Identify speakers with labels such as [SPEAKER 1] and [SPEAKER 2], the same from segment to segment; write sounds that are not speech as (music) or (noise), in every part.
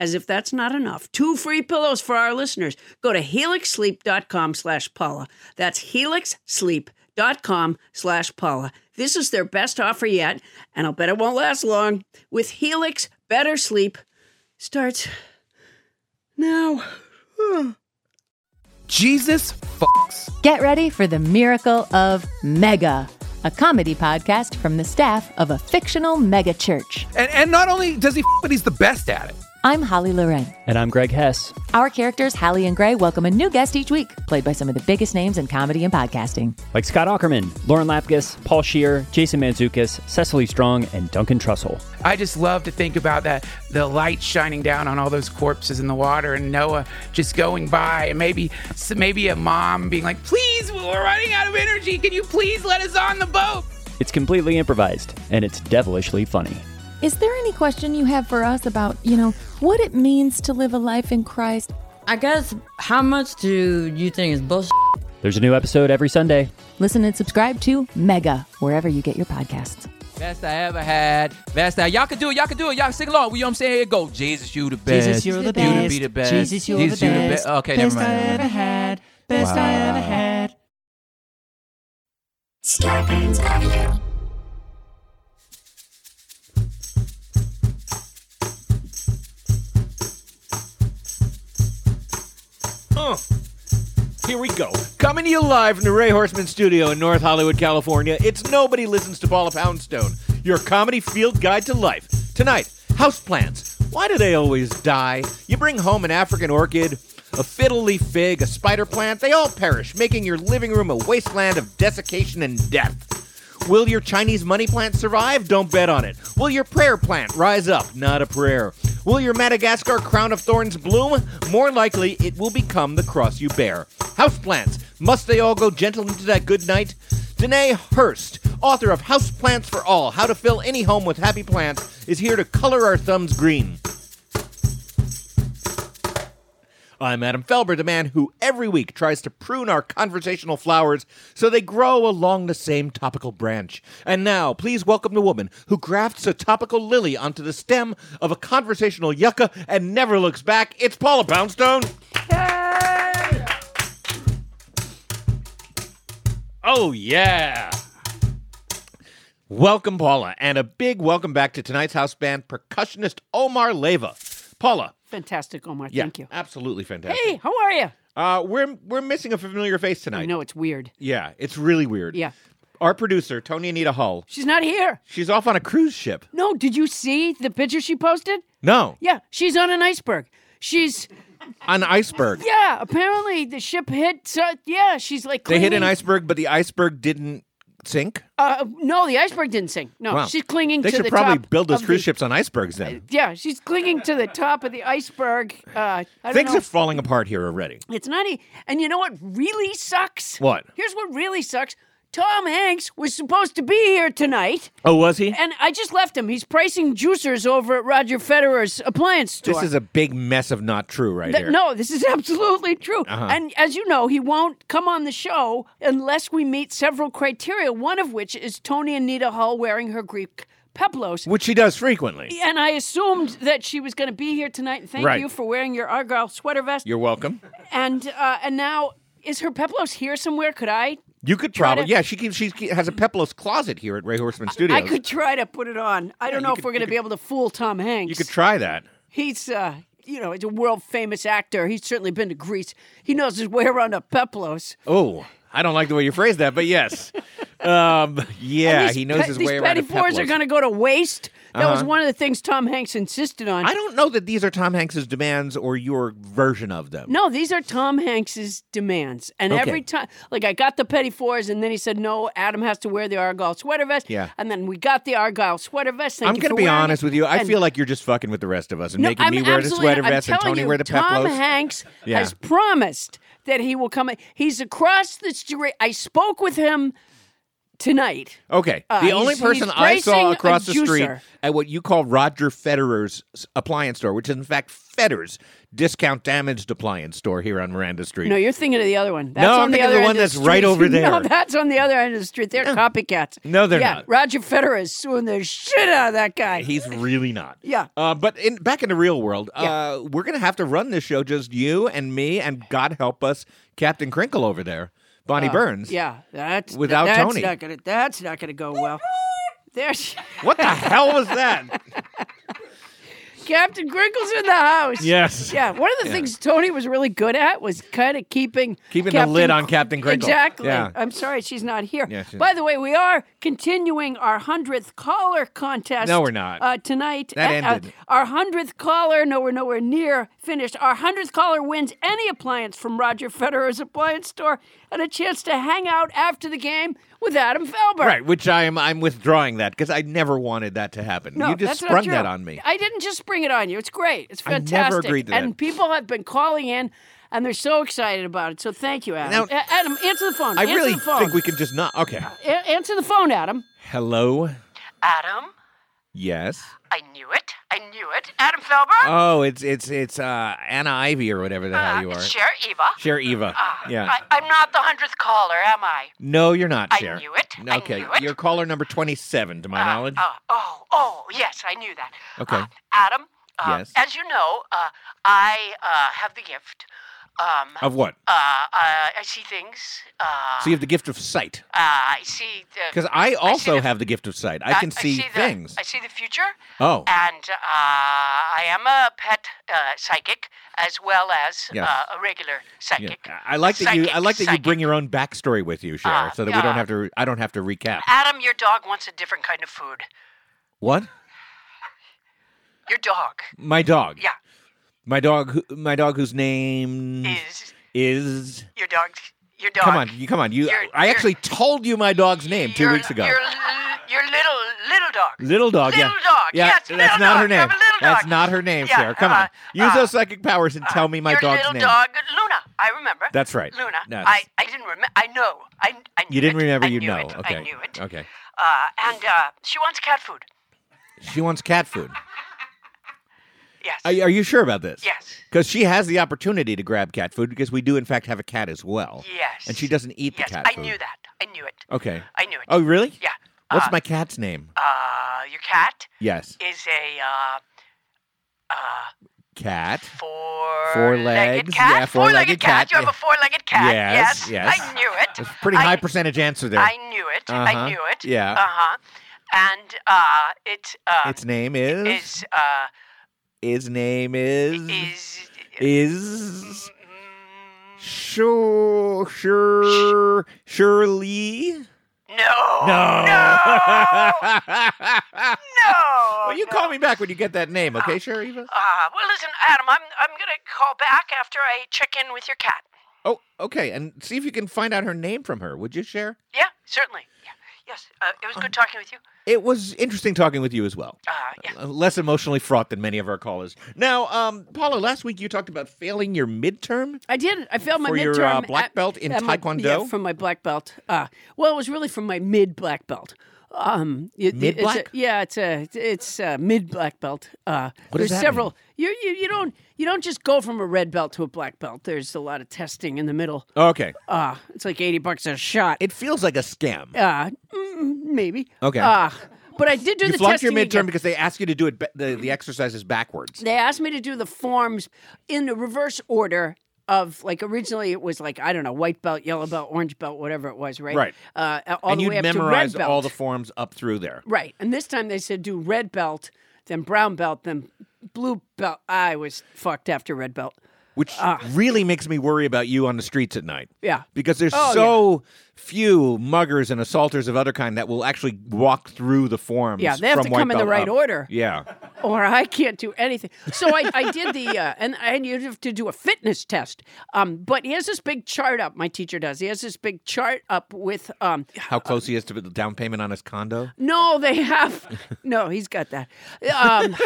[SPEAKER 1] as if that's not enough, two free pillows for our listeners. Go to helixsleep.com slash Paula. That's helixsleep.com slash Paula. This is their best offer yet, and I'll bet it won't last long. With Helix, better sleep starts now.
[SPEAKER 2] Jesus fucks.
[SPEAKER 3] Get ready for the miracle of mega, a comedy podcast from the staff of a fictional mega church.
[SPEAKER 2] And, and not only does he f- but he's the best at it.
[SPEAKER 3] I'm Holly Loren.
[SPEAKER 4] And I'm Greg Hess.
[SPEAKER 3] Our characters, Hallie and Gray, welcome a new guest each week, played by some of the biggest names in comedy and podcasting.
[SPEAKER 4] Like Scott Ackerman, Lauren Lapkus, Paul Shear, Jason Manzukis, Cecily Strong, and Duncan Trussell.
[SPEAKER 5] I just love to think about that the light shining down on all those corpses in the water and Noah just going by and maybe so maybe a mom being like, "Please, we're running out of energy. Can you please let us on the boat?"
[SPEAKER 4] It's completely improvised, and it's devilishly funny.
[SPEAKER 6] Is there any question you have for us about, you know, what it means to live a life in Christ?
[SPEAKER 7] I guess, how much do you think is bullshit?
[SPEAKER 4] There's a new episode every Sunday.
[SPEAKER 3] Listen and subscribe to Mega, wherever you get your podcasts.
[SPEAKER 2] Best I ever had. Best I. Y'all can do it. Y'all can do it. Y'all sing along. We, you know what I'm saying? Here go. Jesus, you the best.
[SPEAKER 8] Jesus, you're the
[SPEAKER 2] You
[SPEAKER 8] best.
[SPEAKER 2] be the best.
[SPEAKER 8] Jesus, you're the best.
[SPEAKER 2] be- Okay,
[SPEAKER 8] best
[SPEAKER 2] never
[SPEAKER 8] I
[SPEAKER 2] mind.
[SPEAKER 8] ever had. Best I ever had.
[SPEAKER 9] Scorpions Audio.
[SPEAKER 10] Here we go. Coming to you live from the Ray Horseman Studio in North Hollywood, California. It's Nobody Listens to Paula Poundstone, your comedy field guide to life. Tonight, houseplants. Why do they always die? You bring home an African orchid, a fiddle leaf fig, a spider plant, they all perish, making your living room a wasteland of desiccation and death. Will your Chinese money plant survive? Don't bet on it. Will your prayer plant rise up? Not a prayer. Will your Madagascar crown of thorns bloom? More likely, it will become the cross you bear. Houseplants, must they all go gentle into that good night? Danae Hurst, author of Houseplants for All How to Fill Any Home with Happy Plants, is here to color our thumbs green. I'm Adam Felber, the man who every week tries to prune our conversational flowers so they grow along the same topical branch. And now, please welcome the woman who grafts a topical lily onto the stem of a conversational yucca and never looks back. It's Paula Poundstone. Oh, yeah. Welcome, Paula, and a big welcome back to tonight's house band, percussionist Omar Leva. Paula.
[SPEAKER 1] Fantastic, Omar.
[SPEAKER 10] Yeah,
[SPEAKER 1] Thank you.
[SPEAKER 10] Absolutely fantastic.
[SPEAKER 1] Hey, how are you?
[SPEAKER 10] Uh, we're we're missing a familiar face tonight.
[SPEAKER 1] I know it's weird.
[SPEAKER 10] Yeah, it's really weird.
[SPEAKER 1] Yeah.
[SPEAKER 10] Our producer, Tony Anita Hull,
[SPEAKER 1] She's not here.
[SPEAKER 10] she's off on a cruise ship.
[SPEAKER 1] No, did you see the picture she posted?
[SPEAKER 10] No,
[SPEAKER 1] Yeah, she's on an iceberg. She's
[SPEAKER 10] on an iceberg.
[SPEAKER 1] yeah. Apparently the ship hit. So, yeah, she's like
[SPEAKER 10] They hit an
[SPEAKER 1] clinging-
[SPEAKER 10] iceberg, but the iceberg didn't sink.
[SPEAKER 1] Uh, no, the iceberg didn't sink. No,
[SPEAKER 10] Wow.
[SPEAKER 1] she's clinging
[SPEAKER 10] They
[SPEAKER 1] to
[SPEAKER 10] should
[SPEAKER 1] the
[SPEAKER 10] probably
[SPEAKER 1] top
[SPEAKER 10] build those
[SPEAKER 1] of
[SPEAKER 10] cruise
[SPEAKER 1] the-
[SPEAKER 10] ships on icebergs then.
[SPEAKER 1] Yeah, she's clinging to the top of the iceberg. Uh, I don't
[SPEAKER 10] Things
[SPEAKER 1] know.
[SPEAKER 10] are falling apart here already.
[SPEAKER 1] it's not. E- and you know what really sucks?
[SPEAKER 10] What?
[SPEAKER 1] Here's what really sucks. Tom Hanks was supposed to be here tonight,
[SPEAKER 10] Oh, was he?
[SPEAKER 1] and I just left him. He's pricing juicers over at Roger Federer's appliance store.
[SPEAKER 10] This is a big mess of not true right
[SPEAKER 1] Th-
[SPEAKER 10] here. Uh-huh.
[SPEAKER 1] no, this is (laughs) absolutely true. And as you know, he won't come on the show unless we meet several criteria, one of which is Tony Anita Hull wearing her Greek peplos.
[SPEAKER 10] Which she does frequently.
[SPEAKER 1] And I assumed that she was going to be here tonight. And thank
[SPEAKER 10] Right.
[SPEAKER 1] you for wearing your Argyle sweater vest.
[SPEAKER 10] You're welcome.
[SPEAKER 1] and uh, and now is her peplos here somewhere? Could I?
[SPEAKER 10] You could
[SPEAKER 1] Try
[SPEAKER 10] probably,
[SPEAKER 1] to-
[SPEAKER 10] yeah, she keeps, she has a Peplos closet here at Ray Horseman Studios.
[SPEAKER 1] I could try to put it on. I don't know if
[SPEAKER 10] could-
[SPEAKER 1] we're going to be able to fool Tom Hanks.
[SPEAKER 10] you could try that.
[SPEAKER 1] He's uh, you know, he's a world famous actor. He's certainly been to Greece. He knows his way around a peplos. (laughs)
[SPEAKER 10] Oh, I don't like the way you phrase that, but yes. Um, yeah,
[SPEAKER 1] These
[SPEAKER 10] he knows
[SPEAKER 1] pe-
[SPEAKER 10] his
[SPEAKER 1] these
[SPEAKER 10] way around. a
[SPEAKER 1] pettifours are
[SPEAKER 10] Peplos.
[SPEAKER 1] going to go to waste. That was
[SPEAKER 10] Uh-huh.
[SPEAKER 1] one of the things Tom Hanks insisted on.
[SPEAKER 10] I don't know that these are Tom Hanks's demands or your version of them.
[SPEAKER 1] No, these are Tom Hanks's demands. And
[SPEAKER 10] Okay.
[SPEAKER 1] every time, like, I got the petty fours, and then he said, no, Adam has to wear the Argyle sweater vest.
[SPEAKER 10] Yeah.
[SPEAKER 1] And then we got the Argyle sweater vest. Thank
[SPEAKER 10] I'm
[SPEAKER 1] you
[SPEAKER 10] going to
[SPEAKER 1] for
[SPEAKER 10] be
[SPEAKER 1] wearing it.
[SPEAKER 10] honest with you. I
[SPEAKER 1] And-
[SPEAKER 10] feel like you're just fucking with the rest of us and
[SPEAKER 1] No,
[SPEAKER 10] making
[SPEAKER 1] I'm
[SPEAKER 10] me wear the
[SPEAKER 1] absolutely-
[SPEAKER 10] sweater
[SPEAKER 1] I'm
[SPEAKER 10] vest and
[SPEAKER 1] telling
[SPEAKER 10] Tony
[SPEAKER 1] you,
[SPEAKER 10] wear the
[SPEAKER 1] Tom
[SPEAKER 10] peplos.
[SPEAKER 1] Hanks
[SPEAKER 10] Yeah.
[SPEAKER 1] has promised that he will come. He's across the street. I spoke with him tonight.
[SPEAKER 10] Okay.
[SPEAKER 1] Uh,
[SPEAKER 10] the only
[SPEAKER 1] he's-
[SPEAKER 10] person
[SPEAKER 1] he's
[SPEAKER 10] I saw
[SPEAKER 1] bracing a
[SPEAKER 10] across the street
[SPEAKER 1] juicer.
[SPEAKER 10] at what you call Roger Federer's s- appliance store, which is in fact Federer's discount damaged appliance store here on Miranda Street.
[SPEAKER 1] No, you're thinking of the other one. That's
[SPEAKER 10] No, I'm
[SPEAKER 1] on the
[SPEAKER 10] thinking of
[SPEAKER 1] other
[SPEAKER 10] the
[SPEAKER 1] end
[SPEAKER 10] one
[SPEAKER 1] of
[SPEAKER 10] that's right
[SPEAKER 1] street. (laughs)
[SPEAKER 10] over
[SPEAKER 1] No,
[SPEAKER 10] there.
[SPEAKER 1] that's on the other end of the street. They're copycats.
[SPEAKER 10] No, they're
[SPEAKER 1] yeah,
[SPEAKER 10] not.
[SPEAKER 1] Roger Federer is suing the shit out of that guy.
[SPEAKER 10] He's really not.
[SPEAKER 1] (laughs) Yeah.
[SPEAKER 10] Uh, but in, back in the real world,
[SPEAKER 1] Yeah.
[SPEAKER 10] uh, we're going to have to run this show just you and me and God help us, Captain Crinkle over there, Bonnie Burns.
[SPEAKER 1] Uh, yeah, that's
[SPEAKER 10] Without
[SPEAKER 1] that's
[SPEAKER 10] Tony.
[SPEAKER 1] Not gonna, that's not going to go well. There's
[SPEAKER 10] What the hell
[SPEAKER 1] (laughs)
[SPEAKER 10] was that?
[SPEAKER 1] Captain Crinkle's in the house.
[SPEAKER 10] Yes.
[SPEAKER 1] Yeah, one of the things Tony was really good at was kind of keeping
[SPEAKER 10] Keeping the lid on Captain Crinkle.
[SPEAKER 1] Exactly.
[SPEAKER 10] Yeah.
[SPEAKER 1] I'm sorry she's not here.
[SPEAKER 10] Yeah, she's-
[SPEAKER 1] By the way, we are continuing our hundredth caller contest.
[SPEAKER 10] No, we're not.
[SPEAKER 1] Uh, tonight
[SPEAKER 10] That
[SPEAKER 1] Uh, uh,
[SPEAKER 10] ended.
[SPEAKER 1] our hundredth caller. No, we're nowhere near finished. Our hundredth caller wins any appliance from Roger Federer's appliance store and a chance to hang out after the game with Adam Felber.
[SPEAKER 10] Right, which I am I'm withdrawing that because I never wanted that to happen.
[SPEAKER 1] No,
[SPEAKER 10] you just
[SPEAKER 1] that's not
[SPEAKER 10] sprung
[SPEAKER 1] true.
[SPEAKER 10] that on me.
[SPEAKER 1] I didn't just spring it on you. It's great. It's
[SPEAKER 10] I never
[SPEAKER 1] fantastic.
[SPEAKER 10] agreed to
[SPEAKER 1] and
[SPEAKER 10] that.
[SPEAKER 1] people have been calling in, and they're so excited about it. So thank you, Adam.
[SPEAKER 10] Now-
[SPEAKER 1] A- Adam, answer the phone.
[SPEAKER 10] I
[SPEAKER 1] answer
[SPEAKER 10] really
[SPEAKER 1] the phone.
[SPEAKER 10] think we can just not. Okay.
[SPEAKER 1] A- answer the phone, Adam.
[SPEAKER 10] Hello.
[SPEAKER 1] Adam,
[SPEAKER 10] Yes.
[SPEAKER 1] I knew it. I knew it. Adam Felber.
[SPEAKER 10] Oh, it's it's it's uh, Anna Ivy or whatever the hell you are.
[SPEAKER 1] Uh, Cher Uh, Eva.
[SPEAKER 10] Cher Eva. yeah.
[SPEAKER 1] I'm not the hundredth caller, am I?
[SPEAKER 10] no, you're not.
[SPEAKER 1] I
[SPEAKER 10] Cher.
[SPEAKER 1] knew it. I
[SPEAKER 10] Okay,
[SPEAKER 1] knew it.
[SPEAKER 10] you're caller number twenty-seven, to my knowledge.
[SPEAKER 1] Uh, oh, oh, yes, I knew that.
[SPEAKER 10] Okay.
[SPEAKER 1] Uh, Adam, uh,
[SPEAKER 10] Yes.
[SPEAKER 1] as you know, uh, I uh, have the gift. Um,
[SPEAKER 10] of what?
[SPEAKER 1] uh, I, I see things. Uh,
[SPEAKER 10] so you have the gift of sight,
[SPEAKER 1] uh, I see the.
[SPEAKER 10] because I also
[SPEAKER 1] the-
[SPEAKER 10] have the gift of sight. I can see,
[SPEAKER 1] the-
[SPEAKER 10] things.
[SPEAKER 1] I see the future.
[SPEAKER 10] Oh.
[SPEAKER 1] And uh, I am a pet uh, psychic as well as
[SPEAKER 10] Yes.
[SPEAKER 1] uh, a regular
[SPEAKER 10] Yeah.
[SPEAKER 1] psychic.
[SPEAKER 10] I like that you. I
[SPEAKER 1] Psychic,
[SPEAKER 10] like that you
[SPEAKER 1] psychic. Ah,
[SPEAKER 10] bring your own backstory with you, Cher, so that we don't
[SPEAKER 1] yeah. Ah.
[SPEAKER 10] have to. I don't have to recap.
[SPEAKER 1] Adam, your dog wants a different kind of food.
[SPEAKER 10] What?
[SPEAKER 1] Your dog
[SPEAKER 10] My dog.
[SPEAKER 1] Yeah.
[SPEAKER 10] My dog. who- My dog, whose name
[SPEAKER 1] is
[SPEAKER 10] is.
[SPEAKER 1] your dog. Your dog.
[SPEAKER 10] Come on, you come on. You.
[SPEAKER 1] You're-
[SPEAKER 10] I
[SPEAKER 1] you're-
[SPEAKER 10] actually told you my dog's name two
[SPEAKER 1] Your-
[SPEAKER 10] weeks ago.
[SPEAKER 1] Your, l- your little little dog.
[SPEAKER 10] Little dog. yeah.
[SPEAKER 1] Little dog,
[SPEAKER 10] Yeah.
[SPEAKER 1] yes,
[SPEAKER 10] that's
[SPEAKER 1] little
[SPEAKER 10] not her
[SPEAKER 1] dog, you have
[SPEAKER 10] name.
[SPEAKER 1] a little
[SPEAKER 10] That's
[SPEAKER 1] dog.
[SPEAKER 10] not her name,
[SPEAKER 1] Yeah,
[SPEAKER 10] Cher. Come on.
[SPEAKER 1] uh,
[SPEAKER 10] Use
[SPEAKER 1] uh,
[SPEAKER 10] those psychic powers and tell me my
[SPEAKER 1] your
[SPEAKER 10] dog's
[SPEAKER 1] little
[SPEAKER 10] name.
[SPEAKER 1] dog, Luna. I remember.
[SPEAKER 10] That's right.
[SPEAKER 1] Luna.
[SPEAKER 10] Yes.
[SPEAKER 1] I, I didn't remember. I know. I, I knew
[SPEAKER 10] You didn't
[SPEAKER 1] it.
[SPEAKER 10] remember.
[SPEAKER 1] I
[SPEAKER 10] you
[SPEAKER 1] knew
[SPEAKER 10] know.
[SPEAKER 1] It.
[SPEAKER 10] Okay.
[SPEAKER 1] I knew it.
[SPEAKER 10] Okay.
[SPEAKER 1] Uh,
[SPEAKER 10] Mm-hmm.
[SPEAKER 1] and uh, she wants cat food.
[SPEAKER 10] She wants cat food.
[SPEAKER 1] Yes.
[SPEAKER 10] Are, are you sure about this?
[SPEAKER 1] Yes.
[SPEAKER 10] Because she has the opportunity to grab cat food because we do in fact have a cat as well.
[SPEAKER 1] Yes.
[SPEAKER 10] And she doesn't eat
[SPEAKER 1] yes,
[SPEAKER 10] the cat
[SPEAKER 1] I
[SPEAKER 10] food.
[SPEAKER 1] knew that. I knew it.
[SPEAKER 10] Okay.
[SPEAKER 1] I knew it.
[SPEAKER 10] Oh really?
[SPEAKER 1] Yeah.
[SPEAKER 10] What's
[SPEAKER 1] uh,
[SPEAKER 10] my cat's name?
[SPEAKER 1] Uh, your cat
[SPEAKER 10] yes.
[SPEAKER 1] is a uh,
[SPEAKER 10] Cat.
[SPEAKER 1] four
[SPEAKER 10] Four-legs,
[SPEAKER 1] cat.
[SPEAKER 10] yeah, four-legged
[SPEAKER 1] four-legged
[SPEAKER 10] cat,
[SPEAKER 1] cat. You have
[SPEAKER 10] yeah.
[SPEAKER 1] a four-legged cat.
[SPEAKER 10] Yes, yes.
[SPEAKER 1] I knew it.
[SPEAKER 10] It's a pretty high
[SPEAKER 1] I,
[SPEAKER 10] percentage answer there.
[SPEAKER 1] I knew it.
[SPEAKER 10] Uh-huh.
[SPEAKER 1] I knew it.
[SPEAKER 10] Yeah.
[SPEAKER 1] Uh huh. And uh, it uh,
[SPEAKER 10] its name is.
[SPEAKER 1] is uh,
[SPEAKER 10] His name is.
[SPEAKER 1] is Mm-hmm.
[SPEAKER 10] is sure sure surely
[SPEAKER 1] no.
[SPEAKER 10] no
[SPEAKER 1] No.
[SPEAKER 10] (laughs) well you
[SPEAKER 1] no.
[SPEAKER 10] call me back when you get that name okay sure eva
[SPEAKER 1] Uh, well, listen, Adam. I'm I'm gonna call back after I check in with your cat.
[SPEAKER 10] oh okay and see if you can find out her name from her would you share
[SPEAKER 1] Yeah, certainly. Yeah. Yes. Uh, it was
[SPEAKER 10] Uh-huh.
[SPEAKER 1] good talking with you.
[SPEAKER 10] it was interesting talking with you as well
[SPEAKER 1] Uh, yeah.
[SPEAKER 10] Uh, less emotionally fraught than many of our callers now um paula last week you talked about failing your midterm
[SPEAKER 1] I did. I failed my
[SPEAKER 10] For your,
[SPEAKER 1] midterm.
[SPEAKER 10] uh, black
[SPEAKER 1] at-
[SPEAKER 10] belt in
[SPEAKER 1] at my-
[SPEAKER 10] Taekwondo?
[SPEAKER 1] yeah, from my black belt. Uh, well, it was really from my mid black belt. Um, it- it's a-
[SPEAKER 10] Mid-black?
[SPEAKER 1] yeah, it's a it's a mid black belt. Uh,
[SPEAKER 10] What does
[SPEAKER 1] there's
[SPEAKER 10] that
[SPEAKER 1] several. You, you you don't you don't just go from a red belt to a black belt. There's a lot of testing in the middle.
[SPEAKER 10] okay
[SPEAKER 1] Uh, it's like eighty bucks a shot.
[SPEAKER 10] it feels like a scam
[SPEAKER 1] uh, mm, maybe.
[SPEAKER 10] Okay.
[SPEAKER 1] Uh, but I did do
[SPEAKER 10] you
[SPEAKER 1] the
[SPEAKER 10] flunked
[SPEAKER 1] testing.
[SPEAKER 10] your midterm
[SPEAKER 1] again.
[SPEAKER 10] because they ask you to do it ba- the, the exercises backwards
[SPEAKER 1] They asked me to do the forms in the reverse order of like originally it was like I don't know white belt, yellow belt, orange belt, whatever it was, right?
[SPEAKER 10] Right.
[SPEAKER 1] Uh, all
[SPEAKER 10] and
[SPEAKER 1] the
[SPEAKER 10] you'd
[SPEAKER 1] way up
[SPEAKER 10] memorize
[SPEAKER 1] to red belt.
[SPEAKER 10] all the forms up through there.
[SPEAKER 1] right. And this time they said do red belt, then brown belt, then blue belt. I was fucked after red belt.
[SPEAKER 10] which really makes me worry about you on the streets at night.
[SPEAKER 11] Yeah.
[SPEAKER 10] Because there's
[SPEAKER 11] Oh,
[SPEAKER 10] so few muggers and assaulters of other kind that will actually walk through the forms.
[SPEAKER 11] Yeah, they have
[SPEAKER 10] from
[SPEAKER 11] to
[SPEAKER 10] white
[SPEAKER 11] come in the
[SPEAKER 10] belt
[SPEAKER 11] right
[SPEAKER 10] up.
[SPEAKER 11] order.
[SPEAKER 10] Yeah.
[SPEAKER 11] or I can't do anything. So I, I did the, uh, and I had you have to do a fitness test. Um, but he has this big chart up, my teacher does. He has this big chart up with, um,
[SPEAKER 10] How close he is to the down payment on his condo?
[SPEAKER 11] no, they have, no, he's got that. Um,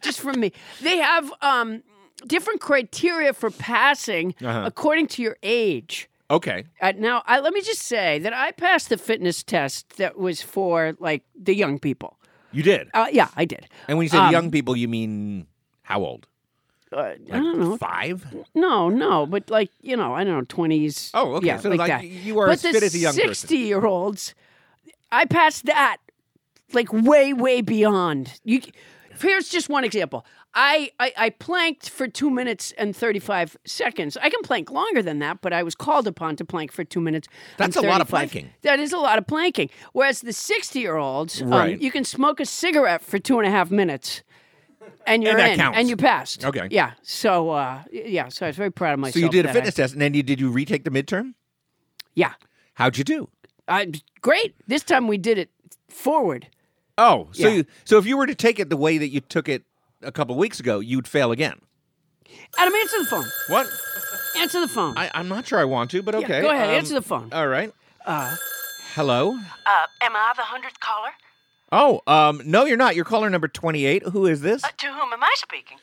[SPEAKER 11] just from me. They have um, different criteria for passing according to your age.
[SPEAKER 10] Okay.
[SPEAKER 11] Uh, now, I, let me just say that I passed the fitness test that was for like the young people.
[SPEAKER 10] You did.
[SPEAKER 11] Uh, yeah, I did.
[SPEAKER 10] and when you say young people, you mean how old?
[SPEAKER 11] Uh, um, I
[SPEAKER 10] Like
[SPEAKER 11] don't know.
[SPEAKER 10] Five?
[SPEAKER 11] No, no, but like you know, I don't know, twenties.
[SPEAKER 10] Oh, okay.
[SPEAKER 11] Yeah,
[SPEAKER 10] So,
[SPEAKER 11] like,
[SPEAKER 10] like,
[SPEAKER 11] that.
[SPEAKER 10] y- you are
[SPEAKER 11] but
[SPEAKER 10] as fit as a young person.
[SPEAKER 11] Sixty-year-olds, I passed that like way, way beyond. You, here's just one example. I, I I planked for two minutes and thirty-five seconds. I can plank longer than that, but I was called upon to plank for two minutes.
[SPEAKER 10] That's
[SPEAKER 11] and
[SPEAKER 10] a lot of
[SPEAKER 11] 35.
[SPEAKER 10] planking.
[SPEAKER 11] That is a lot of planking. Whereas the sixty-year-olds,
[SPEAKER 10] Right.
[SPEAKER 11] um, you can smoke a cigarette for two and a half minutes. And you're
[SPEAKER 10] that
[SPEAKER 11] in,
[SPEAKER 10] counts.
[SPEAKER 11] and you passed.
[SPEAKER 10] Okay.
[SPEAKER 11] Yeah. So, uh, yeah. So I was very proud of myself.
[SPEAKER 10] So you did a
[SPEAKER 11] that I-
[SPEAKER 10] fitness test, and then you did you retake the midterm?
[SPEAKER 11] yeah.
[SPEAKER 10] How'd you do?
[SPEAKER 11] I, great. This time we did it forward.
[SPEAKER 10] Oh, so
[SPEAKER 11] Yeah.
[SPEAKER 10] you, so if you were to take it the way that you took it a couple weeks ago, you'd fail again.
[SPEAKER 11] Adam, answer the phone.
[SPEAKER 10] What?
[SPEAKER 11] Answer the phone.
[SPEAKER 10] I, I'm not sure I want to, but okay. Um, uh,
[SPEAKER 11] go ahead, answer the Uh. phone.
[SPEAKER 10] All right. Hello.
[SPEAKER 1] Uh, am I the hundredth caller?
[SPEAKER 10] Oh, um, no, you're not. You're caller number 28. Who is this?
[SPEAKER 1] Uh, to whom am I speaking?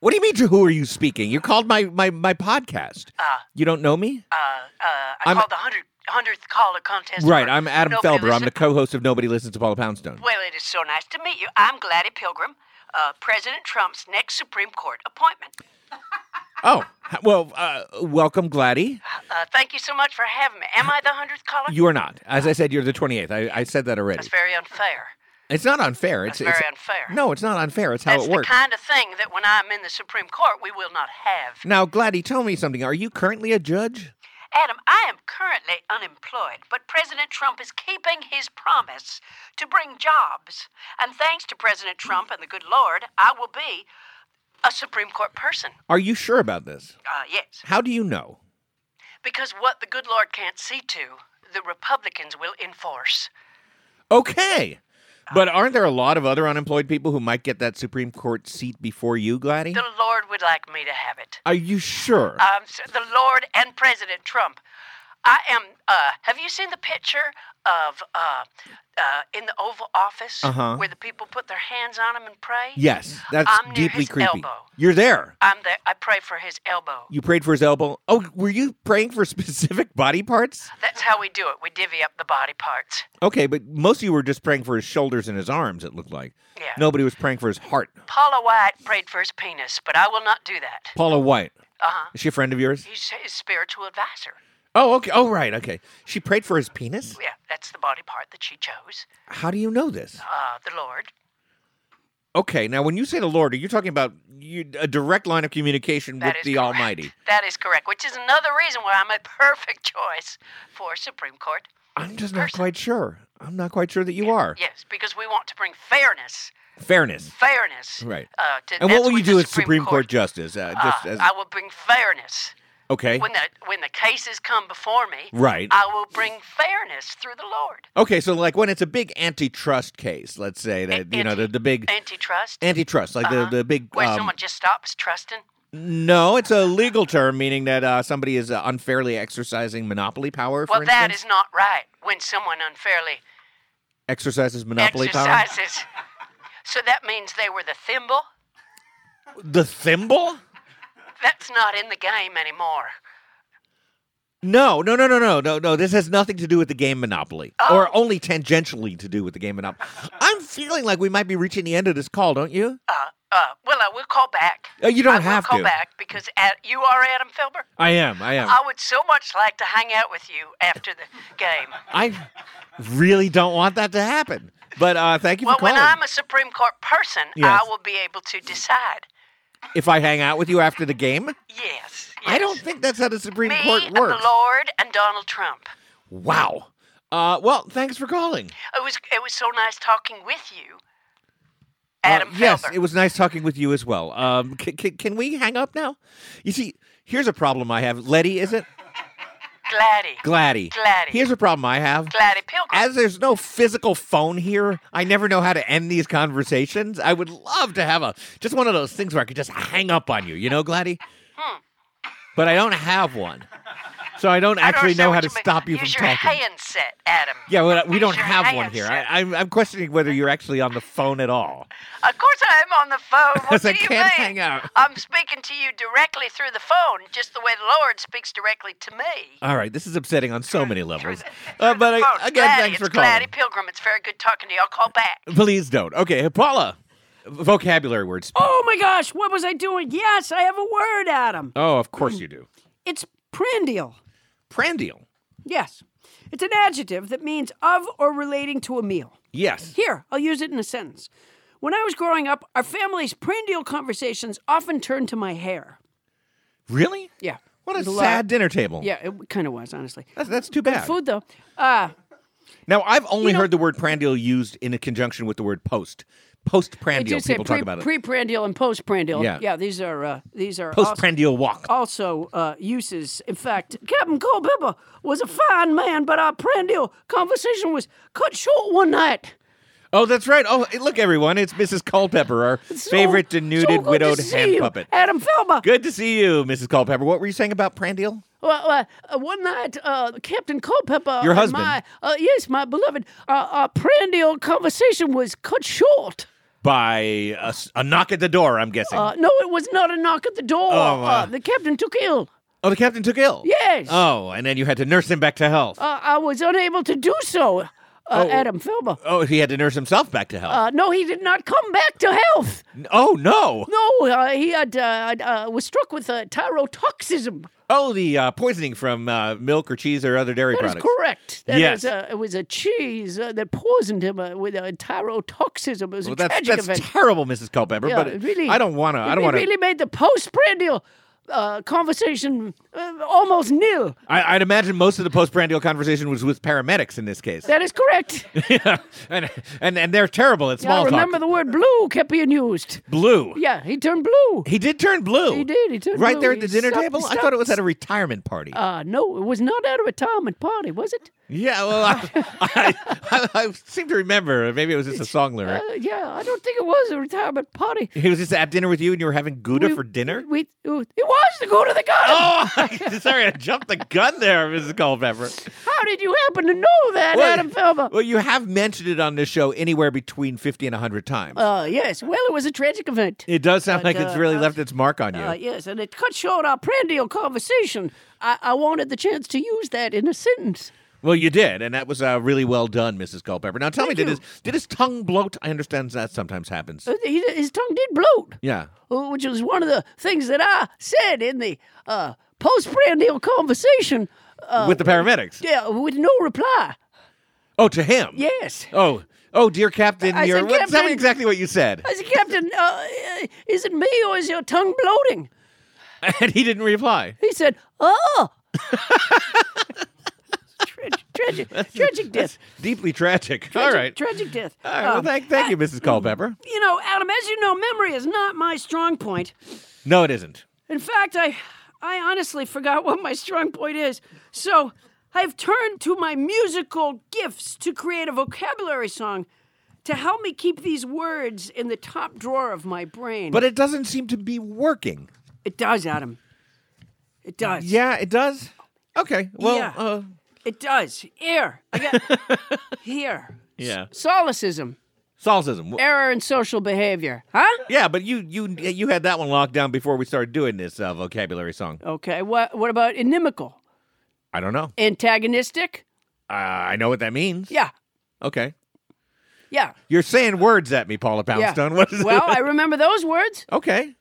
[SPEAKER 10] What do you mean? To who are you speaking? You called my my my podcast.
[SPEAKER 11] Uh,
[SPEAKER 10] you don't know me,
[SPEAKER 1] Uh, uh, I
[SPEAKER 10] I'm-
[SPEAKER 1] called the hundred hundredth caller contest.
[SPEAKER 10] right?
[SPEAKER 1] for
[SPEAKER 10] I'm Adam
[SPEAKER 1] Nobody
[SPEAKER 10] Felber. I'm the
[SPEAKER 1] Listen-
[SPEAKER 10] co-host of Nobody Listens to Paula Poundstone.
[SPEAKER 1] Well, it is so nice to meet you. I'm Gladys Pilgrim, uh, President Trump's next Supreme Court appointment.
[SPEAKER 10] Oh, h- well, uh, welcome, Gladdy.
[SPEAKER 1] Uh, thank you so much for having me. Am I the hundredth caller?
[SPEAKER 10] You are not. As I said, you're the 28th. I, I said that already.
[SPEAKER 1] That's very unfair.
[SPEAKER 10] It's not unfair. It's,
[SPEAKER 1] That's very
[SPEAKER 10] it's-
[SPEAKER 1] unfair.
[SPEAKER 10] No, it's not unfair. It's how
[SPEAKER 1] That's
[SPEAKER 10] it works.
[SPEAKER 1] the kind of thing that when I'm in the Supreme Court, we will not have.
[SPEAKER 10] Now, Gladdy, tell me something. Are you currently a judge?
[SPEAKER 1] Adam, I am currently unemployed, but President Trump is keeping his promise to bring jobs. And thanks to President Trump and the good Lord, I will be a Supreme Court person.
[SPEAKER 10] Are you sure about this?
[SPEAKER 1] Uh, yes.
[SPEAKER 10] How do you know?
[SPEAKER 1] Because what the good Lord can't see to, the Republicans will enforce.
[SPEAKER 10] Okay. But aren't there a lot of other unemployed people who might get that Supreme Court seat before you, Gladdy?
[SPEAKER 1] The Lord would like me to have it.
[SPEAKER 10] Are you sure?
[SPEAKER 1] Um, s the Lord and President Trump. I am. Uh, have you seen the picture of uh, uh, in the Oval Office
[SPEAKER 10] Uh-huh.
[SPEAKER 1] where the people put their hands on him and pray?
[SPEAKER 10] yes, that's
[SPEAKER 1] I'm near
[SPEAKER 10] deeply
[SPEAKER 1] his
[SPEAKER 10] creepy.
[SPEAKER 1] elbow.
[SPEAKER 10] You're there.
[SPEAKER 1] I'm there. I pray for his elbow.
[SPEAKER 10] You prayed for his elbow. Oh, were you praying for (laughs) specific body parts?
[SPEAKER 1] That's how we do it. We divvy up the body parts.
[SPEAKER 10] Okay, but most of you were just praying for his shoulders and his arms, it looked like.
[SPEAKER 1] Yeah.
[SPEAKER 10] Nobody was praying for his heart.
[SPEAKER 1] Paula White prayed for his penis, but I will not do that.
[SPEAKER 10] Paula White.
[SPEAKER 1] Uh huh.
[SPEAKER 10] Is she a friend of yours?
[SPEAKER 1] He's his spiritual advisor.
[SPEAKER 10] Oh, okay. Oh, right. Okay. She prayed for his penis?
[SPEAKER 1] Yeah, that's the body part that she chose.
[SPEAKER 10] How do you know this?
[SPEAKER 1] Uh, the Lord.
[SPEAKER 10] Okay, now when you say the Lord, are you talking about you, a direct line of communication
[SPEAKER 1] That
[SPEAKER 10] with
[SPEAKER 1] is
[SPEAKER 10] the
[SPEAKER 1] correct.
[SPEAKER 10] Almighty?
[SPEAKER 1] That is correct, which is another reason why I'm a (laughs) perfect choice for Supreme Court.
[SPEAKER 10] I'm just not
[SPEAKER 1] person.
[SPEAKER 10] quite sure. I'm not quite sure that you are.
[SPEAKER 1] Yes, because we want to bring fairness,
[SPEAKER 10] Fairness.
[SPEAKER 1] fairness.
[SPEAKER 10] Right.
[SPEAKER 1] Uh, to,
[SPEAKER 10] And
[SPEAKER 1] that's
[SPEAKER 10] what will you
[SPEAKER 1] the
[SPEAKER 10] do as Supreme Court, justice? Uh,
[SPEAKER 1] Uh,
[SPEAKER 10] just as,
[SPEAKER 1] I will bring fairness.
[SPEAKER 10] okay.
[SPEAKER 1] When the when the cases come before me,
[SPEAKER 10] Right.
[SPEAKER 1] I will bring fairness through the Lord.
[SPEAKER 10] Okay, so like when it's a big antitrust case, let's say that Uh, you know the,
[SPEAKER 1] Anti-
[SPEAKER 10] the big
[SPEAKER 1] antitrust,
[SPEAKER 10] antitrust, like
[SPEAKER 1] uh-huh,
[SPEAKER 10] the the big
[SPEAKER 1] where
[SPEAKER 10] um,
[SPEAKER 1] someone just stops trusting.
[SPEAKER 10] No, it's a legal term meaning that uh, somebody is uh, unfairly exercising monopoly power. For
[SPEAKER 1] Well, that
[SPEAKER 10] instance.
[SPEAKER 1] is not right. When someone unfairly
[SPEAKER 10] exercises monopoly
[SPEAKER 1] exercises, (laughs) so that means they were the thimble.
[SPEAKER 10] power. The thimble?
[SPEAKER 1] That's not in the game anymore.
[SPEAKER 10] No, no, no, no, no, no, no. This has nothing to do with the game Monopoly,
[SPEAKER 1] Oh.
[SPEAKER 10] or only tangentially to do with the game Monopoly. I'm feeling like we might be reaching the end of this call, don't you?
[SPEAKER 1] Uh, uh, well, I will call back.
[SPEAKER 10] Uh, you don't
[SPEAKER 1] I
[SPEAKER 10] have
[SPEAKER 1] will call
[SPEAKER 10] to.
[SPEAKER 1] back because at, you are Adam Filber.
[SPEAKER 10] I am. I am.
[SPEAKER 1] I would so much like to hang out with you after
[SPEAKER 10] (laughs)
[SPEAKER 1] the game.
[SPEAKER 10] I really don't want that to happen. But uh, thank you
[SPEAKER 1] Well,
[SPEAKER 10] for
[SPEAKER 1] when
[SPEAKER 10] calling.
[SPEAKER 1] I'm a Supreme Court person,
[SPEAKER 10] Yes.
[SPEAKER 1] I will be able to decide.
[SPEAKER 10] if I hang out with you after the game,
[SPEAKER 1] Yes.
[SPEAKER 10] I don't
[SPEAKER 1] yes.
[SPEAKER 10] think that's how the Supreme
[SPEAKER 1] Me
[SPEAKER 10] Court
[SPEAKER 1] and
[SPEAKER 10] works.
[SPEAKER 1] the Lord and Donald Trump.
[SPEAKER 10] Wow. Uh, well, thanks for calling.
[SPEAKER 1] It was it was so nice talking with you.
[SPEAKER 10] Adam Uh, Yes, it was nice talking with you as well. Um, can, can, can we hang up now? You see, here's a problem I have. Letty, is it?
[SPEAKER 9] Gladdy.
[SPEAKER 10] Gladdy.
[SPEAKER 9] Gladdy.
[SPEAKER 10] Here's a problem I have.
[SPEAKER 9] Gladdy Pilgrim.
[SPEAKER 10] As there's no physical phone here, I never know how to end these conversations. I would love to have a just one of those things where I could just hang up on you, you know, Gladdy?
[SPEAKER 9] Hmm.
[SPEAKER 10] But I don't have one. So I don't
[SPEAKER 9] I don't
[SPEAKER 10] actually
[SPEAKER 9] understand
[SPEAKER 10] know
[SPEAKER 9] what
[SPEAKER 10] how to
[SPEAKER 9] mean.
[SPEAKER 10] stop you
[SPEAKER 9] Use
[SPEAKER 10] from
[SPEAKER 9] your
[SPEAKER 10] talking.
[SPEAKER 9] handset, Adam.
[SPEAKER 10] Yeah, well, we don't
[SPEAKER 9] Use your
[SPEAKER 10] have one here.
[SPEAKER 9] handset.
[SPEAKER 10] I, I'm, I'm questioning whether you're actually on the phone at all.
[SPEAKER 9] Of course I'm on the
[SPEAKER 10] (laughs)
[SPEAKER 9] phone. What
[SPEAKER 10] Because
[SPEAKER 9] do
[SPEAKER 10] I
[SPEAKER 9] you
[SPEAKER 10] can't
[SPEAKER 9] mean?
[SPEAKER 10] hang out.
[SPEAKER 9] I'm speaking to you directly through the phone, just the way the Lord speaks directly to me.
[SPEAKER 10] All right, this is upsetting on so many
[SPEAKER 9] (laughs)
[SPEAKER 10] levels. Uh, but
[SPEAKER 9] Phone.
[SPEAKER 10] I, again,
[SPEAKER 9] Oh, Gladdy,
[SPEAKER 10] thanks for
[SPEAKER 9] it's
[SPEAKER 10] calling.
[SPEAKER 9] Gladdy Pilgrim. It's very good talking to you. I'll call back.
[SPEAKER 10] Please don't. Okay, Paula, vocabulary words.
[SPEAKER 1] Oh my gosh, what was I doing? Yes, I have a word, Adam.
[SPEAKER 10] Oh, of course you do.
[SPEAKER 1] It's prandial.
[SPEAKER 10] Prandial.
[SPEAKER 1] Yes. It's an adjective that means of or relating to a meal.
[SPEAKER 10] Yes.
[SPEAKER 1] Here, I'll use it in a sentence. When I was growing up, our family's prandial conversations often turned to my hair.
[SPEAKER 10] Really?
[SPEAKER 1] Yeah.
[SPEAKER 10] What
[SPEAKER 1] It
[SPEAKER 10] a
[SPEAKER 1] was
[SPEAKER 10] sad
[SPEAKER 1] lot-
[SPEAKER 10] dinner table.
[SPEAKER 1] Yeah, it kind of was, honestly.
[SPEAKER 10] That's, that's too
[SPEAKER 1] Good
[SPEAKER 10] bad.
[SPEAKER 1] food, though. Uh,
[SPEAKER 10] Now, I've only
[SPEAKER 1] You know-
[SPEAKER 10] heard the word prandial used in conjunction with the word post. Post
[SPEAKER 1] I do
[SPEAKER 10] prandial.
[SPEAKER 1] say
[SPEAKER 10] People
[SPEAKER 1] pre,
[SPEAKER 10] talk about it.
[SPEAKER 1] Pre-prandial and post-prandial.
[SPEAKER 10] Yeah.
[SPEAKER 1] these are uh, these are
[SPEAKER 10] Post
[SPEAKER 1] also-
[SPEAKER 10] prandial walk.
[SPEAKER 1] also uh, uses. In fact, Captain Cole Pepper was a fine man, but our prandial conversation was cut short one night.
[SPEAKER 10] Oh, that's right. Oh, hey, look, everyone. It's Mrs. Culpepper, our
[SPEAKER 1] So-
[SPEAKER 10] favorite
[SPEAKER 1] so
[SPEAKER 10] denuded
[SPEAKER 1] good to
[SPEAKER 10] widowed
[SPEAKER 1] see
[SPEAKER 10] hand
[SPEAKER 1] you,
[SPEAKER 10] puppet.
[SPEAKER 1] Adam Felber.
[SPEAKER 10] Good to see you, Mrs. Culpepper. What were you saying about prandial?
[SPEAKER 1] Well, uh, uh, one night, uh, Captain Culpepper,
[SPEAKER 10] Your
[SPEAKER 1] and
[SPEAKER 10] husband.
[SPEAKER 1] my, uh, yes, my beloved, uh, our prandial conversation was cut short.
[SPEAKER 10] By a, s- a knock at the door, I'm guessing.
[SPEAKER 1] Uh, no, it was not a knock at the door.
[SPEAKER 10] Oh, wow.
[SPEAKER 1] uh, the captain took ill.
[SPEAKER 10] oh, the captain took ill.
[SPEAKER 1] Yes.
[SPEAKER 10] Oh, and then you had to nurse him back to health.
[SPEAKER 1] Uh, I was unable to do so, uh,
[SPEAKER 10] Oh.
[SPEAKER 1] Adam Felber.
[SPEAKER 10] oh, he had to nurse himself back to health.
[SPEAKER 1] Uh, no, he did not come back to health.
[SPEAKER 10] oh, no.
[SPEAKER 1] No, uh, he had uh, uh, was struck with uh, tyrotoxism.
[SPEAKER 10] Oh, the uh, poisoning from uh, milk or cheese or other dairy
[SPEAKER 1] That is
[SPEAKER 10] products.
[SPEAKER 1] correct. That
[SPEAKER 10] Yes.
[SPEAKER 1] is, uh, it was a cheese uh, that poisoned him uh, with uh, tyrotoxism. It was
[SPEAKER 10] Well,
[SPEAKER 1] a
[SPEAKER 10] that's,
[SPEAKER 1] tragic
[SPEAKER 10] that's
[SPEAKER 1] event.
[SPEAKER 10] terrible, Mrs. Culpepper.
[SPEAKER 1] Yeah,
[SPEAKER 10] but
[SPEAKER 1] it really,
[SPEAKER 10] I don't want to. I don't
[SPEAKER 1] it
[SPEAKER 10] want to.
[SPEAKER 1] really made the postprandial uh, conversation uh, almost nil.
[SPEAKER 10] I, I'd imagine most of the postprandial conversation was with paramedics in this case,
[SPEAKER 1] That is
[SPEAKER 10] (laughs)
[SPEAKER 1] correct.
[SPEAKER 10] and, and and they're terrible at
[SPEAKER 1] Now
[SPEAKER 10] small talk.
[SPEAKER 1] remember the word blue kept being used.
[SPEAKER 10] Blue.
[SPEAKER 1] Yeah, he turned blue.
[SPEAKER 10] He did turn blue.
[SPEAKER 1] He did. He turned
[SPEAKER 10] right
[SPEAKER 1] blue.
[SPEAKER 10] there at
[SPEAKER 1] He
[SPEAKER 10] the dinner
[SPEAKER 1] stopped-
[SPEAKER 10] table. I
[SPEAKER 1] stopped-
[SPEAKER 10] thought it was at a retirement party.
[SPEAKER 1] Uh, no, it was not at a retirement party, was it?
[SPEAKER 10] yeah. Well, I,
[SPEAKER 1] (laughs)
[SPEAKER 10] I, I, I seem to remember. Maybe it was just a song lyric.
[SPEAKER 1] Uh, yeah, I don't think it was a retirement party.
[SPEAKER 10] He was just at dinner with you, and you were having gouda
[SPEAKER 1] We- (laughs)
[SPEAKER 10] for dinner.
[SPEAKER 1] We, uh, it was the go to the garden.
[SPEAKER 10] Oh, (laughs) sorry, I jumped the gun there, Mrs. Culpepper.
[SPEAKER 1] How did you happen to know that,
[SPEAKER 10] Well,
[SPEAKER 1] Adam Felber?
[SPEAKER 10] Well, you have mentioned it on this show anywhere between 50 and 100 times.
[SPEAKER 1] Uh, yes. Well, it was a tragic event.
[SPEAKER 10] it does sound
[SPEAKER 1] but,
[SPEAKER 10] like it's
[SPEAKER 1] uh,
[SPEAKER 10] really
[SPEAKER 1] uh,
[SPEAKER 10] left its mark on you.
[SPEAKER 1] Uh, yes, and it cut short our prandial conversation. I, I wanted the chance to use that in a sentence.
[SPEAKER 10] well, you did, and that was uh, really well done, Mrs. Culpepper. Now, tell me, did his, did his tongue bloat? I understand that sometimes happens.
[SPEAKER 1] Uh, he- His tongue did bloat,
[SPEAKER 10] yeah.
[SPEAKER 1] uh, which was one of the things that I said in the uh, post-prandial conversation. Uh,
[SPEAKER 10] With the paramedics.
[SPEAKER 1] yeah, with no reply.
[SPEAKER 10] Oh, to him.
[SPEAKER 1] Yes.
[SPEAKER 10] Oh, oh, dear Captain.
[SPEAKER 1] I
[SPEAKER 10] you're,
[SPEAKER 1] said,
[SPEAKER 10] what, Tell
[SPEAKER 1] Captain-
[SPEAKER 10] me exactly what you said.
[SPEAKER 1] I said, Captain, uh, is it me or is your tongue bloating?
[SPEAKER 10] (laughs) and he didn't reply.
[SPEAKER 1] He said, "Oh." tragic,
[SPEAKER 10] (laughs)
[SPEAKER 1] tragic, tragic death.
[SPEAKER 10] Deeply tragic.
[SPEAKER 1] Tragic,
[SPEAKER 10] All right.
[SPEAKER 1] Tragic death.
[SPEAKER 10] All right. Well,
[SPEAKER 1] Um,
[SPEAKER 10] thank, thank you, Mrs. Culpepper.
[SPEAKER 1] You know, Adam, as you know, memory is not my strong point.
[SPEAKER 10] No, it isn't.
[SPEAKER 1] In fact, I, I honestly forgot what my strong point is. So I've turned to my musical gifts to create a vocabulary song to help me keep these words in the top drawer of my brain.
[SPEAKER 10] But it doesn't seem to be working.
[SPEAKER 1] it does, Adam. It does.
[SPEAKER 10] Yeah, it does. Okay. Well,
[SPEAKER 1] Yeah.
[SPEAKER 10] uh,
[SPEAKER 1] It does. Here. I got
[SPEAKER 10] (laughs)
[SPEAKER 1] here.
[SPEAKER 10] yeah.
[SPEAKER 1] Solecism,
[SPEAKER 10] Solipsism. W-
[SPEAKER 1] error in social behavior. Huh?
[SPEAKER 10] Yeah, but you you you had that one locked down before we started doing this uh, vocabulary song.
[SPEAKER 1] Okay. What what about inimical?
[SPEAKER 10] I don't know.
[SPEAKER 1] Antagonistic?
[SPEAKER 10] Uh, I know what that means.
[SPEAKER 1] Yeah.
[SPEAKER 10] Okay.
[SPEAKER 1] Yeah.
[SPEAKER 10] You're saying words at me, Paula
[SPEAKER 1] yeah.
[SPEAKER 10] Poundstone. (laughs) What is
[SPEAKER 1] well, I
[SPEAKER 10] it?
[SPEAKER 1] remember those words,
[SPEAKER 10] okay.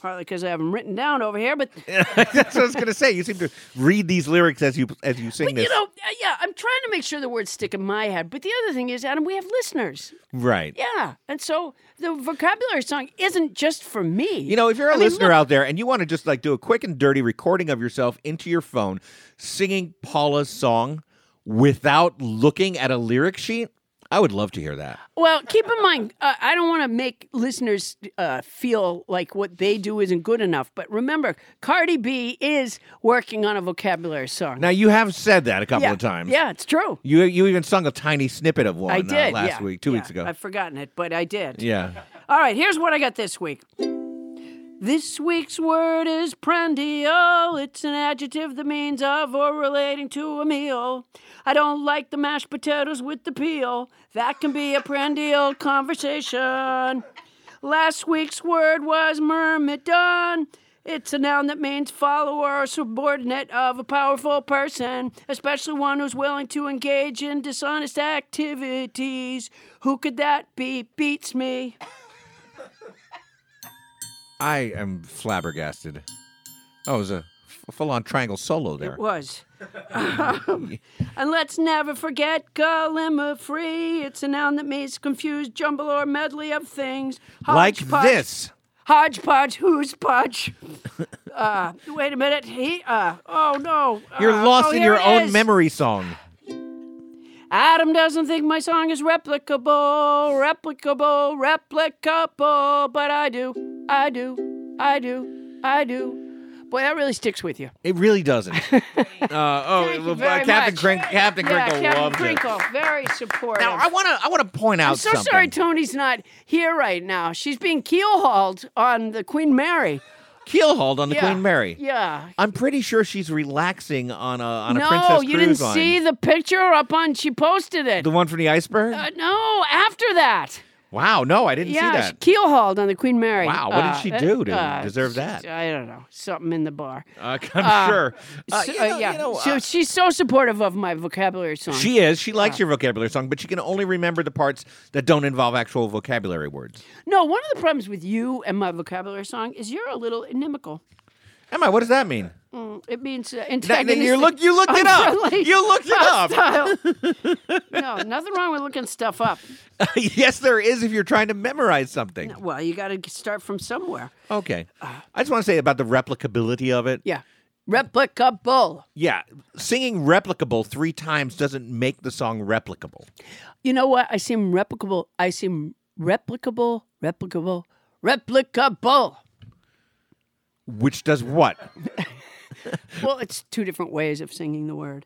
[SPEAKER 1] partly because I have them written down over here, but
[SPEAKER 10] That's what I was gonna say. You seem to read these lyrics as you as you sing this.
[SPEAKER 1] you know, uh, yeah, I'm trying to make sure the words stick in my head. But the other thing is, Adam, we have listeners.
[SPEAKER 10] right.
[SPEAKER 1] Yeah. And so the vocabulary song isn't just for me.
[SPEAKER 10] You know, if you're a
[SPEAKER 1] I mean,
[SPEAKER 10] listener
[SPEAKER 1] look-
[SPEAKER 10] out there and you want to just like do a quick and dirty recording of yourself into your phone singing Paula's song without looking at a lyric sheet, I would love to hear that.
[SPEAKER 1] Well, keep in mind, uh, I don't want to make listeners uh, feel like what they do isn't good enough. But remember, Cardi B is working on a vocabulary song.
[SPEAKER 10] Now you have said that a couple
[SPEAKER 1] yeah.
[SPEAKER 10] of times.
[SPEAKER 1] Yeah, it's true.
[SPEAKER 10] You you even sung a tiny snippet of one
[SPEAKER 1] I
[SPEAKER 10] uh,
[SPEAKER 1] did
[SPEAKER 10] last
[SPEAKER 1] yeah.
[SPEAKER 10] week, two
[SPEAKER 1] Yeah,
[SPEAKER 10] weeks ago.
[SPEAKER 1] I've forgotten it, but I did.
[SPEAKER 10] yeah.
[SPEAKER 1] All right, here's what I got this week. This week's word is prandial. It's an adjective that means of or relating to a meal. I don't like the mashed potatoes with the peel. That can be a prandial conversation. Last week's word was myrmidon. It's a noun that means follower or subordinate of a powerful person, especially one who's willing to engage in dishonest activities. Who could that be? Beats me.
[SPEAKER 10] I am flabbergasted. Oh, it was a full on triangle solo there.
[SPEAKER 1] was. Um, and let's never forget free. It's a noun that means confused jumble or medley of things.
[SPEAKER 10] Like
[SPEAKER 1] Hodgepodge-
[SPEAKER 10] this.
[SPEAKER 1] Hodgepodge, who's
[SPEAKER 10] (laughs)
[SPEAKER 1] podge? Uh, wait a minute. He, uh, oh no.
[SPEAKER 10] You're
[SPEAKER 1] Uh,
[SPEAKER 10] lost
[SPEAKER 1] oh,
[SPEAKER 10] in
[SPEAKER 1] here
[SPEAKER 10] your
[SPEAKER 1] it
[SPEAKER 10] own
[SPEAKER 1] is.
[SPEAKER 10] memory song.
[SPEAKER 1] Adam doesn't think my song is replicable, replicable, replicable, but I do, I do, I do, I do. Boy, that really sticks with you.
[SPEAKER 10] It
[SPEAKER 1] (laughs)
[SPEAKER 10] really doesn't. uh, oh,
[SPEAKER 1] Thank you
[SPEAKER 10] well,
[SPEAKER 1] very
[SPEAKER 10] Captain
[SPEAKER 1] much.
[SPEAKER 10] Crink, Captain
[SPEAKER 1] yeah,
[SPEAKER 10] Crinkle
[SPEAKER 1] Captain
[SPEAKER 10] loved it.
[SPEAKER 1] Crinkle, very supportive.
[SPEAKER 10] Now I want to I want to point out
[SPEAKER 1] I'm so
[SPEAKER 10] something.
[SPEAKER 1] sorry Tony's not here right now. She's being keel hauled on the Queen Mary.
[SPEAKER 10] Keel hauled on the
[SPEAKER 1] Yeah,
[SPEAKER 10] Queen Mary.
[SPEAKER 1] Yeah.
[SPEAKER 10] I'm pretty sure she's relaxing on a on a
[SPEAKER 1] no,
[SPEAKER 10] Princess
[SPEAKER 1] you
[SPEAKER 10] Cruise
[SPEAKER 1] didn't
[SPEAKER 10] line.
[SPEAKER 1] see the picture up on. She posted it.
[SPEAKER 10] the one from the iceberg.
[SPEAKER 1] Uh, no, after that.
[SPEAKER 10] wow, no, I didn't
[SPEAKER 1] yeah,
[SPEAKER 10] see
[SPEAKER 1] she
[SPEAKER 10] that.
[SPEAKER 1] keel hauled on the Queen Mary. Uh,
[SPEAKER 10] Wow, what did she
[SPEAKER 1] that-
[SPEAKER 10] do to deserve that?
[SPEAKER 1] I don't know. Something in the bar.
[SPEAKER 10] Uh, I'm
[SPEAKER 1] Uh,
[SPEAKER 10] sure. Uh,
[SPEAKER 1] So,
[SPEAKER 10] you
[SPEAKER 1] uh,
[SPEAKER 10] know-
[SPEAKER 1] yeah.
[SPEAKER 10] you know,
[SPEAKER 1] so
[SPEAKER 10] uh,
[SPEAKER 1] she's so supportive of my vocabulary song.
[SPEAKER 10] She is. She likes
[SPEAKER 1] Uh.
[SPEAKER 10] your vocabulary song, but she can only remember the parts that don't involve actual vocabulary words.
[SPEAKER 1] No, one of the problems with you and my vocabulary song is you're a little inimical.
[SPEAKER 10] Emma, what does that mean?
[SPEAKER 1] Mm, it means uh,
[SPEAKER 10] That- that
[SPEAKER 1] antagonistic.
[SPEAKER 10] you look. You
[SPEAKER 1] (laughs) Oh,
[SPEAKER 10] looked it up.
[SPEAKER 1] unfriendly,
[SPEAKER 10] You
[SPEAKER 1] (laughs)
[SPEAKER 10] looked it up.
[SPEAKER 1] hostile. no, nothing wrong with looking stuff up.
[SPEAKER 10] (laughs) yes, there is. If you're trying to memorize something.
[SPEAKER 1] Well, you got to start from somewhere.
[SPEAKER 10] Okay. I just want to say about the replicability of it.
[SPEAKER 1] Uh. Yeah. Replicable.
[SPEAKER 10] Yeah, singing replicable three times doesn't make the song replicable.
[SPEAKER 1] You know what? I seem replicable. I seem replicable, replicable, replicable.
[SPEAKER 10] Which does what?
[SPEAKER 1] Well, it's two different ways of singing the word,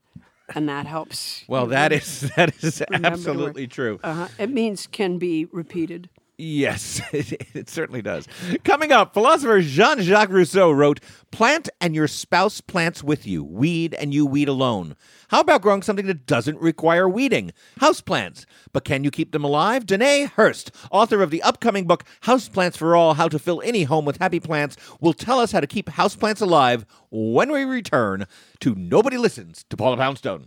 [SPEAKER 1] and that helps.
[SPEAKER 10] Well, that is (laughs) that is
[SPEAKER 1] Remember the word.
[SPEAKER 10] absolutely true.
[SPEAKER 1] Uh-huh. It means can be repeated.
[SPEAKER 10] Yes, (laughs) it, it certainly does. Coming up, philosopher Jean Jacques Rousseau wrote, Plant and your spouse plants with you, weed and you weed alone. How about growing something that doesn't require weeding? Houseplants. But can you keep them alive? Danae Hurst, author of the upcoming book Houseplants for All How to Fill Any Home with Happy Plants, will tell us how to keep houseplants alive when we return to Nobody Listens to Paula Poundstone.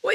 [SPEAKER 1] Well,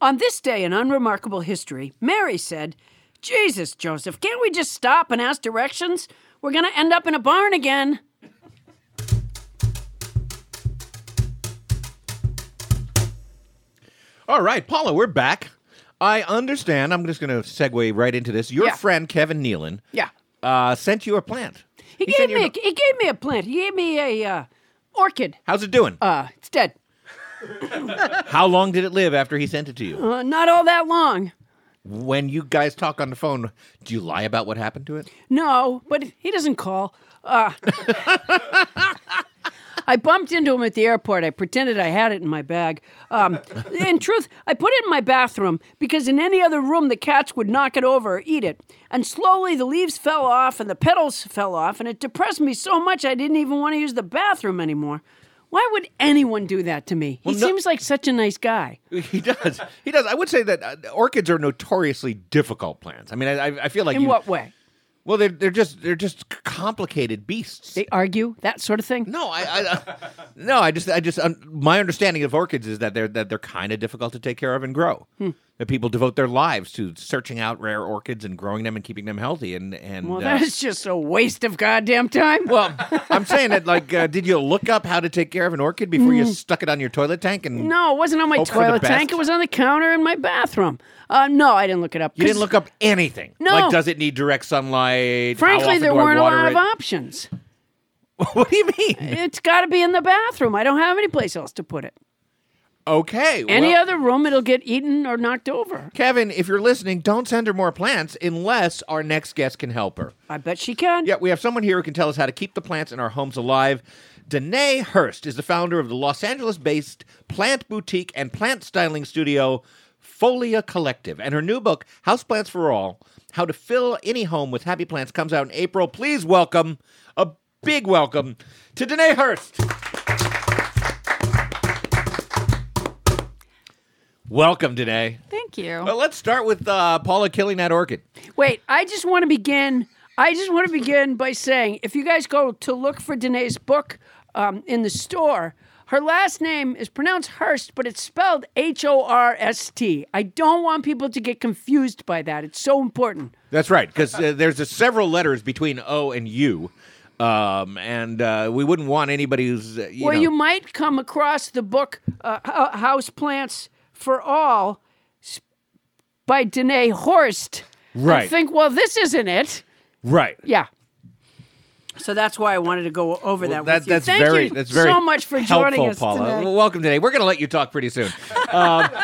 [SPEAKER 1] On this day in unremarkable history, Mary said, Jesus, Joseph, can't we just stop and ask directions? We're going to end up in a barn again.
[SPEAKER 10] All right, Paula, we're back. I understand. I'm just going to segue right into this. Your
[SPEAKER 1] Yeah.
[SPEAKER 10] friend Kevin Nealon
[SPEAKER 1] Yeah.
[SPEAKER 10] uh, sent you a plant.
[SPEAKER 1] He,
[SPEAKER 10] said
[SPEAKER 1] gave
[SPEAKER 10] you're
[SPEAKER 1] me a, he gave me a plant. He gave me a uh, orchid.
[SPEAKER 10] How's it doing?
[SPEAKER 1] Uh, it's dead.
[SPEAKER 10] How long did it live after he sent it to you?
[SPEAKER 1] Uh, not all that long.
[SPEAKER 10] When you guys talk on the phone, do you lie about what happened to it? (laughs)
[SPEAKER 1] No, but he doesn't call. Uh, I bumped into him at the airport. I pretended I had it in my bag. Um, in truth, I put it in my bathroom because in any other room the cats would knock it over or eat it. And slowly the leaves fell off and the petals fell off, and it depressed me so much I didn't even want to use the bathroom anymore. Why would anyone do that to me?
[SPEAKER 10] Well,
[SPEAKER 1] he
[SPEAKER 10] no-
[SPEAKER 1] seems like such a nice guy.
[SPEAKER 10] He does. He does. I would say that uh, orchids are notoriously difficult plants. I mean, I, I- I feel like
[SPEAKER 1] in
[SPEAKER 10] you-
[SPEAKER 1] what way?
[SPEAKER 10] Well, they're they're just they're just c- complicated beasts.
[SPEAKER 1] They argue that sort of thing.
[SPEAKER 10] No, I, I (laughs) No, I just I just um, my understanding of orchids is that they're that they're kind of difficult to take care of and grow.
[SPEAKER 1] Hmm.
[SPEAKER 10] That people devote their lives to searching out rare orchids and growing them and keeping them healthy. And and
[SPEAKER 1] well,
[SPEAKER 10] uh,
[SPEAKER 1] that is just a waste of goddamn time.
[SPEAKER 10] (laughs) Well, I'm saying that like, uh, did you look up how to take care of an orchid before you stuck it on your toilet tank? And
[SPEAKER 1] Hmm. No, it wasn't on my
[SPEAKER 10] Hope for the
[SPEAKER 1] toilet
[SPEAKER 10] best.
[SPEAKER 1] tank. It was on the counter in my bathroom. Uh, no, I didn't look it up.
[SPEAKER 10] you
[SPEAKER 1] 'cause
[SPEAKER 10] didn't look up anything.
[SPEAKER 1] No.
[SPEAKER 10] Like, does it need direct sunlight? How
[SPEAKER 1] Frankly,
[SPEAKER 10] often
[SPEAKER 1] there
[SPEAKER 10] do I
[SPEAKER 1] weren't a
[SPEAKER 10] water
[SPEAKER 1] lot of
[SPEAKER 10] it?
[SPEAKER 1] options.
[SPEAKER 10] (laughs) what do you mean?
[SPEAKER 1] It's got to be in the bathroom. I don't have any place else to put it.
[SPEAKER 10] Okay.
[SPEAKER 1] Any
[SPEAKER 10] well-
[SPEAKER 1] other room, it'll get eaten or knocked over.
[SPEAKER 10] Kevin, if you're listening, don't send her more plants unless our next guest can help her.
[SPEAKER 1] I bet she can.
[SPEAKER 10] Yeah, we have someone here who can tell us how to keep the plants in our homes alive. Danae Hurst is the founder of the Los Angeles based plant boutique and plant styling studio Folia Collective. And her new book, Houseplants for All How to Fill Any Home with Happy Plants, comes out in April. Please welcome a big welcome to Danae Hurst. Welcome, Danae.
[SPEAKER 6] Thank you.
[SPEAKER 10] Well, let's start with uh, Paula killing that orchid.
[SPEAKER 1] Wait, I just want to begin. I just want to begin by saying, if you guys go to look for Danae's book um, in the store, her last name is pronounced Hurst, but it's spelled H O R S T. I don't want people to get confused by that. It's so important.
[SPEAKER 10] That's right, because uh, there's a several letters between O and U. Um, and uh, we wouldn't want anybody who's uh, you
[SPEAKER 1] or
[SPEAKER 10] know,
[SPEAKER 1] you might come across the book uh, Ho- House Plants for All s- by Danae Horst. and
[SPEAKER 10] Right.
[SPEAKER 1] think, well, this isn't it.
[SPEAKER 10] right.
[SPEAKER 1] Yeah. So that's why I wanted to go over that.
[SPEAKER 10] That-
[SPEAKER 1] with you.
[SPEAKER 10] that's
[SPEAKER 1] Thank
[SPEAKER 10] very
[SPEAKER 1] you
[SPEAKER 10] that's very
[SPEAKER 1] so much for
[SPEAKER 10] helpful,
[SPEAKER 1] joining us
[SPEAKER 10] Paula.
[SPEAKER 1] today.
[SPEAKER 10] Well, Welcome today. We're going to let you talk pretty soon. Um, (laughs)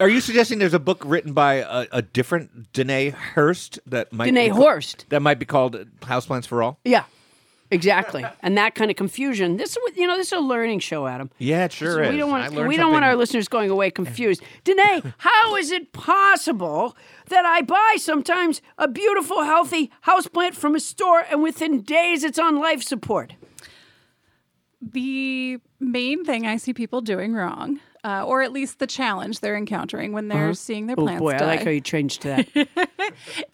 [SPEAKER 10] are you suggesting there's a book written by a, a different Danae Hurst that might
[SPEAKER 1] Danae
[SPEAKER 10] be ca-
[SPEAKER 1] Horst.
[SPEAKER 10] that might be called Houseplants for All?
[SPEAKER 1] Yeah, exactly. And that kind of confusion. This is what- you know, this is a learning show, Adam.
[SPEAKER 10] Yeah, it sure
[SPEAKER 1] So
[SPEAKER 10] is.
[SPEAKER 1] We don't want
[SPEAKER 10] I learned
[SPEAKER 1] we don't want
[SPEAKER 10] something-
[SPEAKER 1] our listeners going away
[SPEAKER 10] (laughs)
[SPEAKER 1] confused. Danae, how is it possible that I buy sometimes a beautiful, healthy houseplant from a store and within days it's on life support?
[SPEAKER 12] the main thing I see people doing wrong, uh, or at least the challenge they're encountering when they're
[SPEAKER 1] Uh-huh.
[SPEAKER 12] seeing their
[SPEAKER 1] oh
[SPEAKER 12] plants
[SPEAKER 1] boy,
[SPEAKER 12] die,
[SPEAKER 1] I like how you changed to
[SPEAKER 12] (laughs)
[SPEAKER 1] that.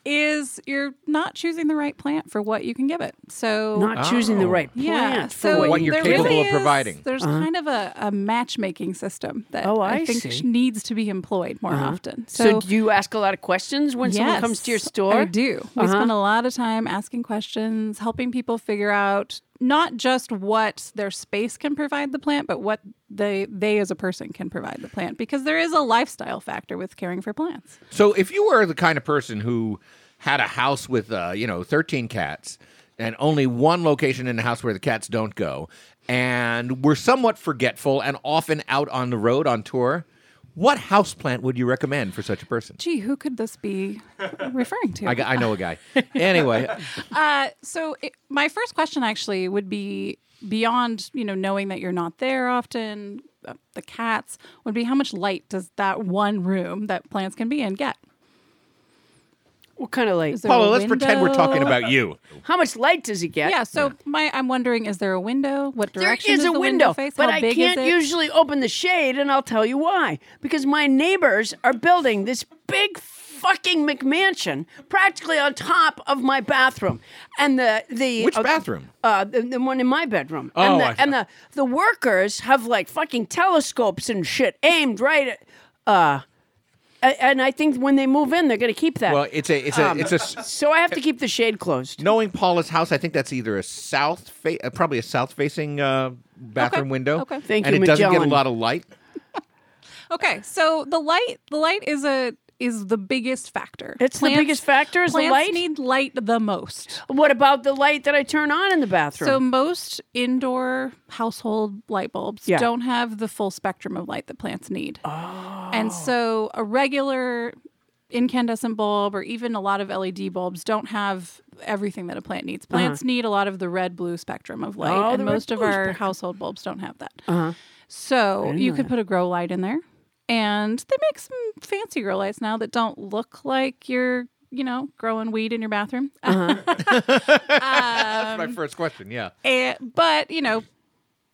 [SPEAKER 12] is you're not choosing the right plant for what you can give it. So
[SPEAKER 1] Not choosing
[SPEAKER 10] Oh.
[SPEAKER 1] the right
[SPEAKER 12] yeah,
[SPEAKER 1] plant for
[SPEAKER 12] so
[SPEAKER 1] what What you're
[SPEAKER 12] there
[SPEAKER 1] capable
[SPEAKER 12] really
[SPEAKER 1] of
[SPEAKER 12] is-
[SPEAKER 1] providing.
[SPEAKER 12] There's
[SPEAKER 1] Uh-huh.
[SPEAKER 12] kind of a, a matchmaking system that
[SPEAKER 1] Oh,
[SPEAKER 12] I,
[SPEAKER 1] I
[SPEAKER 12] think
[SPEAKER 1] see.
[SPEAKER 12] needs to be employed more
[SPEAKER 1] Uh-huh.
[SPEAKER 12] often.
[SPEAKER 1] So, do you ask a lot of questions when someone comes to your
[SPEAKER 12] Yes,
[SPEAKER 1] store?
[SPEAKER 12] I do. We
[SPEAKER 1] Uh-huh.
[SPEAKER 12] spend a lot of time asking questions, helping people figure out not just what their space can provide the plant, but what they they as a person can provide the plant because there is a lifestyle factor with caring for plants.
[SPEAKER 10] So if you were the kind of person who had a house with uh, you know 13 cats and only one location in the house where the cats don't go and were somewhat forgetful and often out on the road on tour, what houseplant would you recommend for such a person?
[SPEAKER 12] Gee, who could this be
[SPEAKER 1] (laughs)
[SPEAKER 12] referring to?
[SPEAKER 10] I, g- I know a
[SPEAKER 12] (laughs)
[SPEAKER 10] guy. Anyway,
[SPEAKER 12] Uh, so it, my first question actually would be beyond you know knowing that you're not there often uh, the cats would be how much light does that one room that plants can be in get
[SPEAKER 1] what kind of light?
[SPEAKER 12] Is there a window?
[SPEAKER 10] you.
[SPEAKER 1] How much light does he get?
[SPEAKER 12] Yeah. So my, I'm wondering, is there a window? What
[SPEAKER 1] There
[SPEAKER 12] direction
[SPEAKER 1] is
[SPEAKER 12] does
[SPEAKER 1] a
[SPEAKER 12] the
[SPEAKER 1] window,
[SPEAKER 12] face?
[SPEAKER 1] but
[SPEAKER 12] How
[SPEAKER 1] I
[SPEAKER 12] big
[SPEAKER 1] can't
[SPEAKER 12] is it?
[SPEAKER 1] usually open the shade, and I'll tell you why. Because my neighbors are building this big fucking McMansion practically on top of my bathroom, and the the
[SPEAKER 10] Which bathroom?
[SPEAKER 1] Uh, the, the one in my bedroom.
[SPEAKER 10] Oh,
[SPEAKER 1] and
[SPEAKER 10] I see.
[SPEAKER 1] the, and the the workers have like fucking telescopes and shit aimed right at. Uh, a- and I think when they move in, they're going to keep that.
[SPEAKER 10] Well, eh, it's a- it's
[SPEAKER 12] Um,
[SPEAKER 10] a- it's a s-
[SPEAKER 1] So I have to keep the shade closed.
[SPEAKER 10] knowing Paula's house, I think that's either a south fa- uh, probably a south facing uh, bathroom window.
[SPEAKER 12] okay. Thank
[SPEAKER 10] and
[SPEAKER 12] you,
[SPEAKER 10] it doesn't get
[SPEAKER 12] Magellan.
[SPEAKER 10] a lot of light.
[SPEAKER 12] Okay. So the light, the light is a is the biggest factor.
[SPEAKER 1] It's the biggest factor is the
[SPEAKER 12] plants
[SPEAKER 1] light?
[SPEAKER 12] need light the most.
[SPEAKER 1] What about the light that I turn on in the bathroom?
[SPEAKER 12] So most indoor household light bulbs
[SPEAKER 1] Yeah.
[SPEAKER 12] don't have the full spectrum of light that plants need. Oh. And so a regular incandescent bulb or even a lot of LED bulbs don't have everything that a plant needs. Plants
[SPEAKER 1] Uh-huh.
[SPEAKER 12] need a lot of the red blue spectrum of light
[SPEAKER 1] Oh,
[SPEAKER 12] and
[SPEAKER 1] the red
[SPEAKER 12] most of
[SPEAKER 1] blue
[SPEAKER 12] our
[SPEAKER 1] spectrum.
[SPEAKER 12] household bulbs don't have that.
[SPEAKER 1] Uh-huh.
[SPEAKER 12] So
[SPEAKER 1] didn't
[SPEAKER 12] you
[SPEAKER 1] know
[SPEAKER 12] could
[SPEAKER 1] that.
[SPEAKER 12] put a grow light in there, and they make some fancy grow lights now that don't look like you're, you know, growing weed in your bathroom.
[SPEAKER 1] Uh-huh.
[SPEAKER 12] Um,
[SPEAKER 10] That's my first question. Yeah.
[SPEAKER 12] Eh, but you know,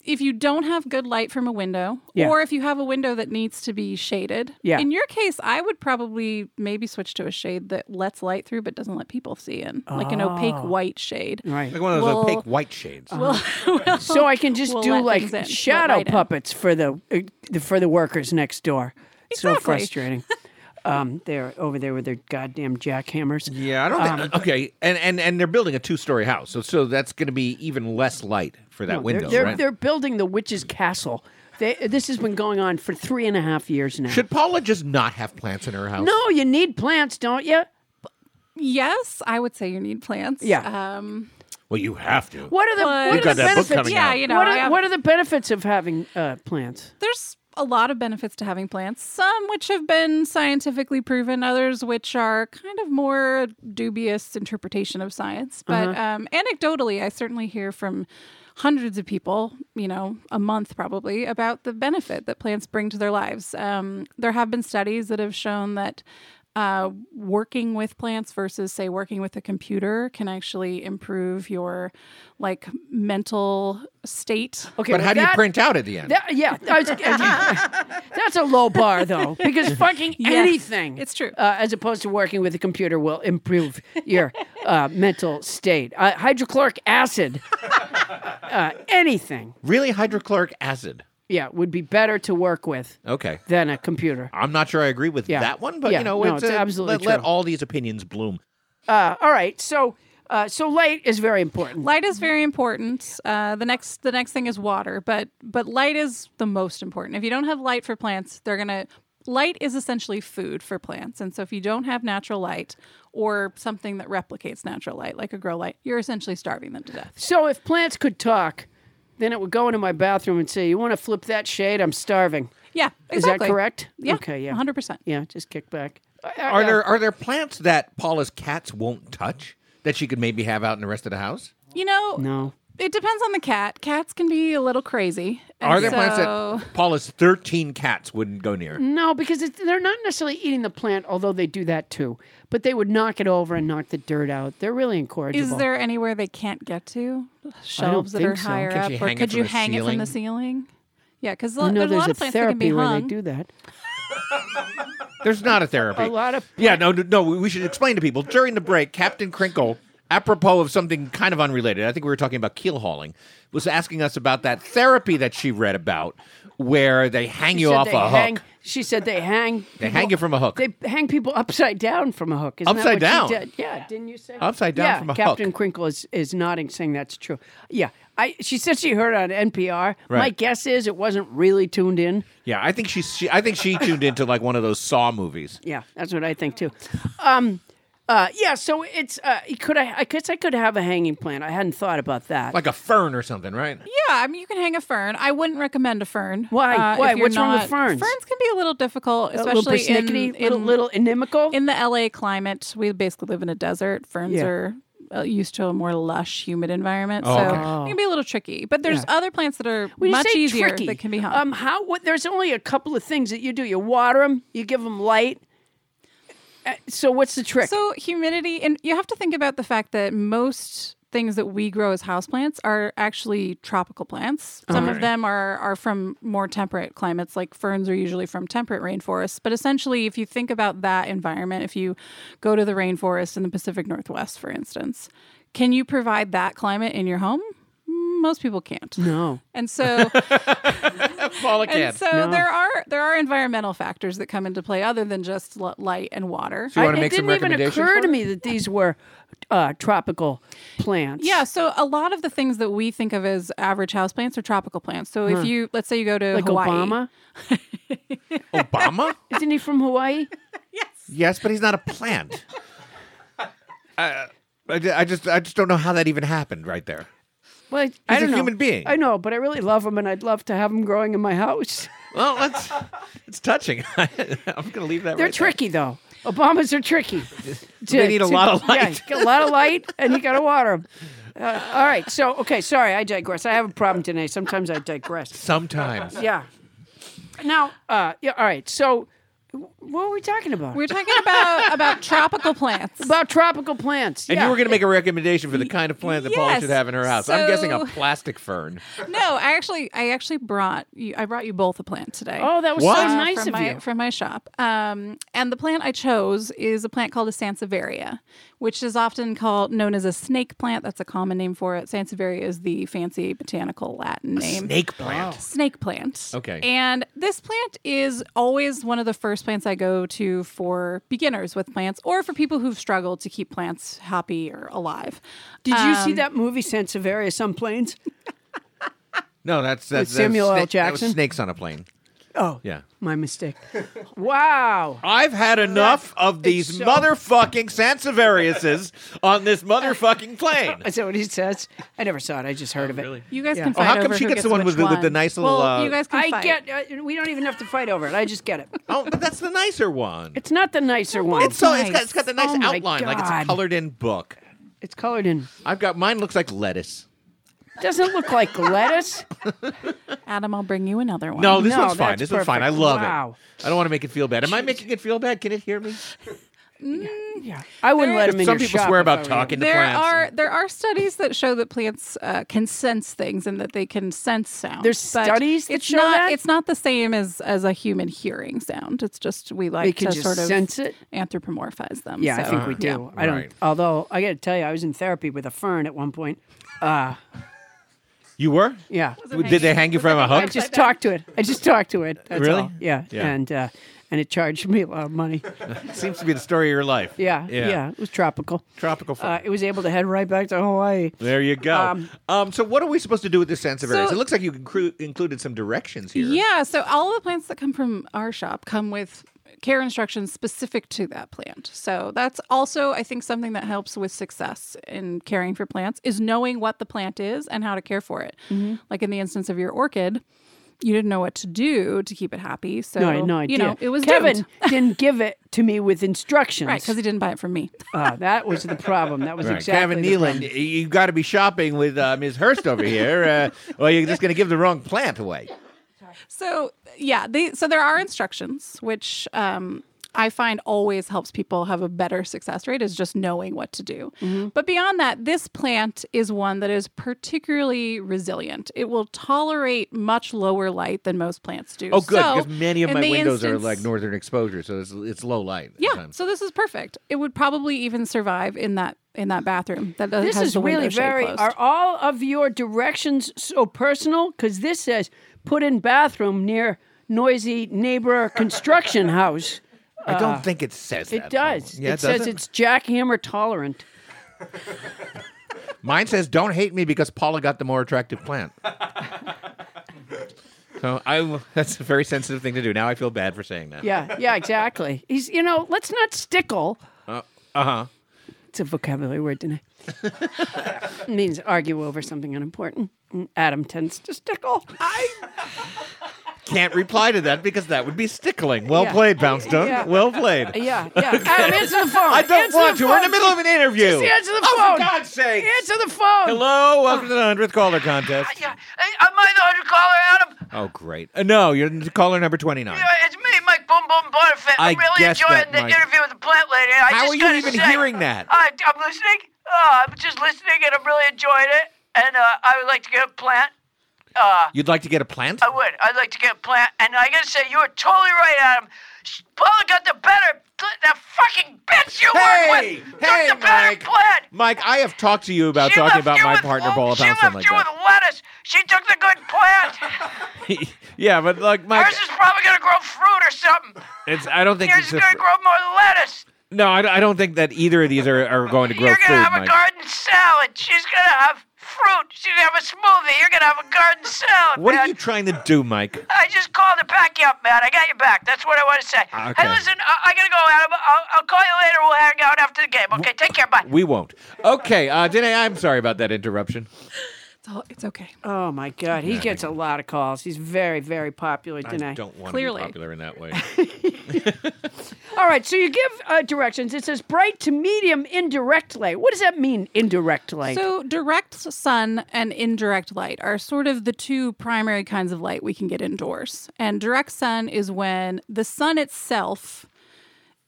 [SPEAKER 12] if you don't have good light from a window,
[SPEAKER 10] Yeah.
[SPEAKER 12] or if you have a window that needs to be shaded,
[SPEAKER 1] Yeah.
[SPEAKER 12] in your case, I would probably maybe switch to a shade that lets light through but doesn't let people see in, like an opaque
[SPEAKER 1] Oh.
[SPEAKER 12] white shade.
[SPEAKER 1] Right.
[SPEAKER 12] (laughs)
[SPEAKER 10] Like one of those
[SPEAKER 12] Will-
[SPEAKER 10] opaque white shades.
[SPEAKER 1] Uh-huh.
[SPEAKER 12] will- will-
[SPEAKER 1] so I can just
[SPEAKER 12] will
[SPEAKER 1] do
[SPEAKER 12] let
[SPEAKER 1] like
[SPEAKER 12] things in, let
[SPEAKER 1] shadow
[SPEAKER 12] light in.
[SPEAKER 1] puppets for the, uh, the for the workers next door. It's So
[SPEAKER 12] Exactly. (laughs)
[SPEAKER 1] frustrating. um, they're over there with their goddamn jackhammers.
[SPEAKER 10] Yeah, I don't
[SPEAKER 1] Um,
[SPEAKER 10] think. Okay, and and and they're building a two-story house, so so that's going to be even less light for that
[SPEAKER 1] no, Oh, they're-
[SPEAKER 10] window,
[SPEAKER 1] They're,
[SPEAKER 10] right?
[SPEAKER 1] they're building the witch's castle. They, this has been going on for three and a half years now.
[SPEAKER 10] Should Paula just not have plants in her house?
[SPEAKER 1] no, you need plants, don't you?
[SPEAKER 12] Yes, I would say you need plants.
[SPEAKER 1] Yeah.
[SPEAKER 12] Um,
[SPEAKER 10] Well, you have to.
[SPEAKER 1] What are the
[SPEAKER 12] But-
[SPEAKER 1] what
[SPEAKER 12] You've
[SPEAKER 1] are
[SPEAKER 12] got
[SPEAKER 1] the
[SPEAKER 12] that book
[SPEAKER 1] benefits?
[SPEAKER 12] coming Yeah, out. you know,
[SPEAKER 1] what are,
[SPEAKER 12] I have-
[SPEAKER 1] what are the benefits of having uh, plants?
[SPEAKER 12] there's a lot of benefits to having plants, some which have been scientifically proven, others which are kind of more dubious interpretation of science. But
[SPEAKER 1] Uh-huh.
[SPEAKER 12] um, anecdotally, I certainly hear from hundreds of people, you know, a month probably, about the benefit that plants bring to their lives. Um, there have been studies that have shown that. Uh, working with plants versus say working with a computer can actually improve your like mental state
[SPEAKER 1] Okay,
[SPEAKER 10] but
[SPEAKER 1] well,
[SPEAKER 10] how do you
[SPEAKER 1] that-
[SPEAKER 10] print out at the end?
[SPEAKER 1] That- yeah, I
[SPEAKER 12] (laughs)
[SPEAKER 1] was- that's a low bar though, because fucking
[SPEAKER 12] Yes,
[SPEAKER 1] anything,
[SPEAKER 12] it's true.
[SPEAKER 1] uh, as opposed to working with a computer, will improve your
[SPEAKER 12] (laughs)
[SPEAKER 1] uh, mental state. Uh, hydrochloric acid, uh, anything,
[SPEAKER 10] really, hydrochloric acid.
[SPEAKER 1] yeah, would be better to work with
[SPEAKER 10] Okay,
[SPEAKER 1] than a computer.
[SPEAKER 10] I'm not sure I agree with
[SPEAKER 1] Yeah.
[SPEAKER 10] that one, but
[SPEAKER 1] Yeah,
[SPEAKER 10] you know,
[SPEAKER 1] no,
[SPEAKER 10] it's,
[SPEAKER 1] it's
[SPEAKER 10] a-
[SPEAKER 1] absolutely
[SPEAKER 10] let, let
[SPEAKER 1] true.
[SPEAKER 10] all these opinions bloom.
[SPEAKER 1] Uh, all right, so Uh, so light is very important.
[SPEAKER 12] Light is very important. Uh, the next the next thing is water, but but light is the most important. If you don't have light for plants, they're gonna light is essentially food for plants. And so if you don't have natural light or something that replicates natural light, like a grow light, you're essentially starving them to death.
[SPEAKER 1] So if plants could talk, then it would go into my bathroom and say, "You want to flip that shade? I'm starving."
[SPEAKER 12] Yeah,
[SPEAKER 1] Is that
[SPEAKER 12] exactly.
[SPEAKER 1] correct?
[SPEAKER 12] Yeah,
[SPEAKER 1] Okay. Yeah.
[SPEAKER 12] 100%.
[SPEAKER 1] Yeah. Just kick back. Uh, uh,
[SPEAKER 10] Are there are there plants that Paula's cats won't touch that she could maybe have out in the rest of the house?
[SPEAKER 12] You know,
[SPEAKER 1] uh, No.
[SPEAKER 12] it depends on the cat. Cats can be a little crazy.
[SPEAKER 10] Are
[SPEAKER 12] And
[SPEAKER 10] there plants
[SPEAKER 12] so-
[SPEAKER 10] that Paula's thirteen cats wouldn't go near?
[SPEAKER 1] No, because it's, they're not necessarily eating the plant, although they do that too. But they would knock it over and knock the dirt out. They're really incorrigible.
[SPEAKER 12] Is there anywhere they can't get to? Shelves that
[SPEAKER 1] think
[SPEAKER 12] are
[SPEAKER 1] so.
[SPEAKER 12] higher
[SPEAKER 1] Could
[SPEAKER 12] up,
[SPEAKER 1] you
[SPEAKER 12] or
[SPEAKER 1] hang it
[SPEAKER 12] could
[SPEAKER 1] from
[SPEAKER 12] you
[SPEAKER 1] a
[SPEAKER 12] hang it from the ceiling? Yeah, because
[SPEAKER 1] I know
[SPEAKER 12] there's a
[SPEAKER 1] there's
[SPEAKER 12] lot
[SPEAKER 1] a
[SPEAKER 12] of plants that can be
[SPEAKER 1] therapy where they
[SPEAKER 12] hung.
[SPEAKER 1] do that.
[SPEAKER 10] There's not a therapy.
[SPEAKER 1] A lot of
[SPEAKER 10] yeah. No, no, no. We we should explain to people during the break. Captain Crinkle, apropos of something kind of unrelated, I think we were talking about keel hauling, was asking us about that therapy that she read about, where they hang
[SPEAKER 1] She
[SPEAKER 10] you
[SPEAKER 1] said
[SPEAKER 10] off
[SPEAKER 1] they
[SPEAKER 10] a
[SPEAKER 1] hang-
[SPEAKER 10] hook.
[SPEAKER 1] She said they hang.
[SPEAKER 10] They hang you from a hook.
[SPEAKER 1] They hang people upside down from a hook. Isn't that
[SPEAKER 10] Upside
[SPEAKER 1] what
[SPEAKER 10] down?
[SPEAKER 1] She did? Yeah, didn't you say?
[SPEAKER 10] Upside down
[SPEAKER 1] yeah,
[SPEAKER 10] from a
[SPEAKER 1] Captain Crinkle is, is nodding, saying that's true. Yeah, I. She said she heard on NPR. My
[SPEAKER 10] Right.
[SPEAKER 1] guess is it wasn't really tuned in.
[SPEAKER 10] Yeah, I think she, she I think she tuned into like one of those Saw movies.
[SPEAKER 1] Yeah, that's what I think too. Um, uh, yeah, so it's uh, could I? I guess I could have a hanging plant. I hadn't thought about that.
[SPEAKER 10] Like a fern or something, right?
[SPEAKER 12] Yeah, I mean, you can hang a fern. I wouldn't recommend a fern. uh,
[SPEAKER 1] Why?
[SPEAKER 12] if
[SPEAKER 1] Why?
[SPEAKER 12] you're
[SPEAKER 1] What's wrong with
[SPEAKER 12] not-
[SPEAKER 1] ferns?
[SPEAKER 12] Ferns can be a little difficult,
[SPEAKER 1] A little
[SPEAKER 12] especially in,
[SPEAKER 1] persnickety,
[SPEAKER 12] in
[SPEAKER 1] little- little inimical.
[SPEAKER 12] In the LA climate, we basically live in a desert. Ferns
[SPEAKER 1] Yeah.
[SPEAKER 12] are uh, used to a more lush, humid environment,
[SPEAKER 1] Oh,
[SPEAKER 12] so
[SPEAKER 1] okay.
[SPEAKER 12] it can be a little tricky. But there's
[SPEAKER 1] Yeah.
[SPEAKER 12] other plants that are
[SPEAKER 1] When you
[SPEAKER 12] much
[SPEAKER 1] say
[SPEAKER 12] easier
[SPEAKER 1] tricky,
[SPEAKER 12] that can be hung.
[SPEAKER 1] Um, how? What? There's only a couple of things that you do. You water them. You give them light. Uh, So what's the trick?
[SPEAKER 12] So humidity, and you have to think about the fact that most things that we grow as houseplants are actually tropical plants. Some of
[SPEAKER 1] Okay.
[SPEAKER 12] them are are from more temperate climates, like ferns are usually from temperate rainforests. But essentially, if you think about that environment, if you go to the rainforest in the Pacific Northwest, for instance, can you provide that climate in your home? Most people can't.
[SPEAKER 1] No. (laughs)
[SPEAKER 12] And so
[SPEAKER 10] Paula
[SPEAKER 12] and so there are there are environmental factors that come into play other than just l- light and water.
[SPEAKER 1] I- it didn't even occur to me that these were uh, tropical plants.
[SPEAKER 12] Yeah, so a lot of the things that we think of as average house plants are tropical plants. So
[SPEAKER 1] Huh.
[SPEAKER 12] if you let's say you go to
[SPEAKER 1] Hmm. Like
[SPEAKER 12] Hawaii,
[SPEAKER 1] Obama?
[SPEAKER 10] Obama?
[SPEAKER 1] Isn't he from Hawaii?
[SPEAKER 10] Yes, but he's not
[SPEAKER 1] (laughs)
[SPEAKER 10] a plant. uh, I, ju- I just I just don't know how that even happened right there.
[SPEAKER 1] Well, I, I
[SPEAKER 10] He's a
[SPEAKER 1] don't know.
[SPEAKER 10] human being.
[SPEAKER 1] I know, but I really love him, and I'd love to have him growing in my house.
[SPEAKER 10] Well, let's it's touching. (laughs) I'm gonna leave that.
[SPEAKER 1] They're
[SPEAKER 10] right there.
[SPEAKER 1] tricky though. Obamas are tricky.
[SPEAKER 10] (laughs) They need a lot of
[SPEAKER 1] yeah,
[SPEAKER 10] light.
[SPEAKER 1] get a lot of
[SPEAKER 10] (laughs)
[SPEAKER 1] light, and you got to water them. Uh, all right. So, okay. Sorry, I digress. I have a problem today. Sometimes I digress.
[SPEAKER 10] (laughs) Sometimes.
[SPEAKER 1] Yeah. Now, uh, yeah. All right. So, wh- what were we talking about?
[SPEAKER 12] we're talking
[SPEAKER 1] (laughs)
[SPEAKER 12] about about tropical plants.
[SPEAKER 1] about tropical plants.
[SPEAKER 10] And
[SPEAKER 1] yeah.
[SPEAKER 10] you were going to make a recommendation for the kind of plant that Paula
[SPEAKER 12] yes,
[SPEAKER 10] should have in her house. I'm guessing a
[SPEAKER 12] so-
[SPEAKER 10] plastic fern.
[SPEAKER 12] No, I actually I actually brought you I brought you both a plant today.
[SPEAKER 1] Oh, that was so
[SPEAKER 12] Uh,
[SPEAKER 1] nice
[SPEAKER 12] from
[SPEAKER 1] of
[SPEAKER 12] my,
[SPEAKER 1] you.
[SPEAKER 12] from my shop. Um, and the plant I chose is a plant called a sansevieria, which is often called known as a snake plant. That's a common name for it. Sansevieria is the fancy botanical Latin name.
[SPEAKER 10] snake plant. Wow.
[SPEAKER 12] Snake plant.
[SPEAKER 10] Okay.
[SPEAKER 12] And this plant is always one of the first plants I go to for beginners with plants, or for people who've struggled to keep plants happy or alive.
[SPEAKER 1] Did you see
[SPEAKER 12] Um,
[SPEAKER 1] that movie Sansevieria some planes?
[SPEAKER 10] No, that's that's, that's
[SPEAKER 1] Samuel L.
[SPEAKER 10] sna- that was
[SPEAKER 1] Jackson?
[SPEAKER 10] snakes on a plane.
[SPEAKER 1] Oh,
[SPEAKER 10] Yeah.
[SPEAKER 1] my mistake. Wow.
[SPEAKER 10] I've had enough of these
[SPEAKER 1] so-
[SPEAKER 10] motherfucking Sansevierises
[SPEAKER 1] (laughs)
[SPEAKER 10] on this motherfucking plane.
[SPEAKER 1] Is that what he says? I never saw it. I just heard of it.
[SPEAKER 12] You guys
[SPEAKER 1] Yeah.
[SPEAKER 12] can
[SPEAKER 10] Oh,
[SPEAKER 12] fight
[SPEAKER 10] how come
[SPEAKER 12] over
[SPEAKER 10] she
[SPEAKER 12] who
[SPEAKER 10] gets the one with
[SPEAKER 12] which
[SPEAKER 10] the- with the nice little,
[SPEAKER 12] Well,
[SPEAKER 10] uh,
[SPEAKER 12] you guys can
[SPEAKER 1] I
[SPEAKER 12] fight.
[SPEAKER 1] get. Uh, we don't even have to fight over it. I just get it.
[SPEAKER 10] (laughs) Oh, but that's the nicer one.
[SPEAKER 1] It's not the
[SPEAKER 12] (laughs)
[SPEAKER 1] nicer one.
[SPEAKER 10] It's so it's got, it's got the nice
[SPEAKER 1] Oh my
[SPEAKER 10] outline, like it's a
[SPEAKER 1] God.
[SPEAKER 10] colored in book.
[SPEAKER 1] It's colored in.
[SPEAKER 10] I've got mine looks like lettuce.
[SPEAKER 1] Doesn't look like
[SPEAKER 10] (laughs)
[SPEAKER 1] lettuce.
[SPEAKER 12] Adam, I'll bring you another one.
[SPEAKER 10] No, this
[SPEAKER 1] No,
[SPEAKER 10] one's fine.
[SPEAKER 1] that's
[SPEAKER 10] This one's fine. I
[SPEAKER 1] perfect.
[SPEAKER 10] love
[SPEAKER 1] Wow.
[SPEAKER 10] it. I don't want to make it feel bad. Am I making it feel bad? Can it hear me?
[SPEAKER 1] Yeah, I wouldn't let him in
[SPEAKER 10] Some
[SPEAKER 1] your
[SPEAKER 10] people
[SPEAKER 1] shop
[SPEAKER 10] swear
[SPEAKER 1] if
[SPEAKER 10] about
[SPEAKER 1] I were
[SPEAKER 10] talking to
[SPEAKER 12] there
[SPEAKER 10] plants.
[SPEAKER 12] are there are studies that show that plants uh, can sense things and that they can sense sound.
[SPEAKER 1] There's
[SPEAKER 12] but
[SPEAKER 1] studies that
[SPEAKER 12] it's
[SPEAKER 1] show
[SPEAKER 12] not,
[SPEAKER 1] that?
[SPEAKER 12] It's not the same as as a human hearing sound. It's just we like
[SPEAKER 1] can
[SPEAKER 12] to
[SPEAKER 1] just
[SPEAKER 12] sort of
[SPEAKER 1] sense it?
[SPEAKER 12] anthropomorphize them.
[SPEAKER 1] you. Yeah, I
[SPEAKER 12] so,
[SPEAKER 1] think we do.
[SPEAKER 12] yeah.
[SPEAKER 1] I don't.
[SPEAKER 10] Uh-huh. Right.
[SPEAKER 1] Although I got to tell you, I was in therapy with a fern at one point. Uh,
[SPEAKER 10] You were?
[SPEAKER 1] yeah.
[SPEAKER 10] Did they hang you from a
[SPEAKER 1] I
[SPEAKER 10] hook?
[SPEAKER 1] just talked to it. I just talked to it. That's
[SPEAKER 10] Really?
[SPEAKER 1] all. Yeah.
[SPEAKER 10] Yeah.
[SPEAKER 1] And uh, and it charged me a lot of
[SPEAKER 10] (laughs)
[SPEAKER 1] money.
[SPEAKER 10] Seems to be the story of your life.
[SPEAKER 1] Yeah, yeah, it was tropical.
[SPEAKER 10] Tropical.
[SPEAKER 1] Uh, it was able to head right back to Hawaii.
[SPEAKER 10] There you go. Um,
[SPEAKER 1] Um,
[SPEAKER 10] so, what are we supposed to do with this sense of areas?
[SPEAKER 12] So-
[SPEAKER 10] It looks like you inclu- included some directions here.
[SPEAKER 12] Yeah, so all the plants that come from our shop come with care instructions specific to that plant. So that's also I think something that helps with success in caring for plants is knowing what the plant is and how to care for it.
[SPEAKER 1] Mm-hmm.
[SPEAKER 6] Mhm.
[SPEAKER 12] Like in the instance of your orchid, you didn't know what to do to keep it happy. So
[SPEAKER 1] no, I had no idea.
[SPEAKER 12] you know, it was
[SPEAKER 1] Kevin (laughs)
[SPEAKER 12] (laughs) doomed.
[SPEAKER 1] didn't give it to me with instructions.
[SPEAKER 12] Right, 'cause he didn't buy it from me.
[SPEAKER 1] Ah, that was the problem. That was
[SPEAKER 10] Right.
[SPEAKER 1] exactly the
[SPEAKER 10] Gavin Nealon, you got to be shopping with uh, Ms. Hurst over here, uh, or you're just going to give the wrong plant away.
[SPEAKER 12] So yeah, they so there are instructions, which um, I find always helps people have a better success rate is just knowing what to do.
[SPEAKER 10] Mm-hmm.
[SPEAKER 12] But beyond that, this plant is one that is particularly resilient. It will tolerate much lower light than most plants do.
[SPEAKER 10] Oh, good,
[SPEAKER 12] So,
[SPEAKER 10] because many of
[SPEAKER 12] in
[SPEAKER 10] my
[SPEAKER 12] the
[SPEAKER 10] windows are
[SPEAKER 12] instance-
[SPEAKER 10] like northern exposure, so it's, it's low light.
[SPEAKER 12] yeah, so this is perfect. It would probably even survive in that in that bathroom that does-
[SPEAKER 1] This
[SPEAKER 12] has
[SPEAKER 1] is
[SPEAKER 12] the window
[SPEAKER 1] really
[SPEAKER 12] shade
[SPEAKER 1] very.
[SPEAKER 12] closed.
[SPEAKER 1] Are all of your directions so personal? Because this says put in bathroom near noisy neighbor
[SPEAKER 12] (laughs)
[SPEAKER 1] construction house.
[SPEAKER 10] I
[SPEAKER 1] Uh,
[SPEAKER 10] don't think it says
[SPEAKER 1] It
[SPEAKER 10] that.
[SPEAKER 1] does.
[SPEAKER 10] Yeah,
[SPEAKER 1] it says
[SPEAKER 10] does it?
[SPEAKER 1] it's jackhammer tolerant.
[SPEAKER 10] Mine says, "Don't hate me because Paula got the more attractive plant." so I, that's a very sensitive thing to do. Now I feel bad for saying that.
[SPEAKER 1] Yeah, yeah,
[SPEAKER 12] (laughs)
[SPEAKER 1] exactly. He's, you know, let's not stickle.
[SPEAKER 10] Uh huh.
[SPEAKER 1] It's a vocabulary word, didn't
[SPEAKER 10] (laughs)
[SPEAKER 1] I? it means argue over something unimportant. And Adam tends to stickle. Uh,
[SPEAKER 10] Can't reply to that because that would be stickling. Well
[SPEAKER 1] Yeah.
[SPEAKER 10] played, Bounceton.
[SPEAKER 1] Yeah.
[SPEAKER 10] Well played.
[SPEAKER 1] Yeah, yeah. Adam, answer the phone.
[SPEAKER 10] (laughs) I don't
[SPEAKER 1] Answer
[SPEAKER 10] want
[SPEAKER 1] the
[SPEAKER 10] to. We're in the
[SPEAKER 1] phone.
[SPEAKER 10] middle of an interview.
[SPEAKER 1] Just answer the phone.
[SPEAKER 10] Oh, for God's sake.
[SPEAKER 1] Answer the phone.
[SPEAKER 10] Hello, welcome to the hundredth caller contest.
[SPEAKER 9] Hey, am I the hundred caller, Adam?
[SPEAKER 10] Oh, great. Uh, no, you're n- caller number twenty-nine.
[SPEAKER 9] Yeah, uh, it's me, Mike Boom Boom Butterfit.
[SPEAKER 10] I
[SPEAKER 9] I'm really
[SPEAKER 10] guessed
[SPEAKER 9] enjoying
[SPEAKER 10] that,
[SPEAKER 9] the
[SPEAKER 10] Mike.
[SPEAKER 9] interview with the plant lady. I
[SPEAKER 10] How
[SPEAKER 9] just
[SPEAKER 10] are you
[SPEAKER 9] gotta
[SPEAKER 10] even
[SPEAKER 9] say,
[SPEAKER 10] hearing that?
[SPEAKER 9] I, I'm listening. Uh, I'm just listening, and I'm really enjoying it. And uh, I would like to get a plant. Uh,
[SPEAKER 10] You'd like to get a plant?
[SPEAKER 9] I would. I'd like to get a plant. And I gotta say, you were totally right, Adam. Sh- Paula got the better. pl- That fucking bitch you work
[SPEAKER 10] Hey,
[SPEAKER 9] with
[SPEAKER 10] hey,
[SPEAKER 9] took the better
[SPEAKER 10] Mike.
[SPEAKER 9] plant.
[SPEAKER 10] Mike, I have talked to you about
[SPEAKER 9] She
[SPEAKER 10] talking
[SPEAKER 9] left
[SPEAKER 10] about
[SPEAKER 9] you
[SPEAKER 10] my
[SPEAKER 9] with-
[SPEAKER 10] partner Paula
[SPEAKER 9] She
[SPEAKER 10] Poundstone
[SPEAKER 9] left
[SPEAKER 10] like
[SPEAKER 9] you
[SPEAKER 10] that.
[SPEAKER 9] with lettuce. She took the good
[SPEAKER 10] (laughs)
[SPEAKER 9] plant.
[SPEAKER 10] yeah, but like Mike,
[SPEAKER 9] Hers is probably gonna grow fruit or something.
[SPEAKER 10] it's I don't think
[SPEAKER 9] Yours
[SPEAKER 10] it's
[SPEAKER 9] is
[SPEAKER 10] a-
[SPEAKER 9] gonna grow more lettuce.
[SPEAKER 10] no, I, I don't think that either of these are, are going to grow
[SPEAKER 9] You're
[SPEAKER 10] food,
[SPEAKER 9] gonna have
[SPEAKER 10] Mike.
[SPEAKER 9] a garden salad. She's gonna have fruit. She's gonna have a smoothie. You're gonna have a garden salad,
[SPEAKER 10] what
[SPEAKER 9] man.
[SPEAKER 10] are you trying to do, Mike?
[SPEAKER 9] I just called to back you up, man. I got your back. That's what I want to say.
[SPEAKER 10] Ah, Okay.
[SPEAKER 9] Hey, listen, I, I gotta go, Adam. I'll, I'll call you later. We'll hang out after the game. Okay, take care. Bye.
[SPEAKER 10] We won't. Okay, uh, Danae, I'm sorry about that interruption.
[SPEAKER 12] It's all- it's okay.
[SPEAKER 1] Oh my God, he
[SPEAKER 10] Yeah.
[SPEAKER 1] gets a lot of calls. He's very, very popular tonight.
[SPEAKER 10] I don't want
[SPEAKER 1] Clearly.
[SPEAKER 10] to be popular in
[SPEAKER 1] (laughs)
[SPEAKER 10] that way.
[SPEAKER 1] All right, so you give uh, directions. It says bright to medium indirect light. What does that mean, indirect light?
[SPEAKER 12] So, direct sun and indirect light are sort of the two primary kinds of light we can get indoors. And direct sun is when the sun itself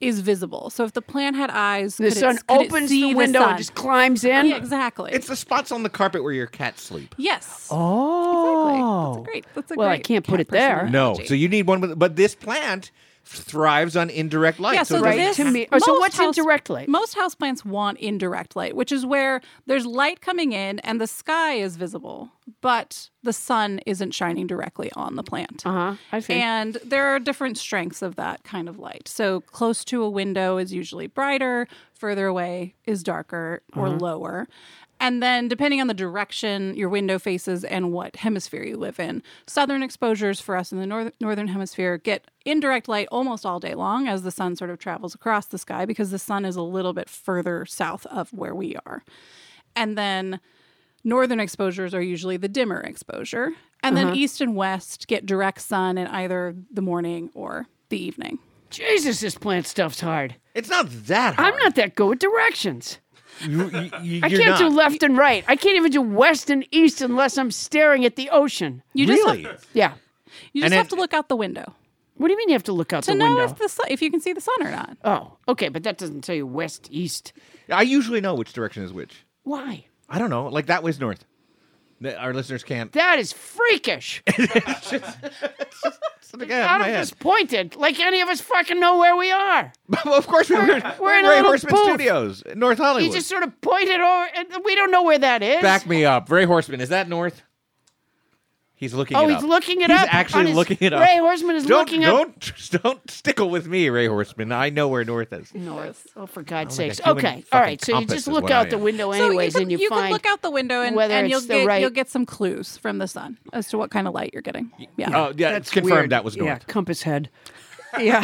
[SPEAKER 12] is visible. So, if the plant had eyes,
[SPEAKER 1] the
[SPEAKER 12] could it-
[SPEAKER 1] sun
[SPEAKER 12] could it
[SPEAKER 1] opens
[SPEAKER 12] see
[SPEAKER 1] the window
[SPEAKER 12] sun?
[SPEAKER 1] and just climbs in.
[SPEAKER 12] Yeah, exactly.
[SPEAKER 10] it's the spots on the carpet where your cats
[SPEAKER 1] (laughs)
[SPEAKER 10] sleep.
[SPEAKER 12] yes.
[SPEAKER 1] Oh,
[SPEAKER 12] Great. That's a
[SPEAKER 1] Well, I
[SPEAKER 12] great
[SPEAKER 1] can't put
[SPEAKER 12] cat
[SPEAKER 1] it there.
[SPEAKER 12] person
[SPEAKER 10] No,
[SPEAKER 12] analogy.
[SPEAKER 10] so you need one, with, but this plant thrives on indirect light.
[SPEAKER 12] Yeah,
[SPEAKER 10] it
[SPEAKER 12] so
[SPEAKER 10] doesn't-
[SPEAKER 12] this,
[SPEAKER 1] to me- or so
[SPEAKER 12] most
[SPEAKER 1] what's
[SPEAKER 12] house-
[SPEAKER 1] indirect light?
[SPEAKER 12] Most houseplants want indirect light, which is where there's light coming in and the sky is visible, but the sun isn't shining directly on the plant.
[SPEAKER 1] Uh huh. I see.
[SPEAKER 12] And there are different strengths of that kind of light. So close to a window is usually brighter, further away is darker or
[SPEAKER 1] Uh-huh.
[SPEAKER 12] lower. And then depending on the direction your window faces and what hemisphere you live in, southern exposures for us in the north- northern hemisphere get indirect light almost all day long as the sun sort of travels across the sky because the sun is a little bit further south of where we are. And then northern exposures are usually the dimmer exposure. And then
[SPEAKER 1] Uh-huh.
[SPEAKER 12] east and west get direct sun in either the morning or the evening.
[SPEAKER 1] Jesus, this plant stuff's hard.
[SPEAKER 10] It's not that
[SPEAKER 1] hard. I'm not that good with directions. (laughs)
[SPEAKER 10] You, you, you,
[SPEAKER 1] I
[SPEAKER 10] you're
[SPEAKER 1] can't do
[SPEAKER 10] not.
[SPEAKER 1] left and right. I can't even do west and east unless I'm staring at the ocean.
[SPEAKER 12] You just have- Really?
[SPEAKER 1] yeah.
[SPEAKER 12] You just have to look out the window
[SPEAKER 1] What do you mean you have to look out
[SPEAKER 12] to
[SPEAKER 1] the
[SPEAKER 12] know
[SPEAKER 1] window?
[SPEAKER 12] if the sun, if you can see the sun or not.
[SPEAKER 1] oh, okay, but that doesn't tell you west, east.
[SPEAKER 10] I usually know which direction is which.
[SPEAKER 1] Why?
[SPEAKER 10] I don't know. Like that way's north. The- Our listeners can't.
[SPEAKER 1] That is
[SPEAKER 12] (laughs)
[SPEAKER 1] freakish.
[SPEAKER 10] my
[SPEAKER 1] Adam
[SPEAKER 10] head.
[SPEAKER 1] just pointed like any of us fucking know where we are.
[SPEAKER 10] well, (laughs) of course, we were, we're,
[SPEAKER 1] in
[SPEAKER 10] in
[SPEAKER 1] a
[SPEAKER 10] Ray
[SPEAKER 1] little
[SPEAKER 10] Horseman
[SPEAKER 1] booth.
[SPEAKER 10] Studios, North Hollywood.
[SPEAKER 1] He just sort of
[SPEAKER 13] (laughs)
[SPEAKER 1] pointed over, and we don't know where that is.
[SPEAKER 10] Back me up. Ray Horseman, is that north? He's looking.
[SPEAKER 13] oh,
[SPEAKER 10] it
[SPEAKER 13] he's
[SPEAKER 10] up.
[SPEAKER 13] looking it
[SPEAKER 10] He's
[SPEAKER 13] up.
[SPEAKER 10] actually
[SPEAKER 13] on his-
[SPEAKER 10] looking it up.
[SPEAKER 13] Ray Horseman is
[SPEAKER 10] Don't-
[SPEAKER 13] looking up.
[SPEAKER 10] Don't (laughs) don't stickle with me, Ray Horseman. I know where north is.
[SPEAKER 13] North. Oh, for God's
[SPEAKER 10] my
[SPEAKER 13] sakes.
[SPEAKER 10] God, human
[SPEAKER 13] okay. All right.
[SPEAKER 10] fucking
[SPEAKER 13] So you
[SPEAKER 10] compass
[SPEAKER 13] just
[SPEAKER 10] is
[SPEAKER 13] look
[SPEAKER 10] what I
[SPEAKER 13] out the
[SPEAKER 10] am.
[SPEAKER 13] window
[SPEAKER 12] So
[SPEAKER 13] anyways,
[SPEAKER 12] you can,
[SPEAKER 13] and you,
[SPEAKER 12] you
[SPEAKER 13] find
[SPEAKER 12] can look out the window and,
[SPEAKER 13] whether
[SPEAKER 12] and
[SPEAKER 13] it's
[SPEAKER 12] you'll
[SPEAKER 13] the
[SPEAKER 12] get
[SPEAKER 13] right-
[SPEAKER 12] you'll get some clues from the sun as to what kind of light you're getting. Yeah.
[SPEAKER 10] Oh, yeah, it's confirmed that was
[SPEAKER 1] Yeah,
[SPEAKER 10] north.
[SPEAKER 1] compass head. (laughs)
[SPEAKER 13] (laughs)
[SPEAKER 1] Yeah.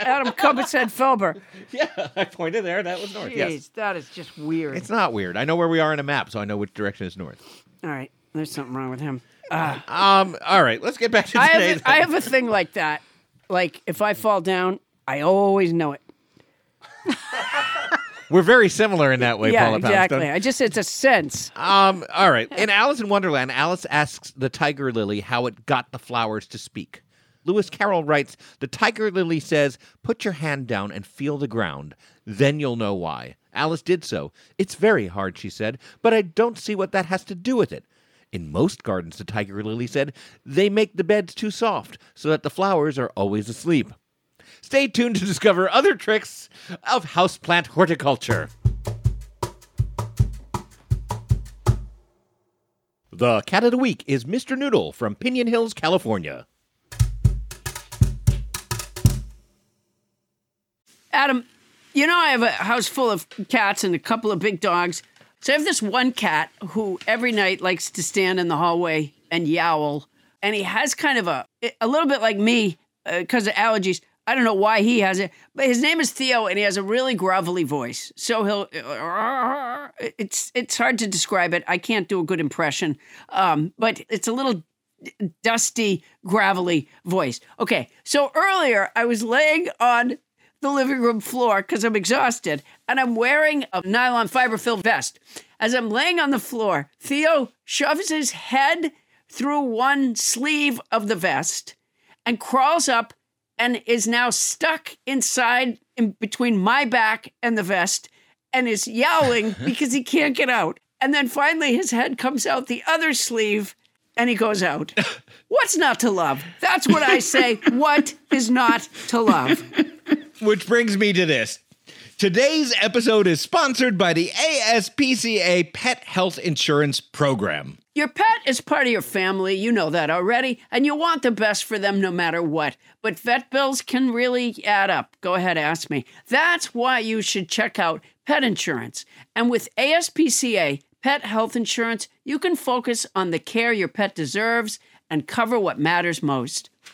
[SPEAKER 1] Adam Compass head Felber.
[SPEAKER 10] Yeah, (laughs) I pointed there. That was north.
[SPEAKER 1] Jeez,
[SPEAKER 10] Yes.
[SPEAKER 1] that is just weird.
[SPEAKER 10] It's not weird. I know where we are in a map, so I know which direction is north.
[SPEAKER 1] All right. There's something wrong with
[SPEAKER 10] (laughs)
[SPEAKER 1] him. Ah.
[SPEAKER 10] Um. All right. Let's get back to
[SPEAKER 1] I
[SPEAKER 10] today.
[SPEAKER 1] have, a, I have a thing like that. Like if I fall down, I always know it.
[SPEAKER 10] We're very similar in that way,
[SPEAKER 1] yeah,
[SPEAKER 10] Paula
[SPEAKER 1] exactly.
[SPEAKER 10] Poundstone.
[SPEAKER 1] I just it's a sense.
[SPEAKER 10] Um. All right. In Alice in Wonderland, Alice asks the tiger lily how it got the flowers to speak. Lewis Carroll writes, "The tiger lily says, put your hand down and feel the ground. Then you'll know why." Alice did so. It's very hard, she said, but I don't see what that has to do with it. In most gardens, the tiger lily said, they make the beds too soft so that the flowers are always asleep. Stay tuned to discover other tricks of houseplant horticulture. The cat of the week is Mr. Noodle from Pinion Hills, California.
[SPEAKER 1] Adam, you know I have a house full of cats and a couple of big dogs. So I have this one cat who every night likes to stand in the hallway and yowl, and he has kind of a a little bit like me because of allergies. I don't know why he has it, but his name is Theo, and he has a really grovelly voice. So he'll it's it's hard to describe it. I can't do a good impression, um, but it's a little dusty, gravelly voice. Okay, so earlier I was laying on the living room floor because I'm exhausted and I'm wearing a nylon fiber filled vest. As I'm laying on the floor, Theo shoves his head through one sleeve of the vest and crawls up and is now stuck inside in between my back and the vest and is yowling because he can't get out. And then finally his head comes out the other sleeve and he goes out. What's not to love? That's what I (laughs) say. what is not to love?
[SPEAKER 14] Which brings me to this. Today's episode is sponsored by the ASPCA Pet Health Insurance Program.
[SPEAKER 1] Your pet is part of your family, you know that already, and you want the best for them no matter what. But vet bills can really add up. Go ahead, ask me. That's why you should check out pet insurance. And with ASPCA, pet health insurance, you can focus on the care your pet deserves and cover what matters most.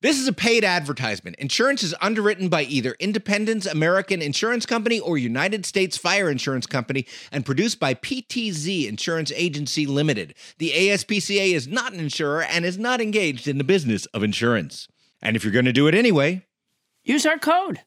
[SPEAKER 14] This is a paid advertisement. Insurance is underwritten by either Independence American Insurance Company or United States Fire Insurance Company and produced by PTZ Insurance Agency Limited. The ASPCA is not an insurer and is not engaged in the business of insurance. And if you're going to do it anyway,
[SPEAKER 1] use our code.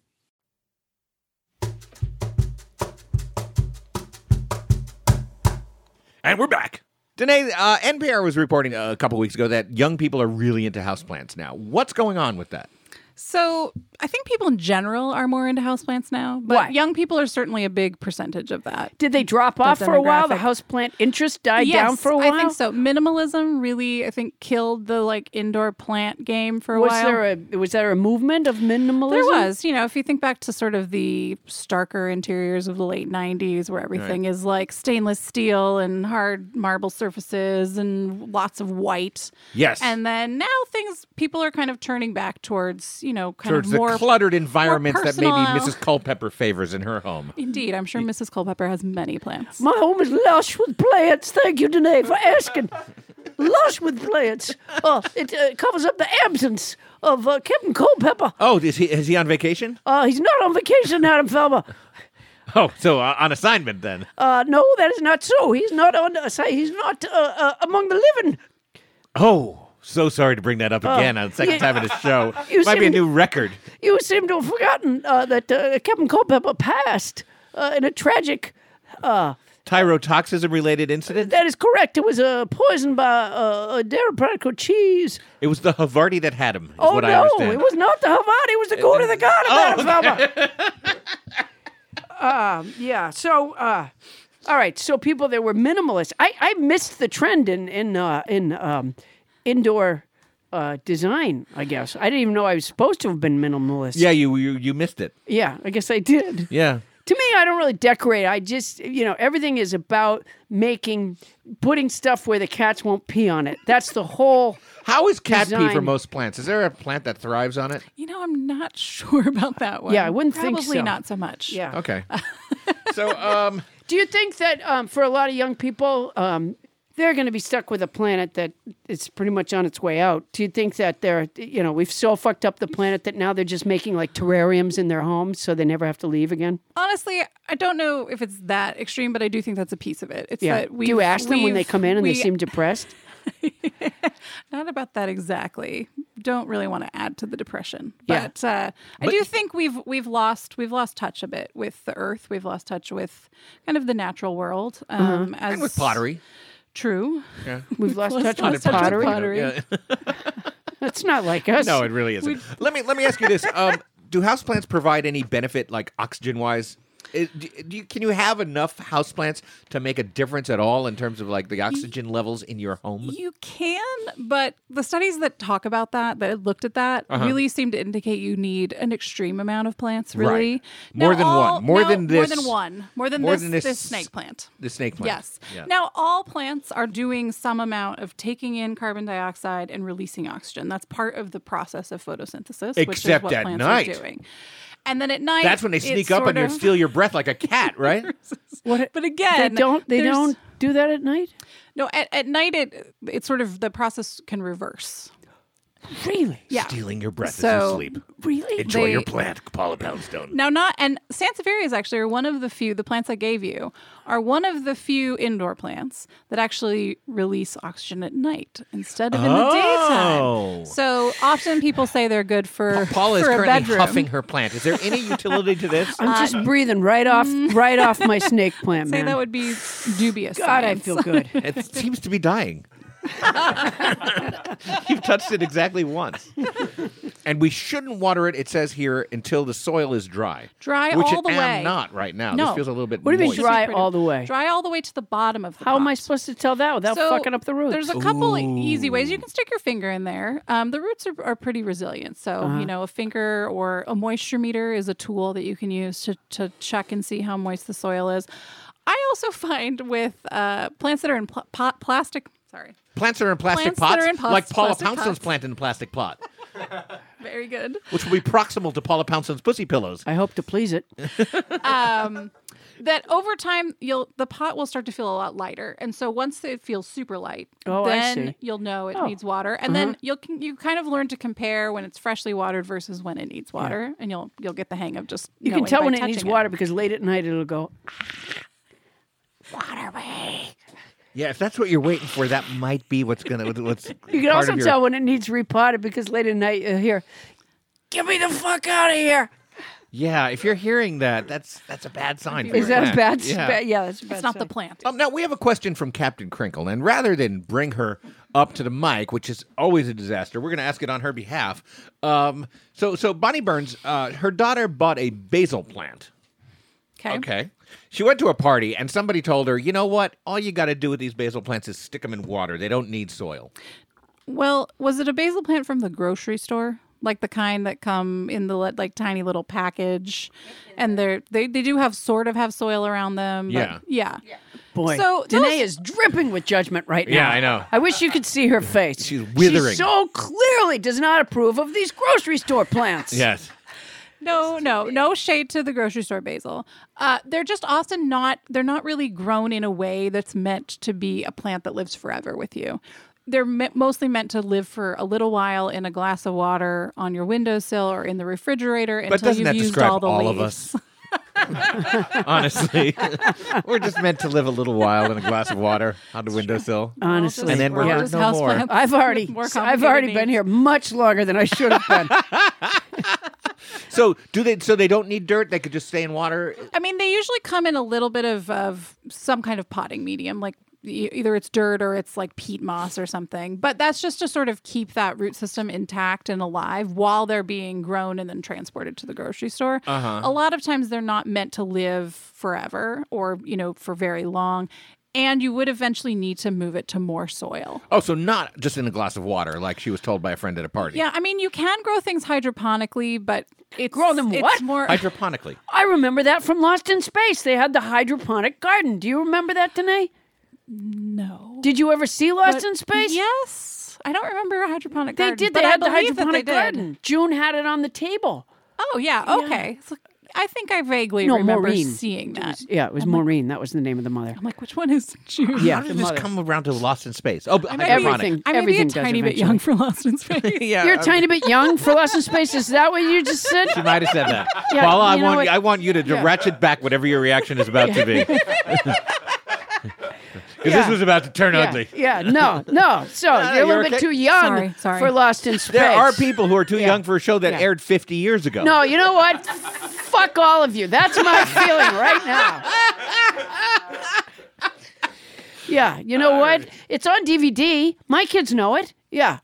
[SPEAKER 10] And we're back. Danae, uh, NPR was reporting a couple weeks ago that young people are really into houseplants now. What's going on with that?
[SPEAKER 12] So I think people in general are more into houseplants now, but
[SPEAKER 1] Why?
[SPEAKER 12] young people are certainly a big percentage of that.
[SPEAKER 1] Did they drop off for a while? The houseplant interest died
[SPEAKER 12] yes,
[SPEAKER 1] down for a while?
[SPEAKER 12] I think so. Minimalism really, I think, killed the like indoor plant game for a
[SPEAKER 1] was
[SPEAKER 12] while.
[SPEAKER 1] there a was there a movement of minimalism?
[SPEAKER 12] There was, you know, if you think back to sort of the starker interiors of the late 90s, where everything
[SPEAKER 1] Right.
[SPEAKER 12] is like stainless steel and hard marble surfaces and lots of white.
[SPEAKER 10] Yes.
[SPEAKER 12] And then now things, people are kind of turning back towards, you know, kind
[SPEAKER 10] Towards
[SPEAKER 12] of
[SPEAKER 10] the
[SPEAKER 12] more
[SPEAKER 10] cluttered environments that maybe
[SPEAKER 12] personal-
[SPEAKER 10] Mrs. Culpepper favors in her home.
[SPEAKER 12] Indeed, I'm sure Mrs. Culpepper has many plants.
[SPEAKER 1] My home is lush with plants. Thank you, Danae, for asking. lush with plants. Uh, it uh, covers up the absence of uh, Captain Culpepper.
[SPEAKER 15] Oh, is he is he on vacation?
[SPEAKER 1] Uh, he's not on vacation, Adam Felber.
[SPEAKER 15] (laughs) Oh, so uh, on assignment then.
[SPEAKER 1] Uh, no, that is not so. He's not on. Uh, say, he's not uh, uh, among the living.
[SPEAKER 15] Oh, so sorry to bring that up
[SPEAKER 1] Oh,
[SPEAKER 15] again on the second
[SPEAKER 1] yeah.
[SPEAKER 15] time in a show.
[SPEAKER 1] (laughs) You
[SPEAKER 15] Might be a
[SPEAKER 1] seem-
[SPEAKER 15] new record.
[SPEAKER 1] You seem to have forgotten uh, that uh, Captain Culpepper passed uh, in a tragic. Uh,
[SPEAKER 15] Tyrotoxism related incident.
[SPEAKER 1] that is correct. It was uh, poisoned by uh, a dairy product called cheese.
[SPEAKER 15] It was the Havarti that had him. Is
[SPEAKER 1] Oh
[SPEAKER 15] what I
[SPEAKER 1] no!
[SPEAKER 15] understand. Oh,
[SPEAKER 1] It was not the Havana. It was the Goat of the God of Adam
[SPEAKER 15] (laughs)
[SPEAKER 1] Felber. um, yeah. So, uh, all right. So people that were minimalist. I, I missed the trend in in uh, in um, indoor uh, design. I guess I didn't even know I was supposed to have been minimalist.
[SPEAKER 15] yeah, you, you you missed it.
[SPEAKER 1] Yeah. I guess I did.
[SPEAKER 15] Yeah.
[SPEAKER 1] To me, I don't really decorate. I just, you know, everything is about making, putting stuff where the cats won't pee on it. That's the
[SPEAKER 15] (laughs)
[SPEAKER 1] whole.
[SPEAKER 10] How is cat pee for
[SPEAKER 1] design.
[SPEAKER 10] most plants? Is there a plant that thrives on it?
[SPEAKER 12] You know, I'm not (laughs) sure about that one.
[SPEAKER 1] Yeah, I wouldn't think
[SPEAKER 12] Probably
[SPEAKER 1] so.
[SPEAKER 12] not so much.
[SPEAKER 1] Yeah. (laughs)
[SPEAKER 10] Okay. so, um,
[SPEAKER 1] Do you think that um, for a lot of young people, um, they're going to be stuck with a planet that is pretty much on its way out? Do you think that they're, you know, we've so fucked up the planet that now they're just making like terrariums in their homes so they never have to leave again?
[SPEAKER 12] Honestly, I don't know if it's that extreme, but I do think that's a piece of it. It's
[SPEAKER 1] yeah.
[SPEAKER 12] that we
[SPEAKER 1] Do you ask them when they
[SPEAKER 12] we've-
[SPEAKER 1] come in and
[SPEAKER 12] we-
[SPEAKER 1] they seem depressed?
[SPEAKER 12] not about that exactly. Don't really want to add to the depression,
[SPEAKER 1] Yeah.
[SPEAKER 12] but uh, I do think we've we've lost we've lost touch a bit with the earth. We've lost touch with kind of the natural world. Um,
[SPEAKER 10] Mm-hmm. and
[SPEAKER 12] as
[SPEAKER 10] with pottery.
[SPEAKER 12] True.
[SPEAKER 10] Yeah.
[SPEAKER 1] (laughs) We've lost touch
[SPEAKER 12] lost
[SPEAKER 1] with
[SPEAKER 12] touch
[SPEAKER 1] pottery.
[SPEAKER 10] Yeah.
[SPEAKER 1] That's not like us.
[SPEAKER 10] No, it really isn't. Let me let me ask you this: um, Do houseplants provide any benefit, like oxygen wise? Do do you, can you have enough houseplants to make a difference at all in terms of like the oxygen levels in your home?
[SPEAKER 12] You can, but the studies that talk about that, that looked at that,
[SPEAKER 10] Uh-huh.
[SPEAKER 12] really seem to indicate you need an extreme amount of plants,
[SPEAKER 10] Right.
[SPEAKER 12] really.
[SPEAKER 10] More than one. More
[SPEAKER 12] no,
[SPEAKER 10] than
[SPEAKER 12] More
[SPEAKER 10] this-
[SPEAKER 12] than one. More than,
[SPEAKER 10] more
[SPEAKER 12] this,
[SPEAKER 10] than
[SPEAKER 12] this,
[SPEAKER 10] this-
[SPEAKER 12] snake plant.
[SPEAKER 10] the snake plant.
[SPEAKER 12] Yes.
[SPEAKER 10] Yeah.
[SPEAKER 12] Now, all plants are doing some amount of taking in carbon dioxide and releasing oxygen. That's part of the process of photosynthesis, which is
[SPEAKER 10] Except
[SPEAKER 12] what
[SPEAKER 10] at
[SPEAKER 12] plants
[SPEAKER 10] night.
[SPEAKER 12] are doing. And then at night,
[SPEAKER 10] That's when they
[SPEAKER 12] it's
[SPEAKER 10] sneak up
[SPEAKER 12] sort
[SPEAKER 10] on you and
[SPEAKER 12] of-
[SPEAKER 10] steal your breath like a
[SPEAKER 12] (laughs)
[SPEAKER 10] cat, right?
[SPEAKER 1] What,
[SPEAKER 12] but again,
[SPEAKER 1] they don't. They
[SPEAKER 12] there's-
[SPEAKER 1] don't do that at night.
[SPEAKER 12] No, at, at night it it's sort of the process can reverse.
[SPEAKER 1] Really?
[SPEAKER 12] Yeah.
[SPEAKER 15] Stealing your breath as
[SPEAKER 12] So,
[SPEAKER 15] you sleep.
[SPEAKER 12] really?
[SPEAKER 15] Enjoy your
[SPEAKER 12] They-
[SPEAKER 15] plant, Paula Poundstone.
[SPEAKER 12] Now, not and sansevierias actually are one of the few. The plants I gave you are one of the few indoor plants that actually release oxygen at night instead of in the
[SPEAKER 15] Oh.
[SPEAKER 12] daytime. So often people say they're good for
[SPEAKER 10] Paula is
[SPEAKER 12] for a
[SPEAKER 10] currently
[SPEAKER 12] bedroom.
[SPEAKER 10] huffing her plant. Is there any utility to
[SPEAKER 12] (laughs)
[SPEAKER 10] this?
[SPEAKER 1] I'm just breathing right off, right off my (laughs) snake plant.
[SPEAKER 12] Say
[SPEAKER 1] man.
[SPEAKER 12] that would be dubious.
[SPEAKER 1] God, I
[SPEAKER 12] science.
[SPEAKER 1] feel good.
[SPEAKER 15] it seems to be dying.
[SPEAKER 10] (laughs) You've touched it exactly once. and we shouldn't water it, it says here, until the soil is dry.
[SPEAKER 12] (laughs) Dry
[SPEAKER 10] which
[SPEAKER 12] all
[SPEAKER 10] it
[SPEAKER 12] the
[SPEAKER 10] am
[SPEAKER 12] way.
[SPEAKER 10] not right now.
[SPEAKER 12] No.
[SPEAKER 10] This feels a little bit
[SPEAKER 1] What do you mean
[SPEAKER 10] moist.
[SPEAKER 1] dry all the way?
[SPEAKER 12] Dry all the way to the bottom of
[SPEAKER 1] (laughs)
[SPEAKER 12] the
[SPEAKER 1] How am I
[SPEAKER 12] pot.
[SPEAKER 1] supposed to tell that without
[SPEAKER 12] So,
[SPEAKER 1] fucking up the roots?
[SPEAKER 12] There's a couple easy ways you can stick your finger in there. Um, the roots are, are pretty resilient, so
[SPEAKER 1] Uh-huh.
[SPEAKER 12] you know a finger or a moisture meter is a tool that you can use to to check and see how moist the soil is. I also (laughs) find with uh, plants that are in pl- pot, plastic. Sorry,
[SPEAKER 10] Plants are in plastic
[SPEAKER 12] Plants that
[SPEAKER 10] pots,
[SPEAKER 12] are in pos-
[SPEAKER 10] like Paula
[SPEAKER 12] plastic
[SPEAKER 10] Poundstone's
[SPEAKER 12] pots.
[SPEAKER 10] plant in a plastic pot,
[SPEAKER 12] very good.
[SPEAKER 10] which will be proximal to Paula Poundstone's pussy pillows.
[SPEAKER 1] I hope to please it.
[SPEAKER 12] um, that over time you'll the pot will start to feel a lot lighter, and so once it feels super light,
[SPEAKER 1] Oh, I
[SPEAKER 12] then
[SPEAKER 1] see.
[SPEAKER 12] you'll know it
[SPEAKER 1] Oh.
[SPEAKER 12] needs water, and then
[SPEAKER 1] Uh-huh.
[SPEAKER 12] you'll can- you kind of learn to compare when it's freshly watered versus when it needs water, and you'll you'll get the hang of just
[SPEAKER 1] You
[SPEAKER 12] knowing
[SPEAKER 1] can tell
[SPEAKER 12] by
[SPEAKER 1] when it
[SPEAKER 12] touching
[SPEAKER 1] needs water because late at night it'll go.
[SPEAKER 10] Yeah, if that's what you're waiting for, that might be what's gonna what's.
[SPEAKER 1] You can also tell when it needs repotted because late at night you hear, "Get me the fuck out of here!"
[SPEAKER 10] Yeah, if you're hearing that, that's that's a bad sign. for
[SPEAKER 1] Is
[SPEAKER 10] your
[SPEAKER 1] that a
[SPEAKER 10] plant.
[SPEAKER 1] bad? Yeah, yeah that's a bad
[SPEAKER 12] It's not the
[SPEAKER 1] sign.
[SPEAKER 12] plant.
[SPEAKER 10] Um, now we have a question from Captain Crinkle, and rather than bring her up to the mic, which is always a disaster, we're going to ask it on her behalf. Um, so, so Bonnie Burns, uh, her daughter bought a basil plant.
[SPEAKER 12] Okay.
[SPEAKER 10] Okay. She went to a party, and somebody told her, "You know what? All you got to do with these basil plants is stick them in water. They don't need soil."
[SPEAKER 12] Well, was it a basil plant from the grocery store? Like the kind that come in the li- like tiny little package, and they're they, they do have sort of have soil around them. but-
[SPEAKER 1] Yeah.
[SPEAKER 12] yeah,
[SPEAKER 1] Boy,
[SPEAKER 12] So tell
[SPEAKER 1] Danae
[SPEAKER 12] us-
[SPEAKER 1] is dripping with judgment right
[SPEAKER 10] Yeah,
[SPEAKER 1] now.
[SPEAKER 10] I know.
[SPEAKER 1] I wish you could see her face. She's
[SPEAKER 10] withering.
[SPEAKER 1] She so clearly does not approve of these grocery store plants.
[SPEAKER 10] Yes.
[SPEAKER 12] No, no, no shade to the grocery store basil. Uh, they're just often not. They're not really grown in a way that's meant to be a plant that lives forever with you. they're me- mostly meant to live for a little while in a glass of water on your windowsill or in the refrigerator
[SPEAKER 16] But
[SPEAKER 12] until
[SPEAKER 16] doesn't
[SPEAKER 12] you've
[SPEAKER 16] that
[SPEAKER 12] used
[SPEAKER 16] describe
[SPEAKER 12] all the
[SPEAKER 16] all
[SPEAKER 12] leaves.
[SPEAKER 16] of us?
[SPEAKER 12] (laughs)
[SPEAKER 10] Honestly, (laughs) we're just meant to live a little while in a glass of water on the windowsill.
[SPEAKER 12] Uh,
[SPEAKER 1] Honestly,
[SPEAKER 10] and then we're hurt no
[SPEAKER 12] (laughs)
[SPEAKER 10] more.
[SPEAKER 1] I've already,
[SPEAKER 12] more
[SPEAKER 1] I've already
[SPEAKER 12] complicated
[SPEAKER 1] been here much longer than I should have been.
[SPEAKER 12] (laughs)
[SPEAKER 10] So do they? So they don't need dirt. They could just stay in water.
[SPEAKER 12] I mean, they usually come in a little bit of, of some kind of potting medium, like e- either it's dirt or it's like peat moss or something. But that's just to sort of keep that root system intact and alive while they're being grown and then transported to the grocery store.
[SPEAKER 17] Uh-huh.
[SPEAKER 12] A lot of times they're not meant to live forever or, you know, for very long. And you would eventually need to move it to more soil.
[SPEAKER 10] Oh, so not just in a glass of water, like she was told by a friend at a party.
[SPEAKER 12] Yeah, I mean, you can grow things hydroponically, but it's, grow them it's
[SPEAKER 1] what?
[SPEAKER 12] more
[SPEAKER 1] (laughs)
[SPEAKER 10] Hydroponically.
[SPEAKER 1] I remember that from Lost in Space. They had the hydroponic garden. Do you remember that, Danae?
[SPEAKER 12] No.
[SPEAKER 1] Did you ever see Lost
[SPEAKER 12] But-
[SPEAKER 1] in Space?
[SPEAKER 12] Yes. I don't remember a hydroponic
[SPEAKER 1] They
[SPEAKER 12] garden,
[SPEAKER 1] did.
[SPEAKER 12] but
[SPEAKER 1] They
[SPEAKER 12] I
[SPEAKER 1] had the
[SPEAKER 12] believe that they
[SPEAKER 1] hydroponic
[SPEAKER 12] did.
[SPEAKER 1] garden. June had it on the table.
[SPEAKER 12] Oh yeah. Okay. It's like- I think I vaguely
[SPEAKER 1] No,
[SPEAKER 12] remember
[SPEAKER 1] Maureen.
[SPEAKER 12] seeing that.
[SPEAKER 1] Yeah, it was Maureen. That was the name of the mother.
[SPEAKER 12] I'm like, which one is June?
[SPEAKER 10] How did this come around to Lost in Space? Oh,
[SPEAKER 1] I
[SPEAKER 10] I
[SPEAKER 1] mean, everything-
[SPEAKER 12] I may be a
[SPEAKER 1] Everything does
[SPEAKER 12] tiny bit young
[SPEAKER 1] eventually.
[SPEAKER 12] for
[SPEAKER 1] (laughs)
[SPEAKER 12] Lost in Space.
[SPEAKER 10] yeah.
[SPEAKER 1] You're a tiny bit young for Lost in Space. Is that what you just said?
[SPEAKER 10] She might have said that.
[SPEAKER 1] (laughs) Yeah, you
[SPEAKER 10] Paula, I
[SPEAKER 1] know
[SPEAKER 10] want
[SPEAKER 1] what-
[SPEAKER 10] I want you to
[SPEAKER 1] Yeah.
[SPEAKER 10] ratchet back whatever your reaction is about to be.
[SPEAKER 1] (laughs)
[SPEAKER 10] (laughs) Because this was about to turn
[SPEAKER 1] yeah,
[SPEAKER 10] ugly.
[SPEAKER 1] Yeah, no, no. So
[SPEAKER 10] No,
[SPEAKER 1] you're a
[SPEAKER 10] no,
[SPEAKER 1] little
[SPEAKER 10] you're
[SPEAKER 1] bit
[SPEAKER 10] okay.
[SPEAKER 1] too young
[SPEAKER 10] Sorry, sorry.
[SPEAKER 1] for Lost in Space.
[SPEAKER 10] There are people who are too
[SPEAKER 1] Yeah.
[SPEAKER 10] young for a show that
[SPEAKER 1] Yeah.
[SPEAKER 10] aired 50 years ago.
[SPEAKER 1] No, you know what? Fuck all of you. That's
[SPEAKER 12] (laughs)
[SPEAKER 1] my feeling right now. Yeah, you know what? It's on DVD. My kids know it. Yeah.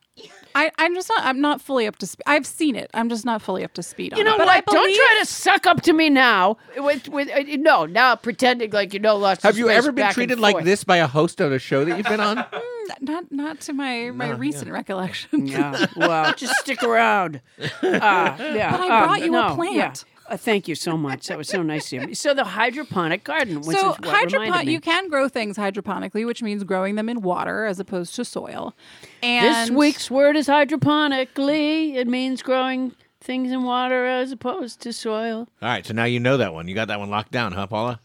[SPEAKER 12] I, I'm just not. I'm not fully up to. Sp- I've seen it. I'm just not fully up to speed on
[SPEAKER 1] You know
[SPEAKER 12] it. But I
[SPEAKER 1] what? Don't
[SPEAKER 12] believe-
[SPEAKER 1] try to suck up to me now. With with uh, no, now pretending like you know Lost. in
[SPEAKER 10] Have you
[SPEAKER 1] Space
[SPEAKER 10] ever been
[SPEAKER 1] back and
[SPEAKER 10] treated like
[SPEAKER 1] forth.
[SPEAKER 10] this by a host on a show that you've been on? (laughs)
[SPEAKER 12] Mm, Not not to my my recent recollection. (laughs)
[SPEAKER 1] Yeah. Wow. (laughs) Just stick around. Uh, yeah.
[SPEAKER 12] But I brought
[SPEAKER 1] uh,
[SPEAKER 12] you a
[SPEAKER 1] no,
[SPEAKER 12] plant.
[SPEAKER 1] yeah. Uh, thank you so much. That was so nice of you. So the hydroponic garden. Which
[SPEAKER 12] so
[SPEAKER 1] is what reminded
[SPEAKER 12] hydroponic,
[SPEAKER 1] me.
[SPEAKER 12] you can grow things hydroponically, which means growing them in water as opposed to soil. And
[SPEAKER 1] This week's word is hydroponically. It means growing things in water as opposed to soil.
[SPEAKER 10] All right, so now you know that one. You got that one locked down, huh, Paula?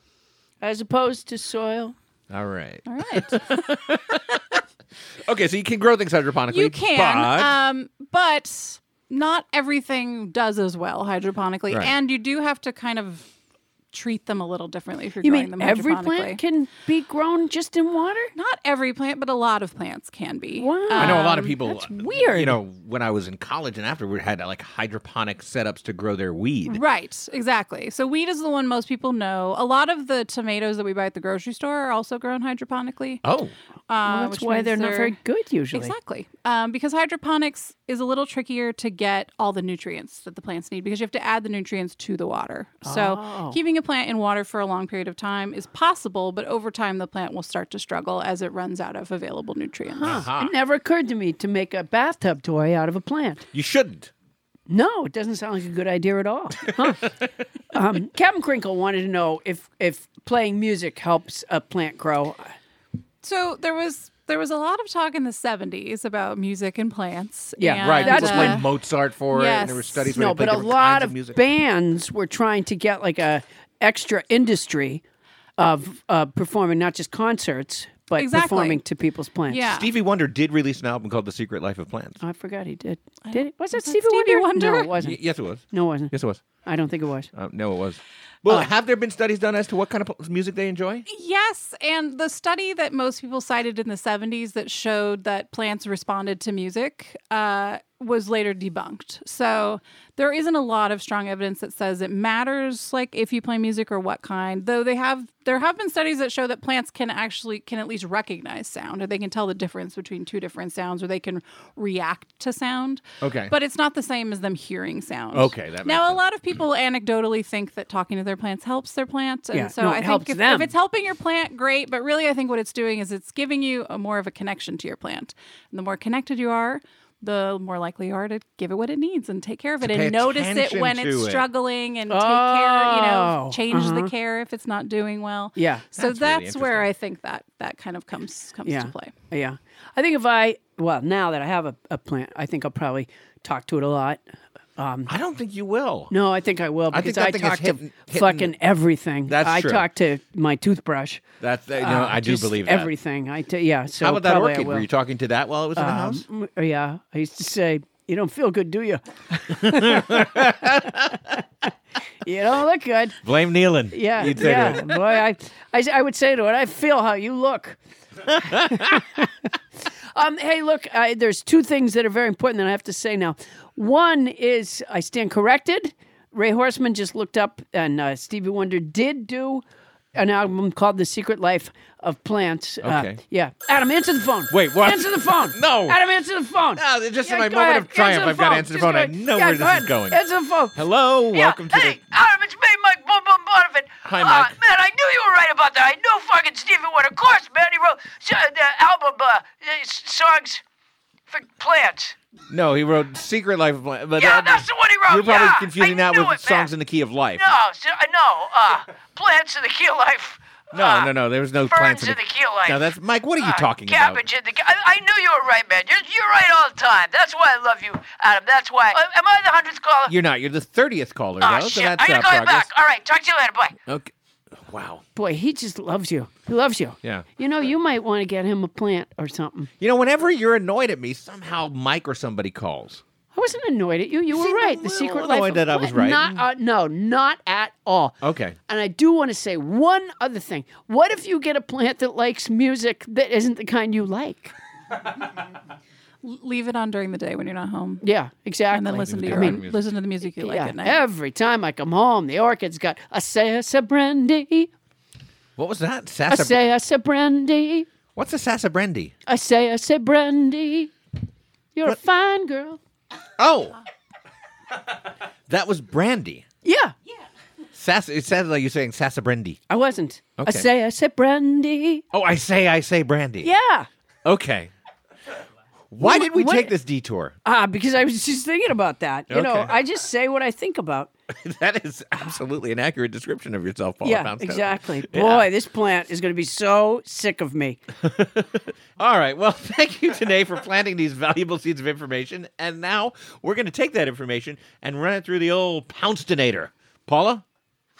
[SPEAKER 1] As opposed to soil.
[SPEAKER 10] All right.
[SPEAKER 12] All right.
[SPEAKER 10] Okay, so you can grow things hydroponically.
[SPEAKER 12] You can,
[SPEAKER 10] But
[SPEAKER 12] um, but not everything does as well hydroponically,
[SPEAKER 10] Right.
[SPEAKER 12] and you do have to kind of treat them a little differently if you're
[SPEAKER 1] You
[SPEAKER 12] growing
[SPEAKER 1] mean
[SPEAKER 12] them
[SPEAKER 1] every
[SPEAKER 12] hydroponically.
[SPEAKER 1] plant can be grown just in water?
[SPEAKER 12] Not every plant, but a lot of plants can be. Wow.
[SPEAKER 10] I know a lot of people.
[SPEAKER 1] Um,
[SPEAKER 10] uh,
[SPEAKER 1] weird.
[SPEAKER 10] You know, when I was in college and afterward, had uh, like hydroponic setups to grow their
[SPEAKER 1] Mm-hmm.
[SPEAKER 10] weed.
[SPEAKER 12] Um, Right, exactly. So weed is the one most people know. A lot of the tomatoes that we buy at the grocery store are also grown hydroponically.
[SPEAKER 1] Well,
[SPEAKER 10] Oh.
[SPEAKER 1] that's
[SPEAKER 12] Uh, which
[SPEAKER 1] why
[SPEAKER 12] means
[SPEAKER 1] they're not very good usually.
[SPEAKER 12] Exactly. Um, because hydroponics is a little trickier to get all the nutrients that the plants need because you have to add the nutrients to the water.
[SPEAKER 1] Oh.
[SPEAKER 12] So keeping a plant in water for a long period of time is possible, but over time the plant will start to struggle as it runs out of available nutrients.
[SPEAKER 1] Huh. It never occurred to me to make a bathtub toy out of a plant.
[SPEAKER 10] You shouldn't.
[SPEAKER 1] No, it doesn't sound like a good idea at all. Huh. um, Captain Crinkle wanted to know if if playing music helps a plant grow.
[SPEAKER 12] So there was there was a lot of talk in the 70s about music and plants. and,
[SPEAKER 10] right. People
[SPEAKER 12] uh,
[SPEAKER 10] played Mozart for it, and there were
[SPEAKER 12] yes.
[SPEAKER 10] studies where
[SPEAKER 1] No,
[SPEAKER 10] they played
[SPEAKER 1] but a
[SPEAKER 10] different
[SPEAKER 1] lot
[SPEAKER 10] kinds
[SPEAKER 1] of
[SPEAKER 10] music.
[SPEAKER 1] bands were trying to get like a extra industry of uh, performing not just concerts but
[SPEAKER 12] Exactly.
[SPEAKER 1] performing to people's plants.
[SPEAKER 10] Stevie Wonder did release an album called The Secret Life of Plants.
[SPEAKER 1] I forgot he did. Did it? Was that
[SPEAKER 12] that
[SPEAKER 1] Stevie,
[SPEAKER 12] Stevie Wonder?
[SPEAKER 1] No, it wasn't.
[SPEAKER 10] Y- yes, it was.
[SPEAKER 1] No, it wasn't.
[SPEAKER 10] Yes, it was.
[SPEAKER 1] I don't think it was.
[SPEAKER 10] Uh, no, it was. Well,
[SPEAKER 1] Uh,
[SPEAKER 10] have there been studies done as to what kind of pl- music they enjoy?
[SPEAKER 1] Mm-hmm.
[SPEAKER 12] Yes, and the study that most people cited in the 70s that showed that plants responded to music uh, was later debunked. So there isn't a lot of strong evidence that says it matters, like if you play music or what kind. Though they have there have been studies that show that plants can actually can at least recognize sound, or they can tell the difference between two different sounds, or they can react to sound.
[SPEAKER 10] Okay.
[SPEAKER 12] but it's not the same as them hearing sound.
[SPEAKER 10] Okay, that
[SPEAKER 12] now a lot of people anecdotally think that talking to their plants helps their plants, and
[SPEAKER 1] Yeah,
[SPEAKER 12] so
[SPEAKER 1] no, it
[SPEAKER 12] I think
[SPEAKER 1] helps
[SPEAKER 12] if,
[SPEAKER 1] them.
[SPEAKER 12] if it's helping your plant, great. But really, I think what it's doing is it's giving you a more of a connection to your plant. And the more connected you are, the more likely you are to give it what it needs and take care of it
[SPEAKER 1] To pay
[SPEAKER 12] and notice it
[SPEAKER 1] attention
[SPEAKER 12] when
[SPEAKER 1] to
[SPEAKER 12] it's
[SPEAKER 1] it.
[SPEAKER 12] struggling and take care. You know,
[SPEAKER 1] Oh,
[SPEAKER 12] change
[SPEAKER 1] uh-huh.
[SPEAKER 12] the care if it's not doing well.
[SPEAKER 1] Yeah.
[SPEAKER 12] So
[SPEAKER 1] That's
[SPEAKER 12] that's,
[SPEAKER 1] really
[SPEAKER 12] where I think that that kind of comes comes
[SPEAKER 1] yeah.
[SPEAKER 12] to play.
[SPEAKER 1] Yeah. I think if I well now that I have a, a plant, I think I'll probably talk to it a lot.
[SPEAKER 18] Um,
[SPEAKER 10] I don't think you will.
[SPEAKER 1] No, I think I will
[SPEAKER 10] I think
[SPEAKER 1] because
[SPEAKER 10] that
[SPEAKER 1] I,
[SPEAKER 10] thing is
[SPEAKER 1] talk to
[SPEAKER 10] hitting- hitting-
[SPEAKER 1] fucking everything.
[SPEAKER 10] That's
[SPEAKER 1] I
[SPEAKER 10] true.
[SPEAKER 1] talk to my toothbrush.
[SPEAKER 10] That's- uh, no, I do
[SPEAKER 1] just
[SPEAKER 10] believe that.
[SPEAKER 1] everything. I t- yeah. So
[SPEAKER 10] How about that
[SPEAKER 1] probably
[SPEAKER 10] orchid?
[SPEAKER 1] I will.
[SPEAKER 10] Were you talking to that while it was in the house?
[SPEAKER 1] Um, m- Yeah, I used to say, "You don't feel good, do
[SPEAKER 10] (laughs)
[SPEAKER 1] you? (laughs) you don't look good."
[SPEAKER 19] Blame Nealon.
[SPEAKER 1] Yeah,
[SPEAKER 19] You'd say
[SPEAKER 1] yeah.
[SPEAKER 19] to it.
[SPEAKER 1] Boy, I, I, I would say to it, "I feel how you look." (laughs) um, hey, look, I, there's two things that are very important that I have to say now. One is I stand corrected. Ray Horseman just looked up, and uh, Stevie Wonder did do an album called "The Secret Life of Plants." Uh,
[SPEAKER 10] Okay.
[SPEAKER 1] yeah, Adam, answer the phone. Wait,
[SPEAKER 10] what?
[SPEAKER 1] Answer the phone. no, Adam, answer the phone.
[SPEAKER 10] No, just in
[SPEAKER 1] Yeah,
[SPEAKER 10] my
[SPEAKER 1] go
[SPEAKER 10] moment
[SPEAKER 1] ahead.
[SPEAKER 10] of triumph,
[SPEAKER 1] the
[SPEAKER 10] I've got to
[SPEAKER 1] phone.
[SPEAKER 10] answer the
[SPEAKER 1] Just
[SPEAKER 10] phone.
[SPEAKER 1] go
[SPEAKER 10] I
[SPEAKER 1] ahead.
[SPEAKER 10] know
[SPEAKER 1] Yeah,
[SPEAKER 10] where
[SPEAKER 1] go
[SPEAKER 10] this is
[SPEAKER 1] ahead.
[SPEAKER 10] going.
[SPEAKER 1] Answer the phone.
[SPEAKER 10] Hello, welcome to
[SPEAKER 20] Hey, Adam, it's me, Mike Boom Boom Donovan.
[SPEAKER 10] Hi,
[SPEAKER 20] Ah,
[SPEAKER 10] Mike.
[SPEAKER 20] man, I knew you were right about that. I know fucking Stevie Wonder. Of course, man. He wrote s- uh, the album uh, uh, s- songs for plants.
[SPEAKER 10] the. No, he wrote Secret Life of Plant. But
[SPEAKER 20] Yeah,
[SPEAKER 10] that-
[SPEAKER 20] that's the one he wrote,
[SPEAKER 10] You're probably
[SPEAKER 20] yeah,
[SPEAKER 10] confusing
[SPEAKER 20] I
[SPEAKER 10] that
[SPEAKER 20] knew
[SPEAKER 10] with
[SPEAKER 20] it,
[SPEAKER 10] Songs
[SPEAKER 20] man.
[SPEAKER 10] in the Key of Life.
[SPEAKER 20] No, s- uh, no. Uh,
[SPEAKER 10] (laughs)
[SPEAKER 20] plants in the Key of Life. uh,
[SPEAKER 10] No, no, no. There was no
[SPEAKER 20] Ferns
[SPEAKER 10] plants in the,
[SPEAKER 20] in the Key of Life. Uh,
[SPEAKER 10] Now that's Mike. What are you talking about?
[SPEAKER 20] Cabbage in the. I, I knew you were right, man. You're, you're right all the time. That's why I love you, Adam. That's why. Uh, am I the hundredth caller?
[SPEAKER 10] You're not. You're the thirtieth caller.
[SPEAKER 20] Oh,
[SPEAKER 10] though,
[SPEAKER 20] shit.
[SPEAKER 10] So that's
[SPEAKER 20] I gotta
[SPEAKER 10] uh,
[SPEAKER 20] call you
[SPEAKER 10] progress.
[SPEAKER 20] back. All right. Talk to you later. Bye.
[SPEAKER 10] Okay. Wow.
[SPEAKER 1] Boy, he just loves you. He loves you.
[SPEAKER 10] Yeah.
[SPEAKER 1] You know, you might want to get him a plant or something.
[SPEAKER 10] You know, whenever you're annoyed at me, somehow Mike or somebody calls.
[SPEAKER 1] I wasn't annoyed at you. You were right. The secret
[SPEAKER 10] annoyed
[SPEAKER 1] life of
[SPEAKER 10] that I was
[SPEAKER 1] Plant-
[SPEAKER 10] right. Oh.
[SPEAKER 1] Not, uh, no, not at all.
[SPEAKER 10] Okay.
[SPEAKER 1] And I do want to say one other thing. What if you get a plant that likes music that isn't the kind you like?
[SPEAKER 12] L- Leave it on during the day when you're not home.
[SPEAKER 1] Yeah, exactly.
[SPEAKER 12] And then listen to
[SPEAKER 1] I
[SPEAKER 12] your
[SPEAKER 1] mean,
[SPEAKER 12] own, listen to the music you like
[SPEAKER 1] yeah,
[SPEAKER 12] at night.
[SPEAKER 1] every time I come home, the orchid's got a sassa brandy,
[SPEAKER 10] What was that?
[SPEAKER 1] a
[SPEAKER 10] Sassa.
[SPEAKER 1] sassa brandy,
[SPEAKER 10] What's a sassa brandy?
[SPEAKER 1] a sassa brandy. You're a fine girl.
[SPEAKER 10] Oh. that was brandy.
[SPEAKER 1] Yeah,
[SPEAKER 10] Sass. It sounded like you're saying sassa brandy.
[SPEAKER 1] I wasn't.
[SPEAKER 10] Okay.
[SPEAKER 1] I say, I say, brandy.
[SPEAKER 10] Oh, I say, I say brandy.
[SPEAKER 1] Yeah.
[SPEAKER 10] Okay. Why
[SPEAKER 1] Wh-
[SPEAKER 10] did we
[SPEAKER 1] what-
[SPEAKER 10] take this detour?
[SPEAKER 1] Ah, because I was just thinking about that. You know,
[SPEAKER 10] Okay. Oh,
[SPEAKER 1] I just say what I think about.
[SPEAKER 10] (laughs) that is absolutely an accurate description of yourself, Paul.
[SPEAKER 1] yeah,
[SPEAKER 10] Poundstone.
[SPEAKER 1] exactly.
[SPEAKER 10] (laughs) Yeah.
[SPEAKER 1] Boy, this plant is going to be so sick of me.
[SPEAKER 10] All right. Well, (laughs) thank you today for planting these valuable seeds of information. And now we're going to take that information and run it through the old Pouncedonator. Paula?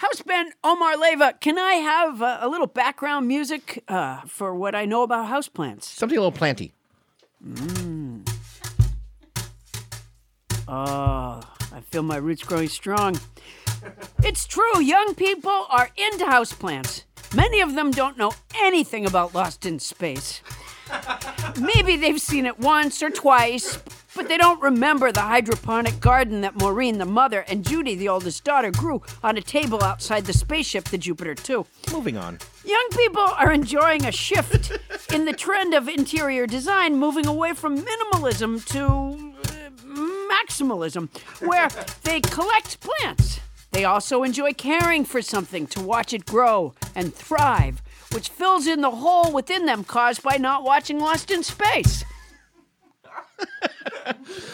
[SPEAKER 1] Houseman Omar Leva, can I have uh, a, a little background music uh, for what I know about houseplants?
[SPEAKER 10] Something a little planty.
[SPEAKER 1] Mm. Oh, I feel my roots growing strong. It's true, young people are into houseplants. Many of them don't know anything about Lost in Space. Maybe they've seen it once or twice, but they don't remember the hydroponic garden that Maureen, the mother, and Judy, the oldest daughter, grew on a table outside the spaceship, the Jupiter 2.
[SPEAKER 10] Moving on.
[SPEAKER 1] Young people are enjoying a shift in the trend of interior design, moving away from minimalism to uh, maximalism, where they collect plants. They also enjoy caring for something to watch it grow and thrive, which fills in the hole within them caused by not watching Lost in Space.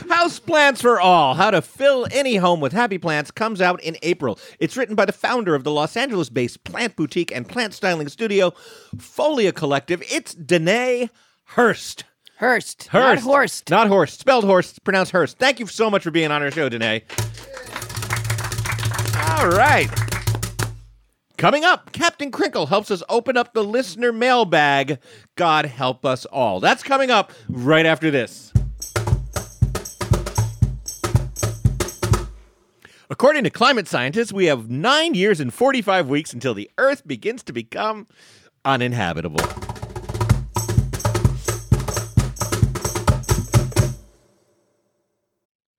[SPEAKER 10] House Plants for All How to Fill Any Home with Happy Plants comes out in April. It's written by the founder of the Los Angeles based plant boutique and plant styling studio, Folia Collective. It's Danae Hurst.
[SPEAKER 1] Hurst.
[SPEAKER 10] Not Horst. Not Horst. Spelled Horst, pronounced Hurst. Thank you so much for being on our show, Danae. All right. Coming up, Captain Crinkle helps us open up the listener mailbag. God help us all. That's coming up right after this. According to climate scientists, we have nine years and 45 weeks until the Earth begins to become uninhabitable.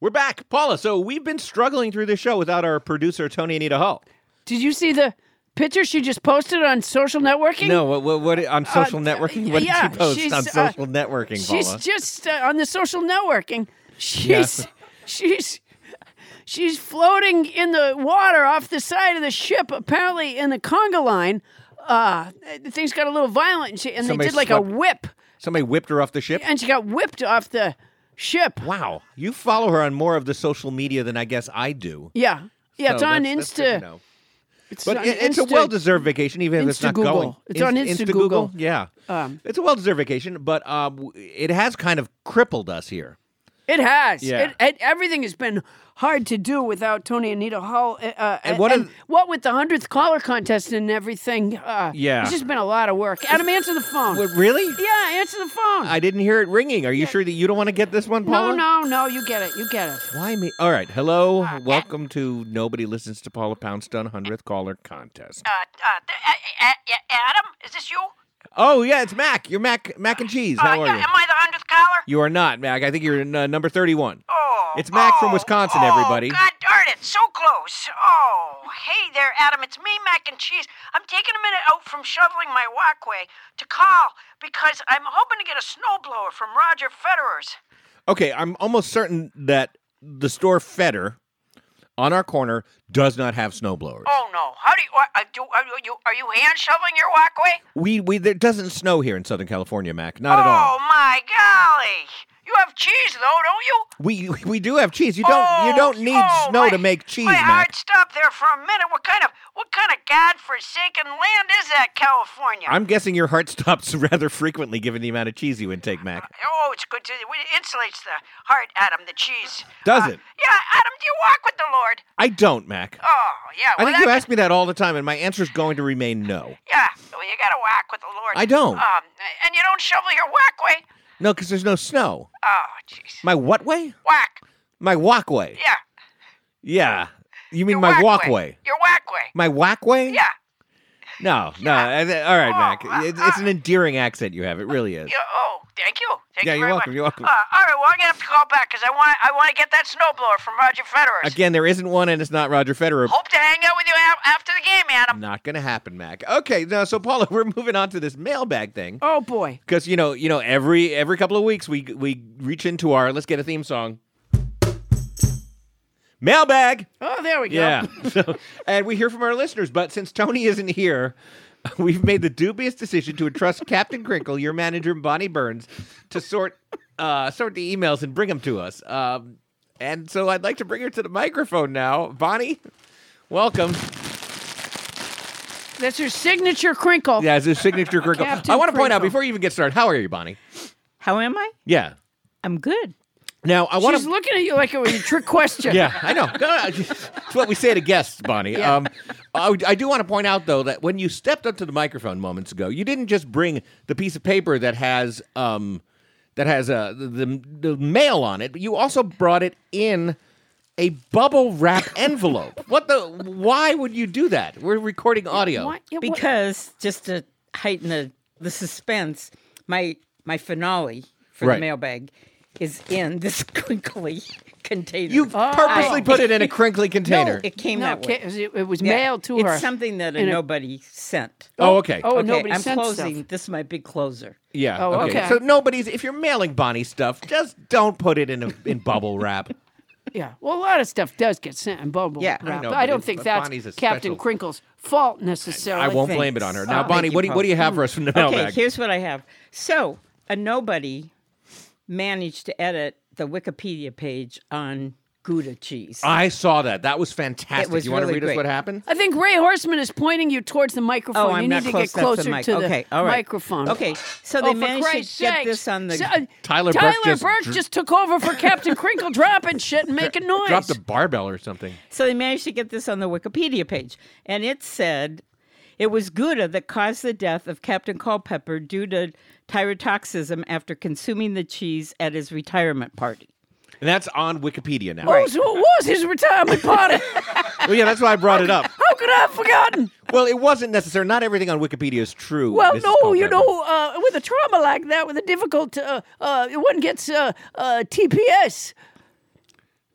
[SPEAKER 21] We're back, Paula. So we've been struggling through the show without our producer Tony Anita Hall.
[SPEAKER 22] Did you see the picture she just posted on social networking?
[SPEAKER 21] No, what, what, what on social
[SPEAKER 22] Uh,
[SPEAKER 21] networking? What
[SPEAKER 22] yeah,
[SPEAKER 21] did she post
[SPEAKER 22] she's,
[SPEAKER 21] on
[SPEAKER 22] uh,
[SPEAKER 21] social networking,
[SPEAKER 22] She's
[SPEAKER 21] Paula?
[SPEAKER 22] just uh, on the social networking.
[SPEAKER 21] Yeah.
[SPEAKER 22] She's (laughs) she's she's floating in the water off the side of the ship, apparently in the conga line. Uh, the thing's got a little violent, and, she, and they
[SPEAKER 21] Somebody
[SPEAKER 22] did like a
[SPEAKER 21] swept-
[SPEAKER 22] whip,
[SPEAKER 21] Somebody whipped her off the ship.
[SPEAKER 22] and she got whipped off the ship.
[SPEAKER 21] Wow, you follow her on more of the social media than I guess I do.
[SPEAKER 22] Yeah, yeah,
[SPEAKER 21] So
[SPEAKER 22] it's on
[SPEAKER 21] Oh, that's- that's good to
[SPEAKER 22] Insta.
[SPEAKER 21] know.
[SPEAKER 22] It's
[SPEAKER 21] but
[SPEAKER 22] on
[SPEAKER 21] it- it's a
[SPEAKER 22] Insta.
[SPEAKER 21] well-deserved vacation, even if it's not
[SPEAKER 22] Insta-Google.
[SPEAKER 21] going.
[SPEAKER 22] It's on Insta-Google.
[SPEAKER 21] Google. Yeah,
[SPEAKER 22] Um,
[SPEAKER 21] it's a well-deserved vacation, but um, w- it has kind of crippled us here.
[SPEAKER 22] It has.
[SPEAKER 21] Yeah.
[SPEAKER 22] It, it, everything has been hard to do without Tony Anita Hall. Uh, uh,
[SPEAKER 21] And
[SPEAKER 22] and
[SPEAKER 21] what
[SPEAKER 22] what,
[SPEAKER 21] are th-
[SPEAKER 22] what with the 100th caller contest and everything. Uh,
[SPEAKER 21] Yeah.
[SPEAKER 22] It's just been a lot of work. Adam, answer the phone.
[SPEAKER 21] What, really?
[SPEAKER 22] Yeah, answer the phone.
[SPEAKER 21] I didn't hear it ringing. Are you sure that you don't want to get this one, Paula?
[SPEAKER 22] no, no, no. You get it. You get it.
[SPEAKER 21] Why me? All right. Hello. Welcome to Nobody Listens to Paula Poundstone 100th Caller Contest.
[SPEAKER 23] Uh, uh, th- uh, uh, yeah, Adam, is this you?
[SPEAKER 21] Oh, yeah, it's Mac. You're Mac Mac and Cheese.
[SPEAKER 1] Oh,
[SPEAKER 21] How
[SPEAKER 23] uh,
[SPEAKER 21] are
[SPEAKER 23] yeah,
[SPEAKER 21] you?
[SPEAKER 23] Am I the hundredth caller?
[SPEAKER 21] You are not, Mac. I think you're in, uh, number 31. Oh. It's Mac from Wisconsin, everybody.
[SPEAKER 23] oh, God darn it, so close. Oh, hey there, Adam. It's me, Mac and Cheese. I'm taking a minute out from shoveling my walkway to call because I'm hoping to get a snowblower from Roger Federer's.
[SPEAKER 21] Okay, I'm almost certain that the store Feder on our corner does not have snowblowers.
[SPEAKER 23] Oh no! How do you uh, uh, do? Are you are you hand shoveling your walkway?
[SPEAKER 21] We we there doesn't snow here in Southern California, Mac. Not at all.
[SPEAKER 23] Oh my Oh, golly!
[SPEAKER 24] You have cheese though, don't you?
[SPEAKER 10] We we do have cheese. You don't you don't need
[SPEAKER 24] oh,
[SPEAKER 10] snow
[SPEAKER 24] my-
[SPEAKER 10] to make cheese,
[SPEAKER 24] My
[SPEAKER 10] Mac.
[SPEAKER 24] heart stopped there for a minute. What kind of what kind of godforsaken land is that, California?
[SPEAKER 10] I'm guessing your heart (laughs) stops rather frequently given the amount of cheese you intake, Mac.
[SPEAKER 24] Oh, it's good to it insulates the heart, Adam. The cheese.
[SPEAKER 10] Does
[SPEAKER 24] Uh,
[SPEAKER 10] it?
[SPEAKER 24] Yeah, Adam. Do you walk with the Lord?
[SPEAKER 10] I don't, Mac.
[SPEAKER 24] Oh, yeah.
[SPEAKER 10] I
[SPEAKER 24] Well,
[SPEAKER 10] think you
[SPEAKER 24] that-
[SPEAKER 10] ask me that all the time, and my answer is going to remain no.
[SPEAKER 24] Yeah, well, you gotta walk with the Lord.
[SPEAKER 10] I don't.
[SPEAKER 24] Um, and you don't shovel your walkway.
[SPEAKER 10] No, because there's no snow.
[SPEAKER 24] Oh, jeez.
[SPEAKER 10] My what way?
[SPEAKER 24] Walk.
[SPEAKER 10] My walkway.
[SPEAKER 24] Yeah.
[SPEAKER 10] Yeah. You mean my walkway?
[SPEAKER 24] Your walkway.
[SPEAKER 10] My walkway?
[SPEAKER 24] Yeah. Oh, uh,
[SPEAKER 10] No, no. I- I- All right, Mac. It's, it's an endearing accent you have. It really is.
[SPEAKER 24] Yeah, oh, thank you. Thank
[SPEAKER 10] Yeah,
[SPEAKER 24] you
[SPEAKER 10] you're
[SPEAKER 24] very
[SPEAKER 10] welcome,
[SPEAKER 24] much.
[SPEAKER 10] you're welcome.
[SPEAKER 24] Uh, all right, well, I'm gonna have to call back because I want I want to get that snowblower from Roger Federer.
[SPEAKER 10] Again, there isn't one, and it's not Roger Federer.
[SPEAKER 24] Hope to hang out with you a- after the game, Adam.
[SPEAKER 10] Not gonna happen, Mac. Okay, now so Paula, (laughs) we're moving on to this mailbag thing.
[SPEAKER 1] Oh boy.
[SPEAKER 10] Because you know, you know, every every couple of weeks we we reach into our let's get a theme song. Mailbag.
[SPEAKER 1] Oh, there we go.
[SPEAKER 10] Yeah. (laughs) so, and we hear from our listeners, but since Tony isn't here, (laughs) we've made the dubious decision to (laughs) entrust Captain Crinkle, your manager Bonnie Burns, to sort uh, sort the emails and bring them to us. Um, and so I'd like to bring her to the microphone now. Bonnie, welcome.
[SPEAKER 1] That's her signature crinkle.
[SPEAKER 10] Yeah, it's a (laughs) signature crinkle.
[SPEAKER 1] Captain
[SPEAKER 10] I want to point out
[SPEAKER 1] Crinkle.
[SPEAKER 10] before you even get started, how are you, Bonnie?
[SPEAKER 12] How am I?
[SPEAKER 10] Yeah.
[SPEAKER 12] I'm good.
[SPEAKER 10] Now I want
[SPEAKER 1] She's
[SPEAKER 10] to.
[SPEAKER 1] looking at you like it was a trick question.
[SPEAKER 10] Yeah, I know. Uh, it's what we say to guests, Bonnie.
[SPEAKER 1] Yeah.
[SPEAKER 10] Um, I, would- I do want to point out though that when you stepped up to the microphone moments ago, you didn't just bring the piece of paper that has um, that has uh, the, the the mail on it, but you also brought it in a bubble wrap (laughs) envelope. what the? Why would you do that? We're recording audio.
[SPEAKER 12] Because just to heighten the, the suspense, my my finale for
[SPEAKER 10] Right.
[SPEAKER 12] the mailbag is in this (laughs) crinkly container. Oh.
[SPEAKER 10] You purposely put it in a crinkly container.
[SPEAKER 12] No, it came
[SPEAKER 1] No,
[SPEAKER 12] that way.
[SPEAKER 1] it was- it was mailed to
[SPEAKER 12] it's
[SPEAKER 1] her
[SPEAKER 12] It's something that a
[SPEAKER 1] in a-
[SPEAKER 12] nobody sent.
[SPEAKER 10] Oh, okay. Oh, nobody
[SPEAKER 12] I'm
[SPEAKER 10] sent
[SPEAKER 12] closing. This is my big closer.
[SPEAKER 10] Yeah. So nobody's. If you're mailing Bonnie stuff, just don't put it in a, in bubble (laughs) wrap.
[SPEAKER 1] Yeah. Well, a lot of stuff does get sent in bubble
[SPEAKER 10] Yeah. I
[SPEAKER 1] wrap.
[SPEAKER 10] know,
[SPEAKER 1] but I,
[SPEAKER 10] but
[SPEAKER 1] don't
[SPEAKER 10] it's-
[SPEAKER 1] think
[SPEAKER 10] but
[SPEAKER 1] that's
[SPEAKER 10] Bonnie's a
[SPEAKER 1] Captain
[SPEAKER 10] special-
[SPEAKER 1] Crinkle's fault necessarily.
[SPEAKER 10] I won't blame it on her. Now, Bonnie, what do you, what do you have for us from the mailbag?
[SPEAKER 12] Okay, here's what I have. So, a nobody managed to edit the Wikipedia page on Gouda cheese.
[SPEAKER 10] I saw that. That was fantastic.
[SPEAKER 12] It was
[SPEAKER 10] you want to
[SPEAKER 12] really
[SPEAKER 10] read us
[SPEAKER 12] great.
[SPEAKER 10] what happened?
[SPEAKER 1] I think Ray Horseman is pointing you towards the microphone.
[SPEAKER 12] Oh, I'm
[SPEAKER 1] you
[SPEAKER 12] not
[SPEAKER 1] need
[SPEAKER 12] close
[SPEAKER 1] to get
[SPEAKER 12] enough
[SPEAKER 1] closer
[SPEAKER 12] to the mic.
[SPEAKER 1] to the
[SPEAKER 12] Okay, all right.
[SPEAKER 1] microphone. Oh,
[SPEAKER 12] Okay, so they
[SPEAKER 1] for
[SPEAKER 12] managed to
[SPEAKER 1] Christ's
[SPEAKER 12] get
[SPEAKER 1] sakes. uh,
[SPEAKER 12] this on the-
[SPEAKER 10] Tyler Burke
[SPEAKER 1] Tyler
[SPEAKER 10] just
[SPEAKER 1] Burke
[SPEAKER 10] dr-
[SPEAKER 1] just took over for Captain Crinkle, dropping shit and making noise.
[SPEAKER 10] Dropped a barbell or something.
[SPEAKER 12] So they managed to get this on the Wikipedia page, and it said it was Gouda that caused the death of Captain Culpepper due to thyrotoxism after consuming the cheese at his retirement party.
[SPEAKER 10] And that's on Wikipedia now.
[SPEAKER 1] Oh, so it was his retirement
[SPEAKER 10] (laughs)
[SPEAKER 1] party.
[SPEAKER 10] well, yeah, that's why I brought it up.
[SPEAKER 1] How could I have forgotten?
[SPEAKER 10] Well, it wasn't necessary. Not everything on Wikipedia is true.
[SPEAKER 1] Well,
[SPEAKER 10] Mrs.
[SPEAKER 1] no, you
[SPEAKER 10] Culpepper.
[SPEAKER 1] know, uh, with a trauma like that, with a difficult, uh, uh, one gets uh, uh, TPS.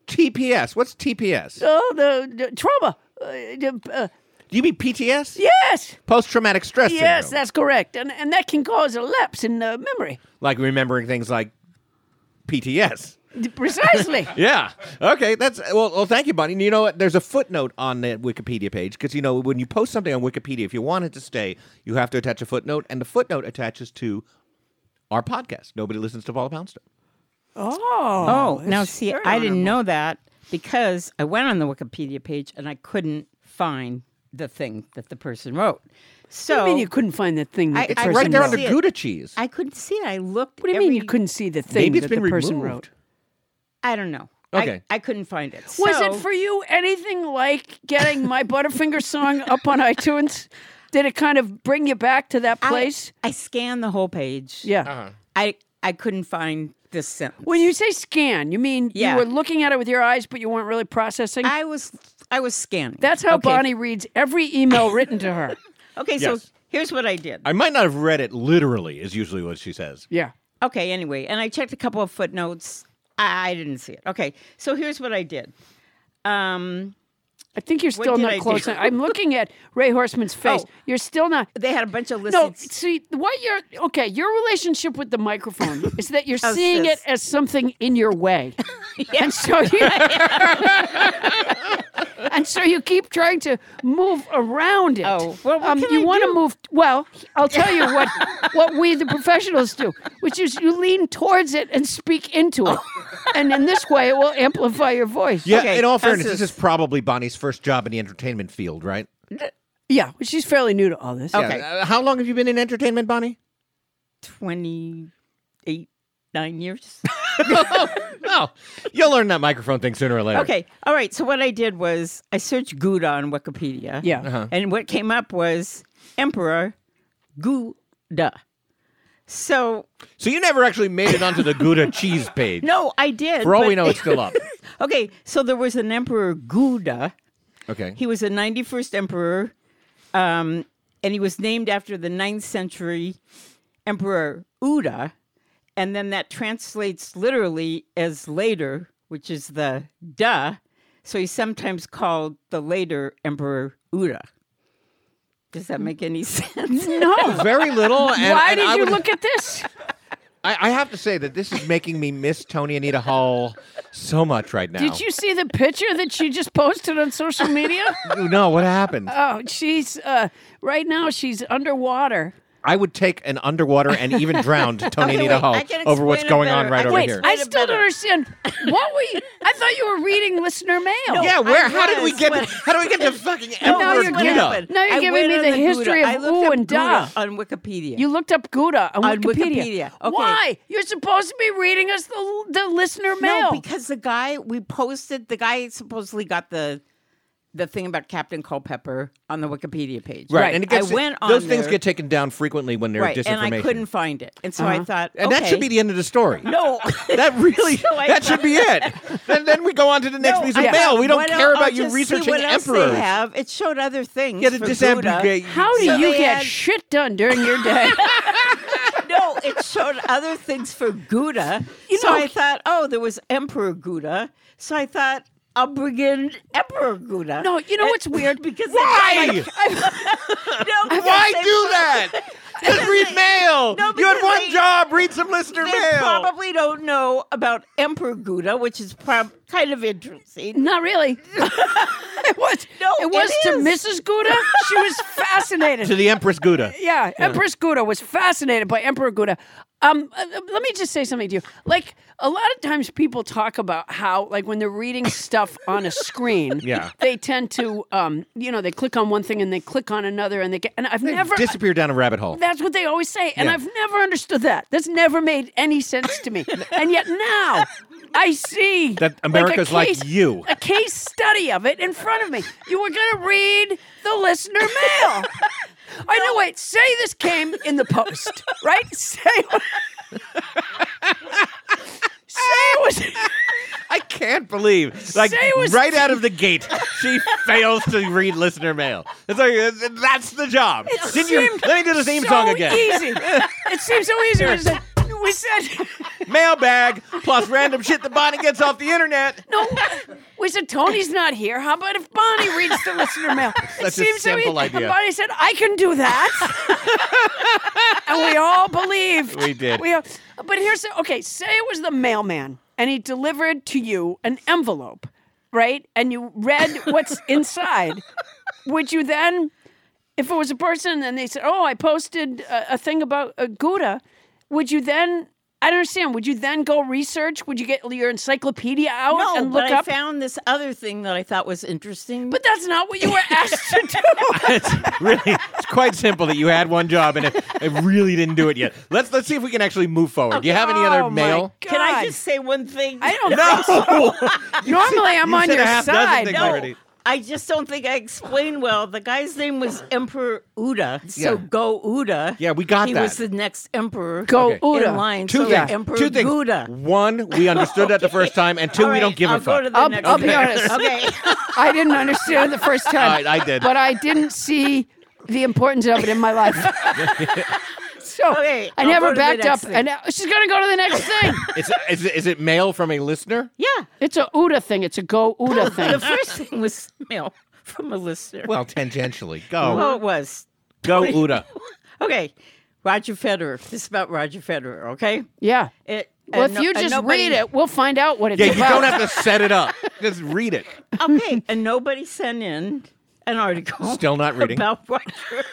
[SPEAKER 10] TPS. What's TPS?
[SPEAKER 1] Oh, the, the trauma. Uh, the, uh,
[SPEAKER 10] Do you mean PTS?
[SPEAKER 1] yes.
[SPEAKER 10] Post traumatic stress
[SPEAKER 1] yes,
[SPEAKER 10] syndrome.
[SPEAKER 1] that's correct, and and that can cause a lapse in uh, memory.
[SPEAKER 10] Like remembering things like PTS.
[SPEAKER 1] D- (laughs) Precisely.
[SPEAKER 10] yeah. Okay. That's well. Well, thank you, Bunny. And You know what? There's a footnote on the Wikipedia page because you know when you post something on Wikipedia, if you want it to stay, you have to attach a footnote, and the footnote attaches to our podcast. Nobody listens to Paula Poundstone.
[SPEAKER 1] Oh.
[SPEAKER 12] Oh, now see, I didn't know that because I went on the Wikipedia page and I couldn't find the thing that the person wrote. So
[SPEAKER 1] mean you couldn't find the thing that the person
[SPEAKER 12] couldn't
[SPEAKER 1] wrote?
[SPEAKER 12] see it.
[SPEAKER 10] Gouda cheese.
[SPEAKER 12] I couldn't see it. I looked.
[SPEAKER 1] What do you mean you couldn't see the thing
[SPEAKER 10] Maybe it's
[SPEAKER 1] that
[SPEAKER 10] been
[SPEAKER 1] the person
[SPEAKER 10] removed.
[SPEAKER 1] wrote?
[SPEAKER 12] I don't know. I-
[SPEAKER 10] Okay.
[SPEAKER 12] I, couldn't find it.
[SPEAKER 1] Was
[SPEAKER 12] So-
[SPEAKER 1] it for you anything like getting (laughs) my Butterfinger song up on iTunes? Did it kind of bring you back to that
[SPEAKER 12] I-
[SPEAKER 1] place?
[SPEAKER 12] I, scanned the whole page.
[SPEAKER 1] Yeah.
[SPEAKER 12] I I couldn't find this sentence.
[SPEAKER 1] When you say scan, you mean
[SPEAKER 12] Yeah.
[SPEAKER 1] you were looking at it with your eyes, but you weren't really processing.
[SPEAKER 12] I was, I was scanning.
[SPEAKER 1] That's how
[SPEAKER 12] Okay.
[SPEAKER 1] Bonnie reads every email written to her.
[SPEAKER 12] Okay, so
[SPEAKER 10] Yes.
[SPEAKER 12] here's what I did.
[SPEAKER 10] I might not have read it literally. Is usually what she says.
[SPEAKER 1] (laughs) Yeah.
[SPEAKER 12] Okay, anyway, and I checked a couple of footnotes. I, I didn't see it. Okay, so here's what I did. Um,
[SPEAKER 1] I think you're still not close. enough. I'm looking at Ray
[SPEAKER 12] (laughs) Oh.
[SPEAKER 1] Horseman's face. You're still not.
[SPEAKER 12] They had a bunch of
[SPEAKER 1] No,
[SPEAKER 12] listings.
[SPEAKER 1] see what
[SPEAKER 25] (laughs)
[SPEAKER 1] you're okay. Your relationship with the microphone is that you're
[SPEAKER 12] Oh,
[SPEAKER 1] seeing
[SPEAKER 12] sis.
[SPEAKER 1] it as something in your way. And so
[SPEAKER 25] (laughs)
[SPEAKER 1] you (laughs) and so you keep trying to move around it. Oh, well, um, you want to move. Well, I'll tell you
[SPEAKER 25] (laughs)
[SPEAKER 1] what what we the professionals do, which is you lean towards it and speak into it,
[SPEAKER 25] Oh.
[SPEAKER 1] and in this way it
[SPEAKER 25] (laughs)
[SPEAKER 1] will amplify your voice.
[SPEAKER 10] Yeah, in all fairness, this is probably Bonnie's first job in the entertainment field, right?
[SPEAKER 1] Yeah, she's fairly new to all this.
[SPEAKER 10] Okay. Uh, how long have you been in entertainment, Bonnie?
[SPEAKER 25] 28, 9 years.
[SPEAKER 10] (laughs) no. You'll learn that microphone thing sooner or later.
[SPEAKER 25] Okay. All right. So what I did was I searched Gouda on Wikipedia.
[SPEAKER 10] Yeah. Uh-huh.
[SPEAKER 25] And what came up was Emperor Gouda. So
[SPEAKER 10] So you never actually made it onto
[SPEAKER 1] (laughs)
[SPEAKER 10] the Gouda cheese page.
[SPEAKER 25] no, I did.
[SPEAKER 10] For all we
[SPEAKER 25] but-
[SPEAKER 10] know, it's still up.
[SPEAKER 25] okay. So there was an Emperor Gouda.
[SPEAKER 10] Okay.
[SPEAKER 25] He was the 91st emperor, um, and he was named after the 9th century emperor Uda. And then that translates literally as later, which is the da. So he's sometimes called the later emperor Uda. Does that make any (laughs) sense?
[SPEAKER 1] No. (laughs)
[SPEAKER 10] Very little. And,
[SPEAKER 1] Why
[SPEAKER 10] and
[SPEAKER 1] did
[SPEAKER 10] I
[SPEAKER 1] you
[SPEAKER 10] would-
[SPEAKER 1] look at this?
[SPEAKER 10] I, I have to say that this is making me miss Tony Anita Hall so much right now.
[SPEAKER 1] Did you see the picture that she just posted on
[SPEAKER 25] (laughs)
[SPEAKER 1] social media?
[SPEAKER 10] No, what happened?
[SPEAKER 1] Oh, she's uh, right now she's underwater.
[SPEAKER 10] I would take an underwater and even
[SPEAKER 1] (laughs)
[SPEAKER 10] drowned Tony
[SPEAKER 1] Okay,
[SPEAKER 10] Anita
[SPEAKER 1] wait,
[SPEAKER 10] Hall
[SPEAKER 1] I can
[SPEAKER 10] over what's
[SPEAKER 1] explain it
[SPEAKER 10] going on
[SPEAKER 1] better.
[SPEAKER 10] right over
[SPEAKER 1] Wait,
[SPEAKER 10] here.
[SPEAKER 1] I still don't understand. What were you? I thought you were reading listener mail.
[SPEAKER 10] yeah, where? How did we get? How do we get to fucking
[SPEAKER 1] And now
[SPEAKER 10] Emperor
[SPEAKER 1] you're
[SPEAKER 10] Gouda?
[SPEAKER 1] giving- now you're
[SPEAKER 25] I
[SPEAKER 1] giving me
[SPEAKER 25] went
[SPEAKER 1] the
[SPEAKER 25] on the
[SPEAKER 1] history
[SPEAKER 25] Gouda. I
[SPEAKER 1] of
[SPEAKER 25] looked
[SPEAKER 1] ooh
[SPEAKER 25] up
[SPEAKER 1] and da.
[SPEAKER 25] Gouda on Wikipedia.
[SPEAKER 1] You looked up Gouda on,
[SPEAKER 25] On
[SPEAKER 1] Wikipedia.
[SPEAKER 25] Wikipedia, okay.
[SPEAKER 1] Why? You're supposed to be reading us the the listener mail.
[SPEAKER 25] No, because the guy we posted, the guy supposedly got the the thing about Captain Culpepper on the Wikipedia page.
[SPEAKER 10] Right, and it gets,
[SPEAKER 25] I went on
[SPEAKER 10] those things
[SPEAKER 25] there-
[SPEAKER 10] get taken down frequently when they're
[SPEAKER 25] right,
[SPEAKER 10] disinformation.
[SPEAKER 25] and I couldn't find it, and so I
[SPEAKER 10] Uh-huh.
[SPEAKER 25] thought,
[SPEAKER 10] and that should be the end of the story.
[SPEAKER 25] no.
[SPEAKER 10] (laughs)
[SPEAKER 25] (laughs)
[SPEAKER 10] that really, that should be it. And then we go on to the next piece of mail. We don't care about you researching
[SPEAKER 25] what else
[SPEAKER 10] emperors.
[SPEAKER 25] They have. It showed other things.
[SPEAKER 10] Yeah, to
[SPEAKER 25] for
[SPEAKER 10] disambiguate-
[SPEAKER 25] Buddha.
[SPEAKER 1] How do
[SPEAKER 25] So
[SPEAKER 1] you
[SPEAKER 25] they
[SPEAKER 1] get
[SPEAKER 25] had-
[SPEAKER 1] shit done during your day?
[SPEAKER 25] (laughs) no, it showed other things for Gouda. so I thought, oh, there was Emperor Gouda. So I thought, I'll bring in Emperor Gouda.
[SPEAKER 1] No, you know what's weird?
[SPEAKER 25] because they
[SPEAKER 10] Why?
[SPEAKER 25] got my- no, because
[SPEAKER 10] Why
[SPEAKER 25] they-
[SPEAKER 10] do that? Just read mail.
[SPEAKER 25] No,
[SPEAKER 10] you had
[SPEAKER 25] because
[SPEAKER 10] one
[SPEAKER 25] they-
[SPEAKER 10] job. Read some listener
[SPEAKER 25] They
[SPEAKER 10] mail.
[SPEAKER 25] probably don't know about Emperor Gouda, which is prob- kind of interesting.
[SPEAKER 1] Not really. it was.
[SPEAKER 25] No,
[SPEAKER 1] it was
[SPEAKER 25] it is.
[SPEAKER 1] to Mrs. Gouda. She was fascinated.
[SPEAKER 10] (laughs) to the Empress Gouda.
[SPEAKER 1] yeah, Empress Gouda was fascinated by Emperor Gouda. Um, uh, let me just say something to you. Like a lot of times, people talk about how, like, when they're reading stuff on a screen,
[SPEAKER 10] Yeah.
[SPEAKER 1] they tend to, um, you know, they click on one thing and they click on another, and they get. And I've never
[SPEAKER 10] disappear down a rabbit hole.
[SPEAKER 1] That's what they always say, and
[SPEAKER 10] Yeah.
[SPEAKER 1] I've never understood that. That's never made any sense to
[SPEAKER 10] (laughs)
[SPEAKER 1] me, and yet now I see
[SPEAKER 10] That
[SPEAKER 1] a
[SPEAKER 10] America's like
[SPEAKER 1] case-
[SPEAKER 10] you.
[SPEAKER 1] a case study of it in front of me. You were going to read the listener
[SPEAKER 10] (laughs)
[SPEAKER 1] mail. I know. Wait, say this came in the post, right? (laughs) Say, say it was.
[SPEAKER 10] I can't believe, like,
[SPEAKER 1] Say it was-
[SPEAKER 10] right out of the gate, she fails to read listener mail. It's like uh, that's the job.
[SPEAKER 1] It
[SPEAKER 10] Did you,
[SPEAKER 1] seemed
[SPEAKER 10] let me do
[SPEAKER 1] (laughs)
[SPEAKER 10] the theme
[SPEAKER 1] so
[SPEAKER 10] song again. (laughs)
[SPEAKER 1] Easy. It seems so easy. We said, we said,
[SPEAKER 10] Mailbag plus random shit that Bonnie gets off the internet.
[SPEAKER 1] no. We said Tony's
[SPEAKER 10] (laughs)
[SPEAKER 1] not here. How about if Bonnie reads the listener mail?
[SPEAKER 10] Such a
[SPEAKER 1] so easy.
[SPEAKER 10] simple idea.
[SPEAKER 1] And Bonnie said, "I can do
[SPEAKER 10] (laughs)
[SPEAKER 1] that," and we all believed.
[SPEAKER 10] We did.
[SPEAKER 1] We all, but here's the, okay. Say it was the mailman, and he delivered to you an envelope, right? And you read
[SPEAKER 10] (laughs)
[SPEAKER 1] what's inside. Would you then, if it was a person, and they said, "Oh, I posted a, a thing about a Gouda," would you then? I don't understand. Would you then go research? Would you get your encyclopedia out
[SPEAKER 25] No,
[SPEAKER 1] and
[SPEAKER 25] but
[SPEAKER 1] look
[SPEAKER 25] I
[SPEAKER 1] up?
[SPEAKER 25] found this other thing that I thought was interesting.
[SPEAKER 1] but that's not what you (laughs) were asked to do.
[SPEAKER 10] it's really, it's quite simple that you had one job and it, it really didn't do it yet. Let's let's see if we can actually move forward. Do you have (laughs) any other
[SPEAKER 25] Oh, my
[SPEAKER 10] mail?
[SPEAKER 25] God. Can I just say one thing?
[SPEAKER 1] I don't
[SPEAKER 10] No.
[SPEAKER 25] (laughs)
[SPEAKER 1] think (laughs) so. Normally, I'm
[SPEAKER 10] you
[SPEAKER 1] on
[SPEAKER 10] said
[SPEAKER 1] your
[SPEAKER 10] a half dozen
[SPEAKER 1] side.
[SPEAKER 10] things
[SPEAKER 25] No,
[SPEAKER 10] already.
[SPEAKER 25] I just don't think I explained well. The guy's name was Emperor Uda, so
[SPEAKER 10] Yeah.
[SPEAKER 25] go Uda.
[SPEAKER 10] Yeah, we got
[SPEAKER 25] he
[SPEAKER 10] that.
[SPEAKER 25] was the next emperor.
[SPEAKER 10] Go Okay.
[SPEAKER 1] Uda.
[SPEAKER 25] in line.
[SPEAKER 10] Two
[SPEAKER 25] so
[SPEAKER 10] things.
[SPEAKER 25] Emperor
[SPEAKER 10] two things.
[SPEAKER 25] Gouda.
[SPEAKER 10] One, we understood that the first time, and 2
[SPEAKER 25] All
[SPEAKER 10] we don't
[SPEAKER 25] right,
[SPEAKER 10] give
[SPEAKER 25] I'll
[SPEAKER 10] a
[SPEAKER 25] go
[SPEAKER 10] fuck.
[SPEAKER 25] to the
[SPEAKER 1] I'll,
[SPEAKER 25] next
[SPEAKER 1] I'll
[SPEAKER 25] one.
[SPEAKER 1] be honest.
[SPEAKER 25] (laughs) Okay.
[SPEAKER 1] (laughs) I didn't understand the first time.
[SPEAKER 10] I- I did.
[SPEAKER 1] But I didn't see the importance of it in my
[SPEAKER 10] (laughs)
[SPEAKER 1] life. so
[SPEAKER 25] Okay,
[SPEAKER 1] I
[SPEAKER 25] I'll go
[SPEAKER 1] never
[SPEAKER 25] to the
[SPEAKER 1] backed up.
[SPEAKER 25] next thing.
[SPEAKER 1] And now- she's going to go to the next thing.
[SPEAKER 10] It's, is, it- is it mail from a listener?
[SPEAKER 25] Yeah.
[SPEAKER 1] It's a Uda thing. It's a go (laughs) Uda
[SPEAKER 25] The
[SPEAKER 1] thing.
[SPEAKER 25] first thing was mail from a listener.
[SPEAKER 10] Well, tangentially.
[SPEAKER 25] oh,
[SPEAKER 10] Go.
[SPEAKER 25] it was.
[SPEAKER 10] Go, Uda.
[SPEAKER 25] Okay. Roger Federer. This is about Roger Federer, okay?
[SPEAKER 1] Yeah.
[SPEAKER 25] It
[SPEAKER 1] Well,
[SPEAKER 25] and
[SPEAKER 1] if
[SPEAKER 25] no-
[SPEAKER 1] you
[SPEAKER 25] and
[SPEAKER 1] just
[SPEAKER 25] nobody-
[SPEAKER 1] read it, we'll find out what it's
[SPEAKER 10] yeah, you
[SPEAKER 1] about.
[SPEAKER 10] don't have to set it up. Just read it.
[SPEAKER 25] (laughs) Okay, and nobody sent in an article.
[SPEAKER 10] Still not reading.
[SPEAKER 25] About what you're-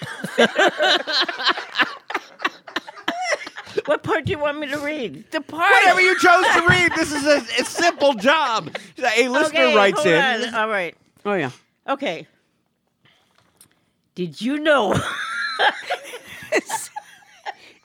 [SPEAKER 25] What part do you want me to read?
[SPEAKER 1] The part.
[SPEAKER 10] Whatever you chose to read, this is a, a simple job. A listener
[SPEAKER 25] okay,
[SPEAKER 10] writes
[SPEAKER 25] hold
[SPEAKER 10] in.
[SPEAKER 25] on. All right.
[SPEAKER 1] Oh yeah.
[SPEAKER 25] Okay. Did you know?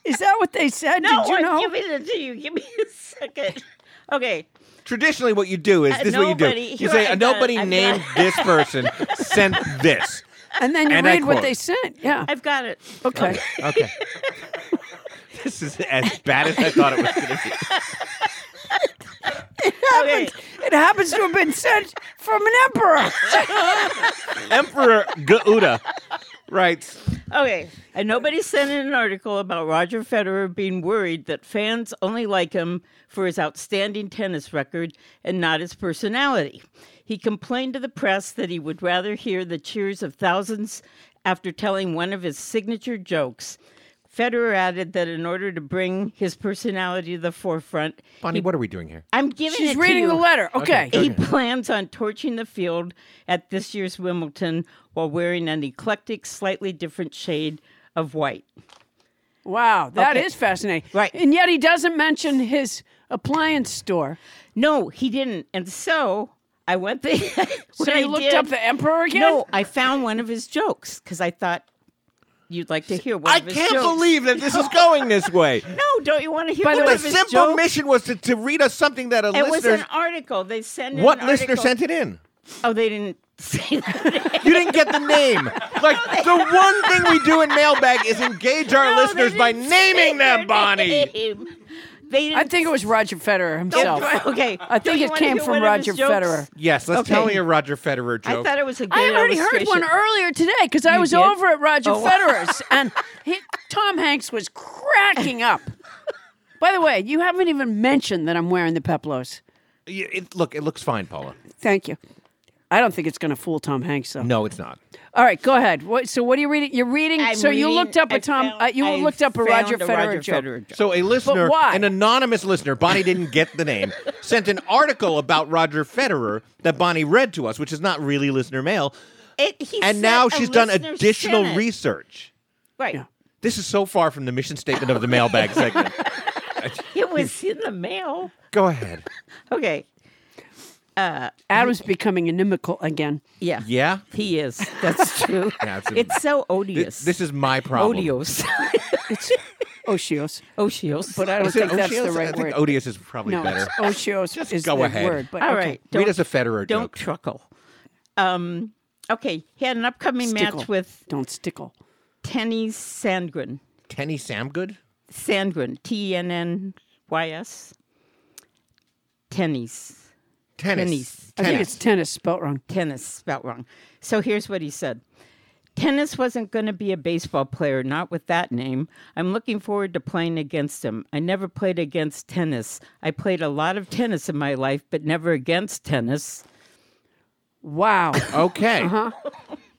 [SPEAKER 1] Is that what they said?
[SPEAKER 25] no,
[SPEAKER 1] Did you
[SPEAKER 25] I'm
[SPEAKER 1] know?
[SPEAKER 25] giving it to you. Give Oh, me a second. Okay.
[SPEAKER 10] Traditionally, what you do is
[SPEAKER 25] Uh,
[SPEAKER 10] this is what you do.
[SPEAKER 25] nobody-
[SPEAKER 10] You
[SPEAKER 25] here
[SPEAKER 10] say,
[SPEAKER 25] I
[SPEAKER 10] "Uh,
[SPEAKER 25] go.
[SPEAKER 10] nobody
[SPEAKER 25] I've
[SPEAKER 10] named
[SPEAKER 25] (laughs) got-
[SPEAKER 10] this person sent this. (laughs)
[SPEAKER 1] And then you
[SPEAKER 10] And I
[SPEAKER 1] read what
[SPEAKER 10] quote.
[SPEAKER 1] they sent. Yeah.
[SPEAKER 25] I've got it.
[SPEAKER 1] Okay.
[SPEAKER 10] Okay. this is as bad as I thought it was going to be.
[SPEAKER 25] (laughs)
[SPEAKER 1] It happens. It happens to have been sent from an emperor.
[SPEAKER 10] Emperor Gauda writes,
[SPEAKER 25] Okay. And nobody sent in an article about Roger Federer being worried that fans only like him for his outstanding tennis record and not his personality. He complained to the press that he would rather hear the cheers of thousands after telling one of his signature jokes. Federer added that in order to bring his personality to the forefront,
[SPEAKER 10] Bonnie,
[SPEAKER 25] he-
[SPEAKER 10] what are we doing here?
[SPEAKER 25] I'm giving
[SPEAKER 1] She's
[SPEAKER 25] it to
[SPEAKER 1] reading
[SPEAKER 25] you.
[SPEAKER 1] the letter. Okay. Okay,
[SPEAKER 25] He
[SPEAKER 1] okay.
[SPEAKER 25] plans on torching the field at this year's Wimbledon while wearing an eclectic, slightly different shade of white.
[SPEAKER 1] Wow, that is
[SPEAKER 25] Okay.
[SPEAKER 1] fascinating. Right. And yet he doesn't mention his appliance store.
[SPEAKER 25] No, he didn't. And so I went (laughs) there.
[SPEAKER 1] So
[SPEAKER 25] What I
[SPEAKER 1] you looked
[SPEAKER 25] did-
[SPEAKER 1] up the emperor again?
[SPEAKER 25] No, I found one of his jokes because I thought you'd like to hear one
[SPEAKER 10] I
[SPEAKER 25] of his
[SPEAKER 10] can't
[SPEAKER 25] jokes.
[SPEAKER 10] believe
[SPEAKER 25] (laughs)
[SPEAKER 10] that this is going this way.
[SPEAKER 25] No, don't you want to hear
[SPEAKER 10] By
[SPEAKER 25] one
[SPEAKER 10] the way,
[SPEAKER 25] of
[SPEAKER 10] the
[SPEAKER 25] his
[SPEAKER 10] simple
[SPEAKER 25] jokes?
[SPEAKER 10] mission was to, to read us something that a
[SPEAKER 25] It was
[SPEAKER 10] listener.
[SPEAKER 25] an article. They sent in
[SPEAKER 10] What
[SPEAKER 25] an
[SPEAKER 10] listener
[SPEAKER 25] article.
[SPEAKER 10] sent it in?
[SPEAKER 25] Oh, they didn't (laughs) say that.
[SPEAKER 10] You didn't get
[SPEAKER 25] (laughs)
[SPEAKER 10] the name. Like the one thing we do in mailbag is engage our
[SPEAKER 25] No, they
[SPEAKER 10] listeners by
[SPEAKER 25] didn't
[SPEAKER 10] naming
[SPEAKER 25] say their
[SPEAKER 10] them, Bonnie.
[SPEAKER 25] name. They didn't
[SPEAKER 1] I think it was Roger Federer himself.
[SPEAKER 25] Don't- (laughs) okay.
[SPEAKER 1] I
[SPEAKER 25] Don't
[SPEAKER 1] think
[SPEAKER 25] you
[SPEAKER 1] it
[SPEAKER 25] wanna
[SPEAKER 1] came
[SPEAKER 25] hear
[SPEAKER 1] from
[SPEAKER 25] one of his
[SPEAKER 1] Roger
[SPEAKER 25] jokes?
[SPEAKER 1] Federer.
[SPEAKER 10] Yes, let's
[SPEAKER 25] Okay.
[SPEAKER 10] tell me a Roger Federer
[SPEAKER 25] I
[SPEAKER 10] joke.
[SPEAKER 25] thought it was a good
[SPEAKER 1] I already heard one
[SPEAKER 25] illustration.
[SPEAKER 1] earlier today because I
[SPEAKER 25] You
[SPEAKER 1] was
[SPEAKER 25] did?
[SPEAKER 1] over at Roger
[SPEAKER 25] Oh.
[SPEAKER 1] Federer's and he, Tom Hanks was cracking up. By the way, you haven't even mentioned that I'm wearing the Peplos.
[SPEAKER 10] Y- it- look, it looks fine, Paula.
[SPEAKER 1] Thank you. I don't think it's going to fool Tom Hanks though.
[SPEAKER 10] No, it's not.
[SPEAKER 1] All right, go ahead. What, so what are you reading? You're reading.
[SPEAKER 25] I'm
[SPEAKER 1] so you
[SPEAKER 25] reading-
[SPEAKER 1] looked up a
[SPEAKER 25] I
[SPEAKER 1] Tom.
[SPEAKER 25] found-
[SPEAKER 1] uh, you
[SPEAKER 25] I
[SPEAKER 1] looked up a
[SPEAKER 25] found
[SPEAKER 1] Roger
[SPEAKER 25] a
[SPEAKER 1] Federer
[SPEAKER 25] Roger
[SPEAKER 1] joke.
[SPEAKER 25] Federer joke.
[SPEAKER 10] So a listener,
[SPEAKER 1] why?
[SPEAKER 10] an anonymous listener, Bonnie didn't get the
[SPEAKER 1] (laughs)
[SPEAKER 10] name, sent an article about Roger Federer that Bonnie read to us, which is not really listener mail.
[SPEAKER 25] It- he
[SPEAKER 10] and
[SPEAKER 25] said
[SPEAKER 10] now
[SPEAKER 25] a
[SPEAKER 10] she's done
[SPEAKER 25] listener
[SPEAKER 10] additional
[SPEAKER 25] sent it.
[SPEAKER 10] research.
[SPEAKER 25] Right.
[SPEAKER 10] This is so far from the mission statement of the mailbag
[SPEAKER 1] (laughs)
[SPEAKER 10] segment.
[SPEAKER 25] It was in the mail.
[SPEAKER 10] Go ahead.
[SPEAKER 25] Okay. Uh,
[SPEAKER 1] Adam's becoming inimical again.
[SPEAKER 25] yeah.
[SPEAKER 10] Yeah?
[SPEAKER 25] He is. That's (laughs) true.
[SPEAKER 10] Yeah, it's a-
[SPEAKER 25] it's so odious.
[SPEAKER 10] This is my
[SPEAKER 1] (laughs)
[SPEAKER 10] problem.
[SPEAKER 25] Odious.
[SPEAKER 10] (laughs)
[SPEAKER 1] Osios.
[SPEAKER 25] Osios.
[SPEAKER 1] But I don't
[SPEAKER 10] Is it
[SPEAKER 1] think that's the
[SPEAKER 10] odious?
[SPEAKER 1] right
[SPEAKER 10] I
[SPEAKER 1] word.
[SPEAKER 10] think odious is probably
[SPEAKER 1] no,
[SPEAKER 10] better.
[SPEAKER 1] it's Osios is
[SPEAKER 10] go
[SPEAKER 1] the
[SPEAKER 10] ahead.
[SPEAKER 1] word. But, okay.
[SPEAKER 25] All right.
[SPEAKER 10] Read us a Federer
[SPEAKER 25] Don't
[SPEAKER 10] joke.
[SPEAKER 25] truckle. Um, okay. He had an upcoming
[SPEAKER 1] Stickle.
[SPEAKER 25] match with
[SPEAKER 1] Don't stickle.
[SPEAKER 25] Tenny Sandgren.
[SPEAKER 10] Tenny Samgood?
[SPEAKER 25] Sandgren. T E N N Y S. Tennies. Tennies.
[SPEAKER 10] Tennis.
[SPEAKER 1] I think it's tennis spelt wrong.
[SPEAKER 25] tennis spelt wrong. So here's what he said. Tennis wasn't going to be a baseball player, not with that name. I'm looking forward to playing against him. I never played against tennis. I played a lot of tennis in my life, but never against tennis.
[SPEAKER 10] (laughs)
[SPEAKER 1] Wow.
[SPEAKER 10] Okay.
[SPEAKER 1] Uh-huh.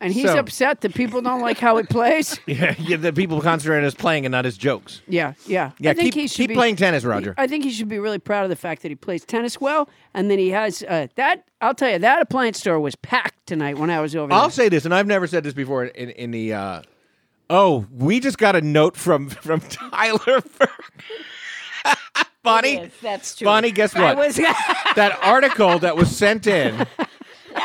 [SPEAKER 1] And he's
[SPEAKER 10] So-
[SPEAKER 1] upset that people don't like how he plays.
[SPEAKER 10] (laughs) Yeah, yeah, the people concentrate on his playing and not his jokes.
[SPEAKER 1] Yeah, yeah.
[SPEAKER 10] Yeah,
[SPEAKER 1] I think
[SPEAKER 10] keep-
[SPEAKER 1] he should
[SPEAKER 10] keep
[SPEAKER 1] be,
[SPEAKER 10] playing tennis, Roger.
[SPEAKER 1] I think he should be really proud of the fact that he plays tennis well, and then he has uh, that. I'll tell you, that appliance store was packed tonight when I was over
[SPEAKER 10] I'll say this, and I've never said this before in, in the. Uh, oh, we just got a note from from Tyler. (laughs) For Bonnie,
[SPEAKER 25] that's
[SPEAKER 10] Bonnie, guess what? (laughs) that article that was sent in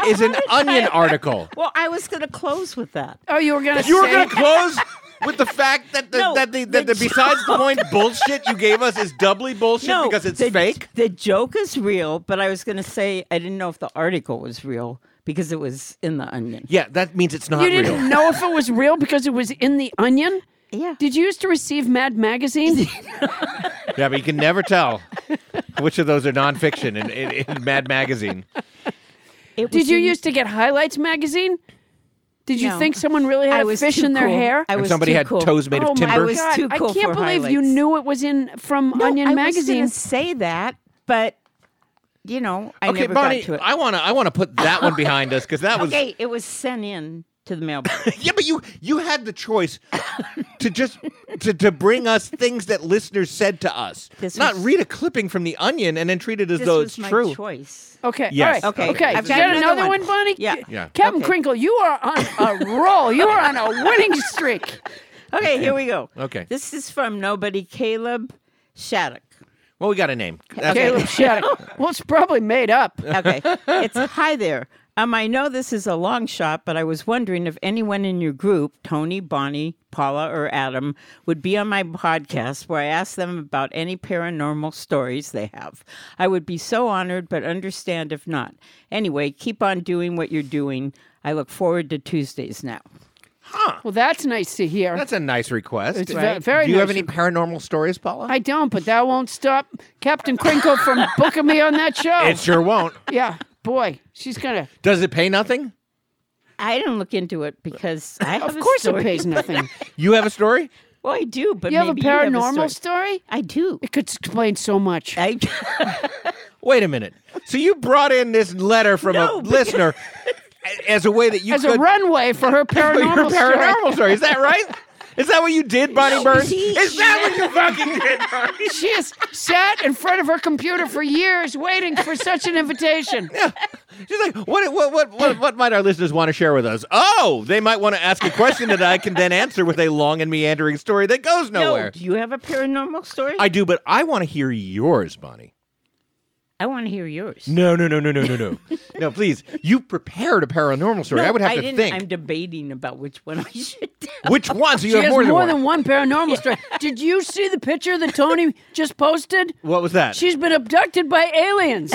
[SPEAKER 10] is an onion article.
[SPEAKER 25] Well, I was going to close with that.
[SPEAKER 1] there. Oh, you were gonna.
[SPEAKER 10] You were
[SPEAKER 1] say-
[SPEAKER 10] going to close with the fact that the,
[SPEAKER 25] No,
[SPEAKER 10] that the, that
[SPEAKER 25] the
[SPEAKER 10] the besides the point bullshit you gave us is doubly bullshit
[SPEAKER 25] No,
[SPEAKER 10] because it's
[SPEAKER 25] the,
[SPEAKER 10] fake.
[SPEAKER 25] The joke is real, but I was going to say I didn't know if the article was real because it was in the Onion.
[SPEAKER 10] Yeah, that means it's not
[SPEAKER 1] You
[SPEAKER 10] real.
[SPEAKER 1] didn't know if it was real because it was in the Onion.
[SPEAKER 25] Yeah.
[SPEAKER 1] Did you used to receive Mad
[SPEAKER 25] (laughs)
[SPEAKER 1] Magazine?
[SPEAKER 10] Yeah, but you can never tell which of those are nonfiction in, in, in Mad Magazine.
[SPEAKER 25] It
[SPEAKER 1] Did
[SPEAKER 25] was
[SPEAKER 1] you
[SPEAKER 25] in-
[SPEAKER 1] used to get Highlights Magazine? Did you
[SPEAKER 25] No.
[SPEAKER 1] think someone really
[SPEAKER 25] I
[SPEAKER 1] had
[SPEAKER 25] was
[SPEAKER 1] fish
[SPEAKER 25] too
[SPEAKER 1] in their
[SPEAKER 25] cool.
[SPEAKER 1] hair?
[SPEAKER 25] I
[SPEAKER 10] And
[SPEAKER 25] was
[SPEAKER 10] somebody
[SPEAKER 25] too
[SPEAKER 10] had
[SPEAKER 25] cool.
[SPEAKER 10] toes made
[SPEAKER 1] oh
[SPEAKER 10] of timber.
[SPEAKER 25] I was
[SPEAKER 1] God,
[SPEAKER 25] too
[SPEAKER 1] I
[SPEAKER 25] cool
[SPEAKER 1] can't
[SPEAKER 25] for
[SPEAKER 1] believe you
[SPEAKER 25] highlights.
[SPEAKER 1] knew it was in from Onion
[SPEAKER 25] I
[SPEAKER 1] Magazine.
[SPEAKER 25] was gonna say that, but you know, I
[SPEAKER 10] okay,
[SPEAKER 25] never
[SPEAKER 10] Bonnie,
[SPEAKER 25] got to it. (laughs)
[SPEAKER 10] I wanna I wanna put that one behind us because that was
[SPEAKER 25] okay, it was sent in to the
[SPEAKER 10] (laughs)
[SPEAKER 25] mailbox.
[SPEAKER 10] yeah, but you you had the choice to just to, to bring us things that listeners said to us,
[SPEAKER 25] This
[SPEAKER 10] not
[SPEAKER 25] was-
[SPEAKER 10] read a clipping from the Onion and then treat it as
[SPEAKER 25] This
[SPEAKER 10] though
[SPEAKER 25] was
[SPEAKER 10] it's
[SPEAKER 25] my
[SPEAKER 10] true.
[SPEAKER 25] choice.
[SPEAKER 1] Okay.
[SPEAKER 10] Yes.
[SPEAKER 1] All right.
[SPEAKER 10] Okay.
[SPEAKER 1] Okay.
[SPEAKER 10] I've
[SPEAKER 1] You
[SPEAKER 10] got
[SPEAKER 1] got
[SPEAKER 10] another
[SPEAKER 1] another
[SPEAKER 10] one.
[SPEAKER 1] one, Bonnie?
[SPEAKER 25] Yeah.
[SPEAKER 10] Yeah.
[SPEAKER 1] Kevin Crinkle, you are
[SPEAKER 25] (laughs)
[SPEAKER 1] on a roll. You are on a winning streak.
[SPEAKER 25] Okay, here we go.
[SPEAKER 10] Okay.
[SPEAKER 25] This is from nobody, Caleb Shattuck.
[SPEAKER 10] Well, we got a name. That's
[SPEAKER 1] Caleb
[SPEAKER 25] (laughs)
[SPEAKER 1] Shattuck. Well, it's probably made up. (laughs)
[SPEAKER 25] okay. It's hi there. Um, I know this is a long shot, but I was wondering if anyone in your group, Tony, Bonnie, Paula, or Adam, would be on my podcast where I ask them about any paranormal stories they have. I would be so honored, but understand if not. Anyway, keep on doing what you're doing. I look forward to Tuesdays now.
[SPEAKER 1] Well, that's nice to hear.
[SPEAKER 10] That's a nice request.
[SPEAKER 1] It's ve- Right. very
[SPEAKER 10] Do you have
[SPEAKER 1] nice
[SPEAKER 10] any paranormal stories, Paula?
[SPEAKER 1] I don't, but that won't stop Captain Crinkle from booking me on that show.
[SPEAKER 10] It sure won't.
[SPEAKER 1] Yeah, boy, she's gonna.
[SPEAKER 10] Does it pay nothing?
[SPEAKER 25] I didn't look into it
[SPEAKER 1] (laughs)
[SPEAKER 25] because I have
[SPEAKER 1] Of
[SPEAKER 25] a
[SPEAKER 1] course, it
[SPEAKER 25] story.
[SPEAKER 1] pays nothing.
[SPEAKER 10] You have a story?
[SPEAKER 25] Well, I do, but
[SPEAKER 1] you have a
[SPEAKER 25] maybe have
[SPEAKER 1] paranormal
[SPEAKER 25] story.
[SPEAKER 1] story?
[SPEAKER 25] I do.
[SPEAKER 1] It could explain so much.
[SPEAKER 25] I,
[SPEAKER 1] (laughs)
[SPEAKER 10] Wait a minute. So you brought in this letter from a
[SPEAKER 25] (laughs)
[SPEAKER 10] listener a- as a way that you
[SPEAKER 1] as
[SPEAKER 10] could
[SPEAKER 1] a runway for her
[SPEAKER 10] for
[SPEAKER 1] paranormal,
[SPEAKER 10] your
[SPEAKER 1] story.
[SPEAKER 10] paranormal story. Is that right? Is that what you did, Bonnie Burns?
[SPEAKER 1] she-
[SPEAKER 10] Is that what you fucking did, Bonnie?
[SPEAKER 1] She has sat in front of her computer for years waiting for such an invitation.
[SPEAKER 10] (laughs) She's like, what, what, what, what, what might our listeners want to share with us? Oh, they might want to ask a question that I can then answer with a long and meandering story that
[SPEAKER 25] (laughs)
[SPEAKER 10] goes
[SPEAKER 25] No,
[SPEAKER 10] nowhere.
[SPEAKER 25] do you have a paranormal story?
[SPEAKER 10] I do, but I want to hear yours, Bonnie.
[SPEAKER 25] I want to hear yours.
[SPEAKER 10] No, no, no, no, no, no, no. (laughs) no, please. You prepared a paranormal story.
[SPEAKER 25] No,
[SPEAKER 10] I would have to
[SPEAKER 25] didn't.
[SPEAKER 10] think.
[SPEAKER 25] I'm debating about which one I should. do.
[SPEAKER 10] Which one? So you
[SPEAKER 1] she
[SPEAKER 10] have
[SPEAKER 1] has
[SPEAKER 10] more than one.
[SPEAKER 1] one paranormal story. Did you see the picture that Tony just posted?
[SPEAKER 10] What was that?
[SPEAKER 1] She's been abducted by
[SPEAKER 10] (laughs)
[SPEAKER 1] aliens.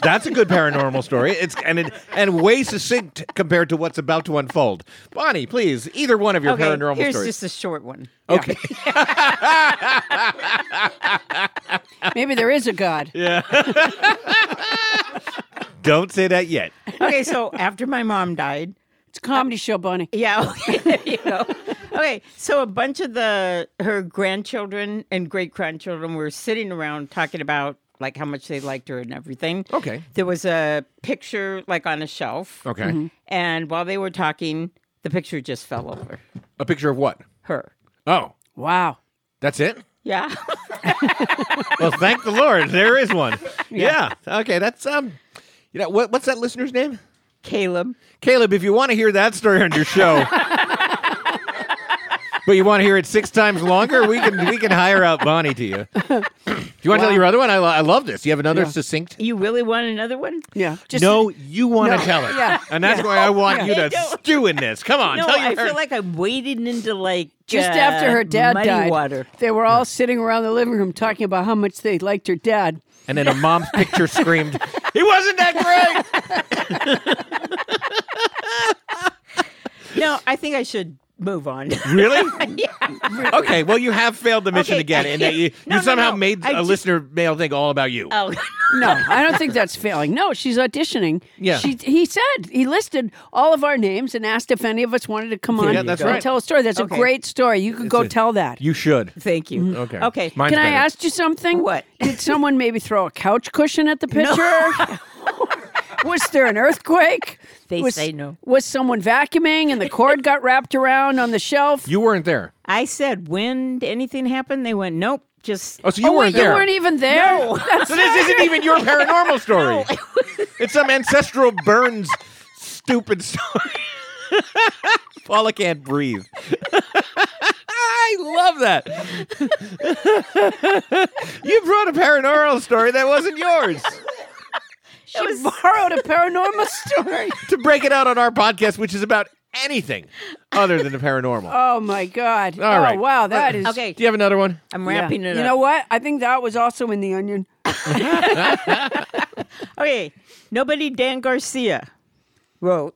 [SPEAKER 10] That's a good paranormal story. It's and it, and way succinct compared to what's about to unfold. Bonnie, please, either one of your
[SPEAKER 25] okay,
[SPEAKER 10] paranormal
[SPEAKER 25] here's
[SPEAKER 10] stories.
[SPEAKER 25] just a short one.
[SPEAKER 10] Okay. (laughs)
[SPEAKER 1] Maybe there is a god.
[SPEAKER 10] Yeah. Don't say that yet.
[SPEAKER 25] okay, so (laughs) after my mom died,
[SPEAKER 1] it's a comedy show, Bonnie.
[SPEAKER 25] Yeah, (laughs) okay, there you go. Okay, so a bunch of the her grandchildren and great grandchildren were sitting around talking about like how much they liked her and everything.
[SPEAKER 10] Okay.
[SPEAKER 25] There was a picture like on a shelf.
[SPEAKER 10] Okay. Mhm.
[SPEAKER 25] And while they were talking, the picture just fell over.
[SPEAKER 10] A picture of what?
[SPEAKER 25] Her.
[SPEAKER 10] Oh.
[SPEAKER 1] Wow.
[SPEAKER 10] That's it?
[SPEAKER 25] Yeah.
[SPEAKER 10] Well, thank the Lord. There is one. Yeah.
[SPEAKER 25] (laughs) Yeah.
[SPEAKER 10] Okay, that's um you know what, what's that listener's name?
[SPEAKER 25] (laughs) Caleb.
[SPEAKER 10] Caleb, if you want to hear that story on your show, (laughs) but you want to hear it six times longer, we can we can hire out Bonnie to you. (coughs) Do you want to tell your other one? I, lo- I love this. You have another
[SPEAKER 25] Yeah.
[SPEAKER 10] succinct.
[SPEAKER 25] You really want another one?
[SPEAKER 1] Yeah.
[SPEAKER 10] no, you want to
[SPEAKER 25] No.
[SPEAKER 10] tell it,
[SPEAKER 25] Yeah.
[SPEAKER 10] and that's
[SPEAKER 25] Yeah.
[SPEAKER 10] why I want
[SPEAKER 25] Yeah.
[SPEAKER 10] you
[SPEAKER 25] I
[SPEAKER 10] to
[SPEAKER 25] don't-
[SPEAKER 10] stew in this. Come on,
[SPEAKER 25] no,
[SPEAKER 10] tell your.
[SPEAKER 25] I feel like I'm wading into like
[SPEAKER 1] Just
[SPEAKER 25] uh,
[SPEAKER 1] after her dad
[SPEAKER 25] muddy
[SPEAKER 1] died,
[SPEAKER 10] (laughs)
[SPEAKER 25] water.
[SPEAKER 1] they were all sitting around the living room talking about how much they liked her dad.
[SPEAKER 10] and
[SPEAKER 25] (laughs)
[SPEAKER 10] then a mom's picture screamed, "He wasn't that great."
[SPEAKER 25] No, I think I should move on. (laughs)
[SPEAKER 10] Really? Okay, well, you have failed the mission
[SPEAKER 25] Okay,
[SPEAKER 10] again,
[SPEAKER 25] I (laughs)
[SPEAKER 10] and that you,
[SPEAKER 25] can't- no,
[SPEAKER 10] you
[SPEAKER 25] no,
[SPEAKER 10] somehow
[SPEAKER 25] no.
[SPEAKER 10] made
[SPEAKER 25] I
[SPEAKER 10] a
[SPEAKER 25] just-
[SPEAKER 10] listener mail think all about you.
[SPEAKER 25] Oh.
[SPEAKER 1] No, I don't think that's failing. No, she's auditioning.
[SPEAKER 10] Yeah.
[SPEAKER 1] She, he said, he listed all of our names and asked if any of us wanted to come on
[SPEAKER 10] Yeah, that's
[SPEAKER 1] and
[SPEAKER 10] right.
[SPEAKER 1] tell a story. That's
[SPEAKER 25] Okay.
[SPEAKER 1] a great story. You could go
[SPEAKER 10] a-
[SPEAKER 1] tell that.
[SPEAKER 10] You should.
[SPEAKER 25] Thank
[SPEAKER 1] Mm-hmm.
[SPEAKER 25] you.
[SPEAKER 10] Okay.
[SPEAKER 25] Okay.
[SPEAKER 10] Mine's
[SPEAKER 1] Can I
[SPEAKER 10] better.
[SPEAKER 1] ask you something?
[SPEAKER 25] What?
[SPEAKER 1] Did someone maybe throw a couch cushion at the
[SPEAKER 10] (laughs)
[SPEAKER 1] picture? was there an earthquake?
[SPEAKER 25] They
[SPEAKER 1] was,
[SPEAKER 25] say no.
[SPEAKER 1] Was someone vacuuming and the cord got wrapped around on the shelf?
[SPEAKER 10] You weren't there.
[SPEAKER 25] I said, when did anything happen? They went, nope, just.
[SPEAKER 10] Oh, so you
[SPEAKER 1] oh,
[SPEAKER 10] weren't
[SPEAKER 1] wait,
[SPEAKER 10] there.
[SPEAKER 1] You weren't even there. (laughs)
[SPEAKER 25] No.
[SPEAKER 1] That's
[SPEAKER 10] So this isn't even your (laughs) paranormal story. It's some ancestral Burns stupid story. (laughs) Paula can't breathe. I love that. you brought a paranormal story that wasn't yours
[SPEAKER 1] she (laughs) borrowed a
[SPEAKER 25] (laughs)
[SPEAKER 1] paranormal story.
[SPEAKER 10] to break it out on our podcast, which is about anything other than the paranormal.
[SPEAKER 1] Oh my god!
[SPEAKER 10] All
[SPEAKER 1] oh
[SPEAKER 10] right.
[SPEAKER 1] wow, that is
[SPEAKER 25] Okay,
[SPEAKER 10] Do you have another one?
[SPEAKER 25] I'm
[SPEAKER 1] yeah.
[SPEAKER 25] wrapping it
[SPEAKER 1] You
[SPEAKER 25] up.
[SPEAKER 1] know what? I think that was also in the Onion.
[SPEAKER 25] Okay, nobody Dan Garcia wrote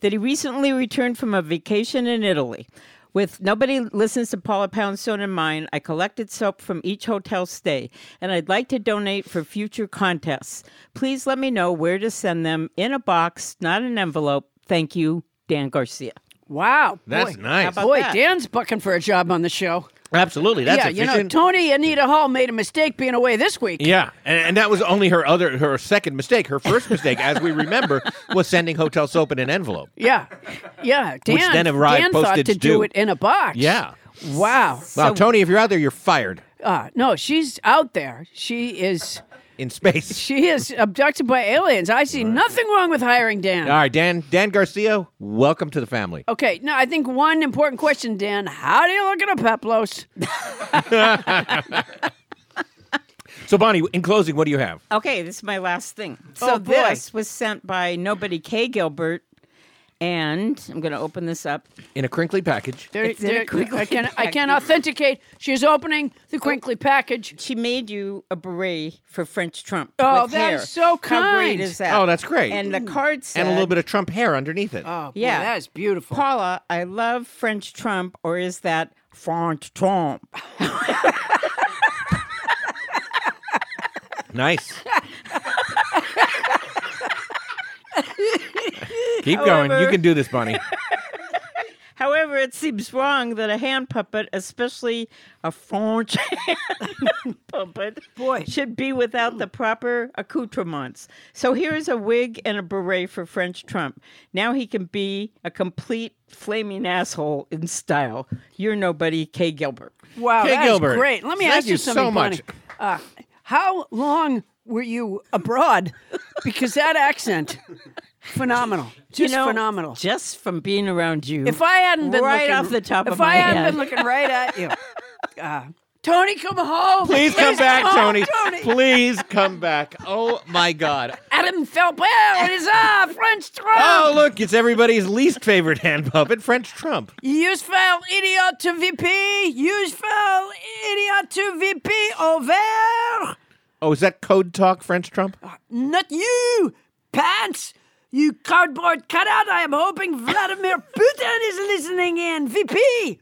[SPEAKER 25] that he recently returned from a vacation in Italy. With nobody listens to Paula Poundstone in mind, I collected soap from each hotel stay, and I'd like to donate for future contests. Please let me know where to send them in a box, not an envelope. Thank you, Dan Garcia.
[SPEAKER 1] Wow,
[SPEAKER 10] That's
[SPEAKER 1] boy.
[SPEAKER 10] nice.
[SPEAKER 25] about
[SPEAKER 1] Boy,
[SPEAKER 25] that?
[SPEAKER 1] Dan's bucking for a job on the show.
[SPEAKER 10] Absolutely, that's
[SPEAKER 1] yeah, you know,
[SPEAKER 10] efficient.
[SPEAKER 1] Tony Anita Hall made a mistake being away this week.
[SPEAKER 10] Yeah, and, and that was only her other her second mistake. Her first mistake, as we remember, (laughs) was sending hotel soap in an envelope.
[SPEAKER 1] Yeah, yeah. Dan,
[SPEAKER 10] Which then arrived
[SPEAKER 1] Dan thought
[SPEAKER 10] postage
[SPEAKER 1] to do
[SPEAKER 10] due.
[SPEAKER 1] it in a box.
[SPEAKER 10] Yeah.
[SPEAKER 1] Wow.
[SPEAKER 10] Wow, Tony, if you're out there, you're fired
[SPEAKER 1] Uh, no, she's out there. She is.
[SPEAKER 10] in space. (laughs)
[SPEAKER 1] She is abducted by aliens. I see nothing wrong with hiring Dan.
[SPEAKER 10] All right, Dan Dan Garcia, welcome to the family.
[SPEAKER 1] Okay, now I think one important question, Dan. How do you look at a
[SPEAKER 25] (laughs)
[SPEAKER 1] Peplos?
[SPEAKER 10] So, Bonnie, in closing, what do you have?
[SPEAKER 25] Okay, this is my last thing. So
[SPEAKER 1] Oh, boy.
[SPEAKER 25] this was sent by nobody K Gilbert, and I'm going to open this up.
[SPEAKER 10] In a crinkly package.
[SPEAKER 1] There-
[SPEAKER 25] It's in a
[SPEAKER 1] there-
[SPEAKER 25] crinkly
[SPEAKER 1] I can I can
[SPEAKER 25] package.
[SPEAKER 1] authenticate. She's opening the
[SPEAKER 25] Oh.
[SPEAKER 1] crinkly package.
[SPEAKER 25] She made you a beret for French Trump.
[SPEAKER 1] Oh,
[SPEAKER 25] with
[SPEAKER 1] that
[SPEAKER 25] hair.
[SPEAKER 1] is so kind.
[SPEAKER 25] How great is that?
[SPEAKER 10] Oh, that's great.
[SPEAKER 25] And the card said,
[SPEAKER 10] and a little bit of Trump hair underneath it.
[SPEAKER 1] Oh,
[SPEAKER 25] yeah,
[SPEAKER 1] that is beautiful.
[SPEAKER 25] Paula, I love French Trump, or is that French Trump?
[SPEAKER 10] (laughs) Nice. Keep going. You
[SPEAKER 25] However-
[SPEAKER 10] can do this, Bonnie.
[SPEAKER 25] However, it seems wrong that a hand puppet, especially a French (laughs) hand puppet, Boy. should be without the proper accoutrements. So here is a wig and a beret for French Trump. Now he can be a complete flaming asshole in style. You're nobody, Kay Gilbert.
[SPEAKER 1] Wow,
[SPEAKER 10] Oh,
[SPEAKER 25] Hey,
[SPEAKER 1] that's
[SPEAKER 25] Gilbert,
[SPEAKER 1] great. Let me
[SPEAKER 25] thank
[SPEAKER 1] ask you,
[SPEAKER 25] you so
[SPEAKER 1] something,
[SPEAKER 25] much.
[SPEAKER 1] Bonnie. Uh, how long were you abroad? Because that
[SPEAKER 25] (laughs)
[SPEAKER 1] accent, phenomenal,
[SPEAKER 25] You
[SPEAKER 1] just
[SPEAKER 25] know,
[SPEAKER 1] phenomenal.
[SPEAKER 25] Just from being around you.
[SPEAKER 1] If I hadn't been
[SPEAKER 25] right
[SPEAKER 1] looking,
[SPEAKER 25] off the top
[SPEAKER 1] if
[SPEAKER 25] of my
[SPEAKER 1] I hadn't
[SPEAKER 25] head.
[SPEAKER 1] been looking right at
[SPEAKER 25] (laughs)
[SPEAKER 1] you, uh, Tony, come home.
[SPEAKER 10] Please come back,
[SPEAKER 1] home,
[SPEAKER 10] Tony. Please come back. Oh my God.
[SPEAKER 1] Adam Felper is a French Trump.
[SPEAKER 10] Oh look, it's everybody's least favorite hand puppet, French Trump.
[SPEAKER 1] Use file idiot to VP. Use file idiot to VP over.
[SPEAKER 10] Oh, is that code talk, French Trump?
[SPEAKER 1] Not you, pants. You cardboard cutout. I am hoping
[SPEAKER 10] (laughs)
[SPEAKER 1] Vladimir Putin is listening in. VP.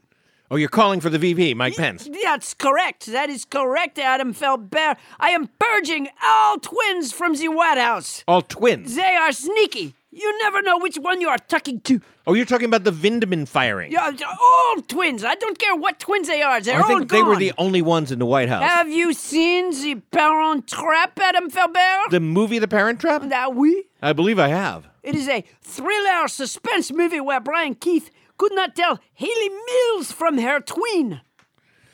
[SPEAKER 10] Oh, you're calling for the VP, Mike Pence.
[SPEAKER 1] That's correct. That is correct, Adam Felber. I am purging all twins from the White House.
[SPEAKER 10] All twins.
[SPEAKER 1] They are sneaky. You never know which one you are tucking to.
[SPEAKER 10] Oh, you're talking about the Vindman firing.
[SPEAKER 1] Yeah, all twins. I don't care what twins they are. They're
[SPEAKER 10] I
[SPEAKER 1] all
[SPEAKER 10] think
[SPEAKER 1] gone.
[SPEAKER 10] they were the only ones in the White House.
[SPEAKER 1] Have you seen the Parent Trap, Adam Felber?
[SPEAKER 10] the movie The Parent Trap?
[SPEAKER 1] That we.
[SPEAKER 10] I believe I have.
[SPEAKER 1] It is a thriller suspense movie where Brian Keith could not tell Haley Mills from her twin.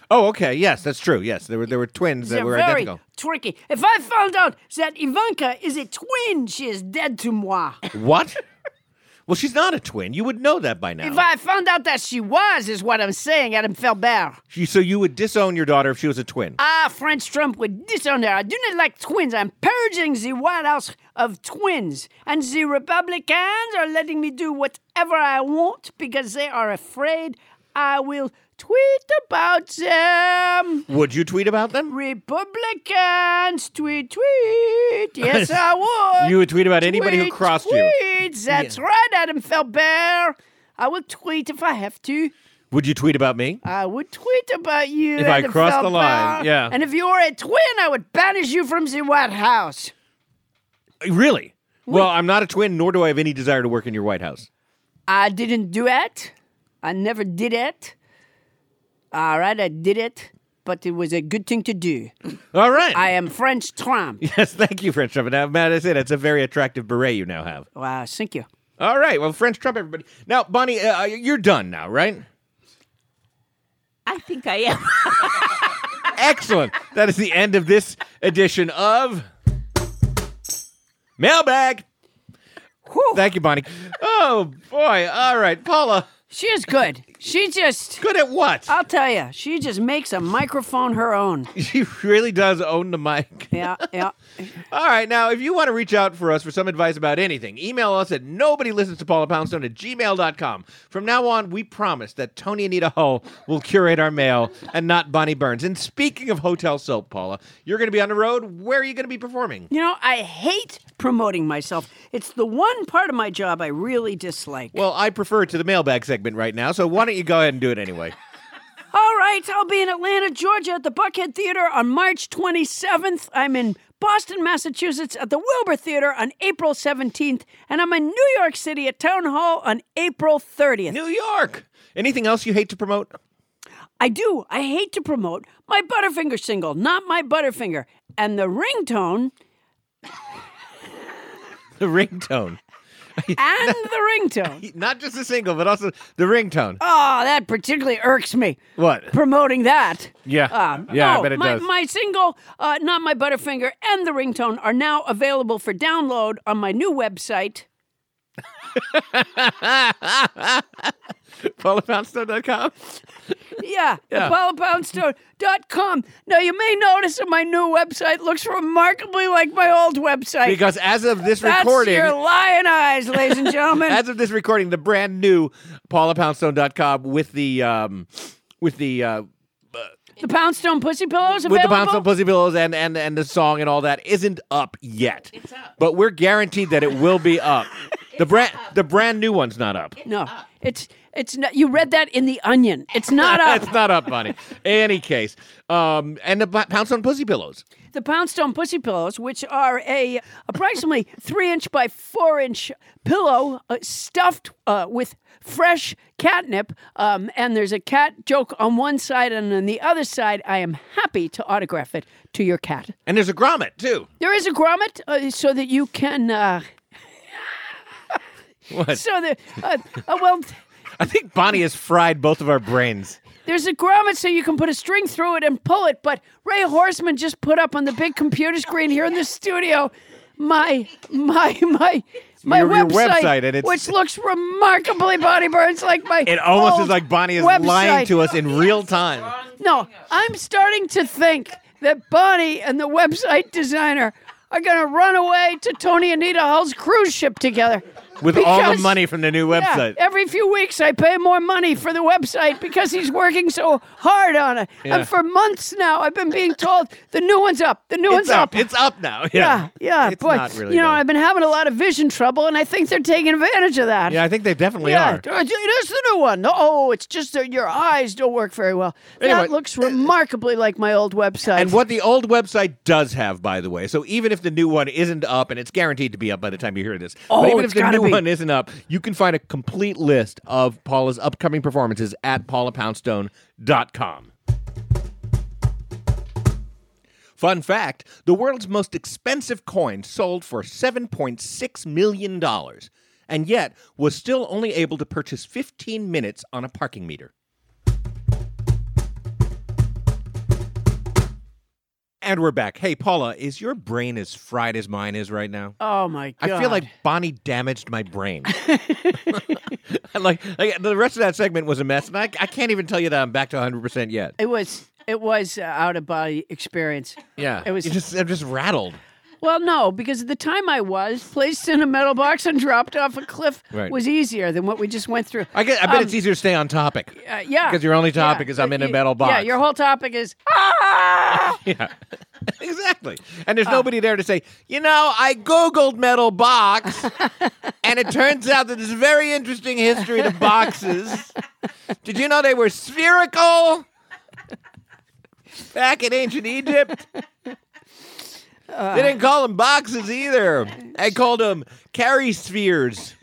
[SPEAKER 10] Oh, okay. Yes, that's true. Yes, there were there were twins that
[SPEAKER 1] They're
[SPEAKER 10] were
[SPEAKER 1] very
[SPEAKER 10] identical.
[SPEAKER 1] tricky. If I found out that Ivanka is a twin, she is dead to
[SPEAKER 10] (coughs)
[SPEAKER 1] moi.
[SPEAKER 10] What? well, she's not a twin. You would know that by now.
[SPEAKER 1] If I found out that she was, is what I'm saying, Adam Felber.
[SPEAKER 10] You- so you would disown your daughter if she was a twin.
[SPEAKER 1] Ah, French Trump would disown her. I do not like twins. I'm purging the White House of twins. And the Republicans are letting me do whatever I want because they are afraid I will tweet about them.
[SPEAKER 10] Would you tweet about them?
[SPEAKER 1] Republicans tweet, tweet.
[SPEAKER 10] (laughs)
[SPEAKER 1] Yes, I would.
[SPEAKER 10] You would tweet about anybody who
[SPEAKER 1] Tweet,
[SPEAKER 10] crossed you.
[SPEAKER 1] tweet. That's right, Adam Felber. I will tweet if I have to.
[SPEAKER 10] Would you tweet about me?
[SPEAKER 1] I would tweet about you.
[SPEAKER 10] If I
[SPEAKER 1] Adam
[SPEAKER 10] crossed the
[SPEAKER 1] Felber.
[SPEAKER 10] line, yeah.
[SPEAKER 1] And if you were a twin, I would banish you from the White House.
[SPEAKER 10] Really? Well, I'm not a twin, nor do I have any desire to work in your White House.
[SPEAKER 1] I didn't do it. I never did it. All right, I did it, but it was a good thing to do.
[SPEAKER 10] All right.
[SPEAKER 1] I am French
[SPEAKER 10] (laughs)
[SPEAKER 1] Trump.
[SPEAKER 10] Yes, (laughs) thank you, French Trump. Now, Matt, I said it's a very attractive beret you now have.
[SPEAKER 1] Wow, thank you.
[SPEAKER 10] All right. Well, French Trump, everybody. Now, Bonnie, uh, you're done now, right?
[SPEAKER 25] I think I am. (laughs)
[SPEAKER 10] Excellent. That is the end of this edition of Mailbag. Thank you, Bonnie. Oh boy! All right, Paula.
[SPEAKER 1] She is good. She just
[SPEAKER 10] good at what?
[SPEAKER 25] Uh,
[SPEAKER 1] I'll tell you. She just makes a microphone her own.
[SPEAKER 10] (laughs) She really does own the mic.
[SPEAKER 1] Yeah, yeah.
[SPEAKER 10] All right, now if you want to reach out for us for some advice about anything, email us at nobody listens to Paula Poundstone at gmail.com. From now on, we promise that Tony Anita Hull will curate our mail and not Bonnie Burns. And speaking of hotel soap, Paula, you're going to be on the road. Where are you going to be performing?
[SPEAKER 1] You know, I hate promoting myself. It's the one part of my job I really dislike.
[SPEAKER 10] Well, I prefer it to the mailbag segment right now, so why don't you go ahead and do it anyway?
[SPEAKER 1] All right, I'll be in Atlanta, Georgia at the Buckhead Theater on March 27th. I'm in Boston, Massachusetts at the Wilbur Theater on April 17th. And I'm in New York City at Town Hall on April 30th.
[SPEAKER 10] New York! Anything else you hate to promote?
[SPEAKER 1] I do. I hate to promote my Butterfinger single, not my Butterfinger. And the ringtone
[SPEAKER 10] The ringtone.
[SPEAKER 1] and the ringtone.
[SPEAKER 10] Not just the single, but also the ringtone.
[SPEAKER 1] Oh, that particularly irks me.
[SPEAKER 10] What?
[SPEAKER 1] Promoting that.
[SPEAKER 10] Yeah. Yeah, I
[SPEAKER 1] no,
[SPEAKER 10] bet it
[SPEAKER 1] my,
[SPEAKER 10] does.
[SPEAKER 1] My single, uh, Not My Butterfinger, and the ringtone are now available for download on my new
[SPEAKER 10] (laughs)
[SPEAKER 1] website.
[SPEAKER 10] PaulaPoundstone.com?
[SPEAKER 1] Yeah,
[SPEAKER 10] Yeah.
[SPEAKER 1] ApolloPoundstone.com. Now, you may notice that my new website looks remarkably like my old website.
[SPEAKER 10] Because as of this
[SPEAKER 1] That's
[SPEAKER 10] recording.
[SPEAKER 1] your lion eyes, ladies
[SPEAKER 10] (laughs)
[SPEAKER 1] and gentlemen.
[SPEAKER 10] as of this recording, the brand new PaulaPoundstone.com with the um, with the uh,
[SPEAKER 1] the Poundstone Pussy Pillows
[SPEAKER 10] with the
[SPEAKER 1] available?
[SPEAKER 10] Poundstone Pussy Pillows and, and and the song and all that isn't up yet. It's up. But we're guaranteed that it will be up. the brand the brand new one's not up.
[SPEAKER 1] No, it's it's not. You read that in the Onion. It's
[SPEAKER 10] (laughs)
[SPEAKER 1] not up.
[SPEAKER 10] it's not up, Bonnie. In any case, um, and the P- Poundstone Pussy Pillows.
[SPEAKER 1] The Poundstone Pussy Pillows, which are a approximately three inch by four inch pillow uh, stuffed uh, with fresh catnip, um, and there's a cat joke on one side, and on the other side, I am happy to autograph it to your cat.
[SPEAKER 10] And there's a grommet too.
[SPEAKER 1] There is a grommet uh, so that you can. Uh, (laughs)
[SPEAKER 10] What?
[SPEAKER 1] So that uh, uh, well,
[SPEAKER 10] I think Bonnie has fried both of our brains.
[SPEAKER 1] there's a grommet so you can put a string through it and pull it. But Ray Horseman just put up on the big computer screen here in the studio my my my my
[SPEAKER 10] Your- your
[SPEAKER 1] website,
[SPEAKER 10] website, and it's-
[SPEAKER 1] which looks remarkably Bonnie Burns like my.
[SPEAKER 10] It almost
[SPEAKER 1] old
[SPEAKER 10] is like Bonnie is
[SPEAKER 1] Oh, website.
[SPEAKER 10] lying to us in real time.
[SPEAKER 1] No, I'm starting to think that Bonnie and the website designer are going to run away to Tony Anita Hull's cruise ship together.
[SPEAKER 10] With all the
[SPEAKER 1] Because-
[SPEAKER 10] money from the new
[SPEAKER 1] Yeah,
[SPEAKER 10] website.
[SPEAKER 1] every few weeks I pay more money for the website because he's working so hard on it.
[SPEAKER 10] Yeah.
[SPEAKER 1] And for months now I've been being told the new one's up, the new
[SPEAKER 10] it's
[SPEAKER 1] one's
[SPEAKER 10] up.
[SPEAKER 1] up.
[SPEAKER 10] It's up now.
[SPEAKER 1] yeah,
[SPEAKER 10] Yeah.
[SPEAKER 1] yeah,
[SPEAKER 10] It's
[SPEAKER 1] boy.
[SPEAKER 10] not really
[SPEAKER 1] you know,
[SPEAKER 10] though.
[SPEAKER 1] I've been having a lot of vision trouble, and I think they're taking advantage of that.
[SPEAKER 10] Yeah, I think they definitely
[SPEAKER 1] Yeah, uh,
[SPEAKER 10] are.
[SPEAKER 1] it is the new one. Oh, it's just that your eyes don't work very well.
[SPEAKER 10] Anyway. uh,
[SPEAKER 1] that looks remarkably like my old website.
[SPEAKER 10] And what the old website does have, by the way, so even if the new one isn't up, and it's guaranteed to be up by the time you hear this,
[SPEAKER 1] Oh,
[SPEAKER 10] but even
[SPEAKER 1] it's
[SPEAKER 10] if the
[SPEAKER 1] gotta
[SPEAKER 10] new
[SPEAKER 1] be.
[SPEAKER 10] one isn't up, you can find a complete list of Paula's upcoming performances at paulapoundstone.com. Fun fact the world's most expensive coin sold for $7.6 million and yet was still only able to purchase 15 minutes on a parking meter. And we're back. Hey, Paula, is your brain as fried as mine is right now?
[SPEAKER 1] Oh my god!
[SPEAKER 10] I feel like Bonnie damaged
[SPEAKER 1] (laughs)
[SPEAKER 10] my brain. (laughs) like, like the rest of that segment was a mess, and I, I can't even tell you that I'm back to 100 percent yet.
[SPEAKER 1] it was. It was uh, out of body experience.
[SPEAKER 10] Yeah,
[SPEAKER 1] It was-
[SPEAKER 10] You're just I'm just rattled.
[SPEAKER 1] Well, no, because at the time I was placed in a metal box and dropped off a cliff
[SPEAKER 10] Right.
[SPEAKER 1] was easier than what we just went through.
[SPEAKER 10] I, get, I bet
[SPEAKER 1] Um,
[SPEAKER 10] it's easier to stay on topic.
[SPEAKER 1] uh, yeah,
[SPEAKER 10] because your only
[SPEAKER 1] yeah,
[SPEAKER 10] topic is I'm in a
[SPEAKER 1] you-
[SPEAKER 10] metal box.
[SPEAKER 1] Yeah, your whole topic is ah!
[SPEAKER 10] Yeah. (laughs) exactly. And there's nobody there to say, you know, I Googled metal box, and it turns out that there's a very interesting history to boxes. Did you know they were spherical back in ancient Egypt? they didn't call them boxes either. They called them carry spheres.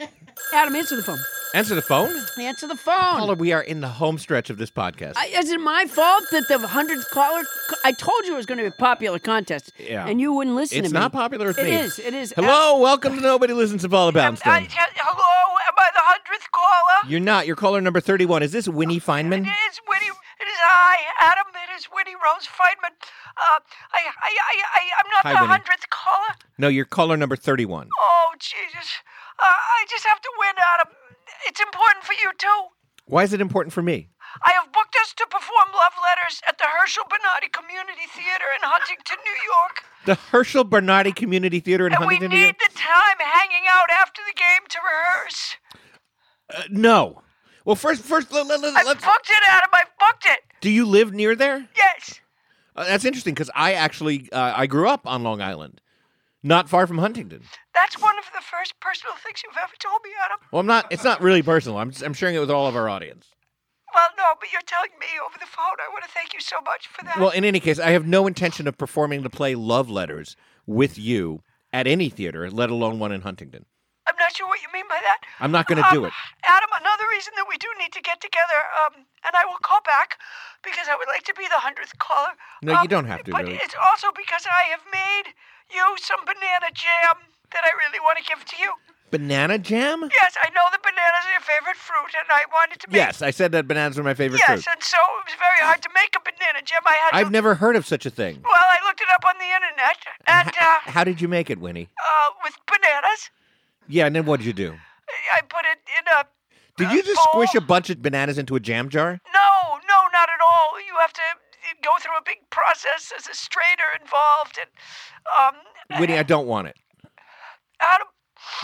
[SPEAKER 1] Adam, answer the phone.
[SPEAKER 10] Answer the phone.
[SPEAKER 1] Answer the phone.
[SPEAKER 10] Paula, we are in the home stretch of this podcast.
[SPEAKER 1] I, is it my fault that the hundredth caller? I told you it was going to be a popular contest,
[SPEAKER 10] Yeah.
[SPEAKER 1] and you wouldn't listen.
[SPEAKER 10] it's
[SPEAKER 1] to me.
[SPEAKER 10] not popular with
[SPEAKER 1] It
[SPEAKER 10] me.
[SPEAKER 1] is, It is.
[SPEAKER 10] Hello, welcome to Nobody Listens to Paula
[SPEAKER 9] Uh, I,
[SPEAKER 10] Poundstone.
[SPEAKER 9] I- hello, am I the hundredth caller?
[SPEAKER 10] You're not. You're caller number 31. Is this Winnie Feynman?
[SPEAKER 9] It is Winnie. It is I, Adam. It is Winnie Rose Feynman. Uh, I, I, I, I, I'm not
[SPEAKER 10] Hi,
[SPEAKER 9] the
[SPEAKER 10] Winnie.
[SPEAKER 9] hundredth caller.
[SPEAKER 10] No, you're caller number 31.
[SPEAKER 9] Oh Jesus! Uh, I just have to win, Adam. It's important for you too.
[SPEAKER 10] Why is it important for me?
[SPEAKER 9] I have booked us to perform love letters at the Herschel Bernardi Community Theater in Huntington, New York.
[SPEAKER 10] The Herschel Bernardi Community Theater in
[SPEAKER 9] and we
[SPEAKER 10] Huntington, New
[SPEAKER 9] need
[SPEAKER 10] York?
[SPEAKER 9] the time hanging out after the game to rehearse.
[SPEAKER 10] Uh, no. Well, first, first, let, let, let,
[SPEAKER 9] I've
[SPEAKER 10] let's.
[SPEAKER 9] booked it, Adam. I've booked it.
[SPEAKER 10] Do you live near there?
[SPEAKER 9] Yes.
[SPEAKER 10] Uh, that's interesting because I actually uh, I grew up on Long Island, not far from Huntington.
[SPEAKER 9] That's one of the first personal things you've ever told me, Adam.
[SPEAKER 10] Well, I'm not. It's not really personal. I'm just, I'm sharing it with all of our audience.
[SPEAKER 9] Well, no, but you're telling me over the phone. I want to thank you so much for that.
[SPEAKER 10] Well, in any case, I have no intention of performing the play Love Letters with you at any theater, let alone one in Huntington.
[SPEAKER 12] I'm not sure what you mean by that.
[SPEAKER 10] I'm not going to
[SPEAKER 12] Um,
[SPEAKER 10] do it.
[SPEAKER 12] Adam, another reason that we do need to get together, um, and I will call back because I would like to be the hundredth caller.
[SPEAKER 10] No,
[SPEAKER 12] um,
[SPEAKER 10] you don't have to,
[SPEAKER 12] But
[SPEAKER 10] really.
[SPEAKER 12] it's also because I have made you some banana jam that I really want to give to you.
[SPEAKER 10] Banana jam?
[SPEAKER 12] Yes, I know that bananas are your favorite fruit, and I wanted to make.
[SPEAKER 10] Yes, I said that bananas were my favorite
[SPEAKER 12] yes,
[SPEAKER 10] fruit.
[SPEAKER 12] and so it was very hard to make a banana jam. I had.
[SPEAKER 10] I've
[SPEAKER 12] to,
[SPEAKER 10] never heard of such a thing.
[SPEAKER 12] Well, I looked it up on the internet, and uh,
[SPEAKER 10] How did you make it, Winnie?
[SPEAKER 12] uh, with bananas,
[SPEAKER 10] Yeah, and then what did you do?
[SPEAKER 12] I put it in a.
[SPEAKER 10] Did you just squish a bunch of bananas into a jam jar?
[SPEAKER 12] No, no, not at all. You have to go through a big process. There's a strainer involved, and um,
[SPEAKER 10] Winnie, I don't want it.
[SPEAKER 12] Adam,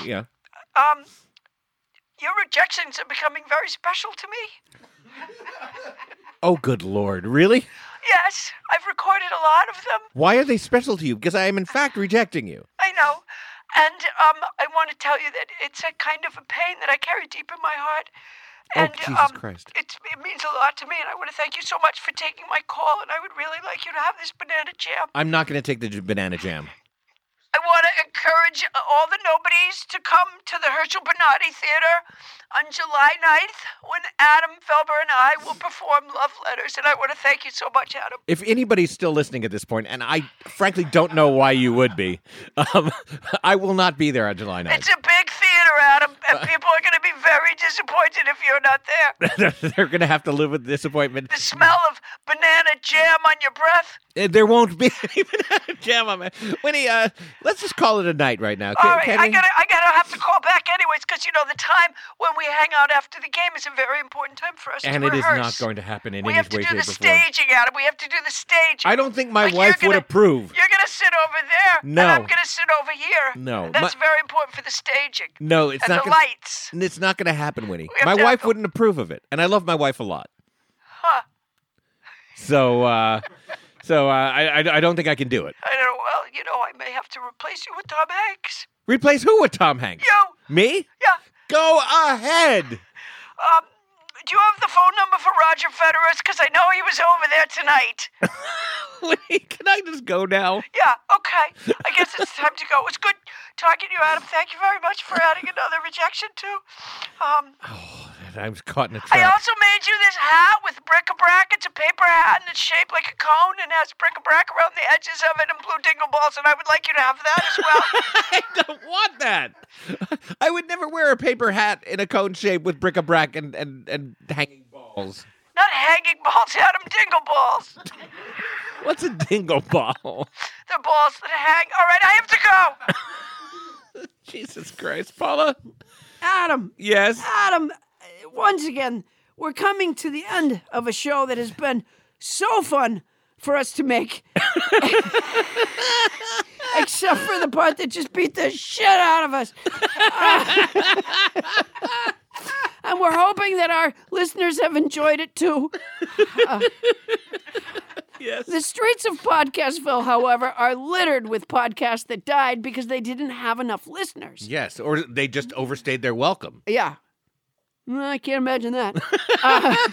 [SPEAKER 10] Yeah.
[SPEAKER 12] um, your rejections are becoming very special to me.
[SPEAKER 10] Oh, good lord. Really?
[SPEAKER 12] Yes, I've recorded a lot of them.
[SPEAKER 10] Why are they special to you? Because I am, in fact, rejecting you.
[SPEAKER 12] I know. And um, I want to tell you that it's a kind of a pain that I carry deep in my heart.
[SPEAKER 10] Oh,
[SPEAKER 12] And
[SPEAKER 10] Jesus
[SPEAKER 12] um,
[SPEAKER 10] Christ.
[SPEAKER 12] It's, it means a lot to me, and I want to thank you so much for taking my call. And I would really like you to have this banana jam.
[SPEAKER 10] I'm not going to take the j- banana jam.
[SPEAKER 12] I want to encourage all the nobodies to come to the Herschel Bernardi Theater on July 9th when Adam Felber and I will perform Love Letters. And I want to thank you so much, Adam.
[SPEAKER 10] If anybody's still listening at this point, and I frankly don't know why you would be, um, (laughs) I will not be there on July 9th.
[SPEAKER 12] It's a big theater, Adam, and
[SPEAKER 10] Uh,
[SPEAKER 12] people are going to be very disappointed if you're not there.
[SPEAKER 10] (laughs) they're going to have to live with disappointment.
[SPEAKER 12] The smell of banana jam on your breath.
[SPEAKER 10] Uh, There won't be (laughs) any banana jam on my. Winnie, uh, let's just call it a night right now.
[SPEAKER 12] All right,
[SPEAKER 10] can
[SPEAKER 12] I
[SPEAKER 10] we?
[SPEAKER 12] gotta, I gotta have to call back anyways, because you know the time when we hang out after the game is a very important time for us
[SPEAKER 10] and
[SPEAKER 12] to
[SPEAKER 10] it is
[SPEAKER 12] rehearse.
[SPEAKER 10] not going to happen in
[SPEAKER 12] we
[SPEAKER 10] any
[SPEAKER 12] have to
[SPEAKER 10] way,
[SPEAKER 12] do
[SPEAKER 10] shape,
[SPEAKER 12] the
[SPEAKER 10] or form.
[SPEAKER 12] staging, Adam. We have to do the staging.
[SPEAKER 10] I don't think my
[SPEAKER 12] Like, you're
[SPEAKER 10] wife would
[SPEAKER 12] gonna-
[SPEAKER 10] approve.
[SPEAKER 12] You're gonna sit over there.
[SPEAKER 10] No.
[SPEAKER 12] And I'm gonna sit over here.
[SPEAKER 10] No,
[SPEAKER 12] That's
[SPEAKER 10] my-
[SPEAKER 12] very important for the staging.
[SPEAKER 10] No, it's
[SPEAKER 12] and
[SPEAKER 10] not.
[SPEAKER 12] the
[SPEAKER 10] gonna,
[SPEAKER 12] lights.
[SPEAKER 10] n- It's not going to happen, Winnie.
[SPEAKER 12] have
[SPEAKER 10] My
[SPEAKER 12] to-
[SPEAKER 10] wife wouldn't approve of it, and I love my wife a lot.
[SPEAKER 12] Huh.
[SPEAKER 10] So, uh, so uh, I, I, I don't think I can do it.
[SPEAKER 12] I don't know. Well, you know, I may have to replace you with Tom Hanks.
[SPEAKER 10] Replace who with Tom Hanks?
[SPEAKER 12] You.
[SPEAKER 10] Me?
[SPEAKER 12] Yeah.
[SPEAKER 10] Go
[SPEAKER 12] (laughs)
[SPEAKER 10] ahead.
[SPEAKER 12] Um, do you have the phone number for Roger Federer? Because I know he was over there tonight.
[SPEAKER 10] Winnie, can I just go now?
[SPEAKER 12] Yeah, okay. I guess it's time to go. It's good talking to you, Adam. Thank you very much for adding another rejection, too. Um,
[SPEAKER 10] I was caught in a
[SPEAKER 12] I
[SPEAKER 10] trap.
[SPEAKER 12] also made you this hat with bric-a-brac. It's a paper hat, and it's shaped like a cone, and has bric-a-brac around the edges of it and blue dingle balls, and I would like you to have that as well.
[SPEAKER 10] I (laughs) don't want that. I would never wear a paper hat in a cone shape with bric-a-brac and and and hanging balls.
[SPEAKER 12] Not hanging balls, Adam, dingle balls.
[SPEAKER 10] What's a dingle ball? (laughs)
[SPEAKER 12] They're balls that hang. All right, I have to go.
[SPEAKER 10] Jesus Christ, Paula.
[SPEAKER 1] Adam.
[SPEAKER 10] Yes.
[SPEAKER 1] Adam, uh, once again, we're coming to the end of a show that has been so fun for us to make. (laughs) Except for the part that just beat the shit out of us. (laughs) Uh, and we're hoping that our listeners have enjoyed it too. Uh, the streets of Podcastville, however, are littered with podcasts that died because they didn't have enough listeners.
[SPEAKER 10] Yes, or they just overstayed their welcome.
[SPEAKER 1] Yeah. Mm, I can't imagine that.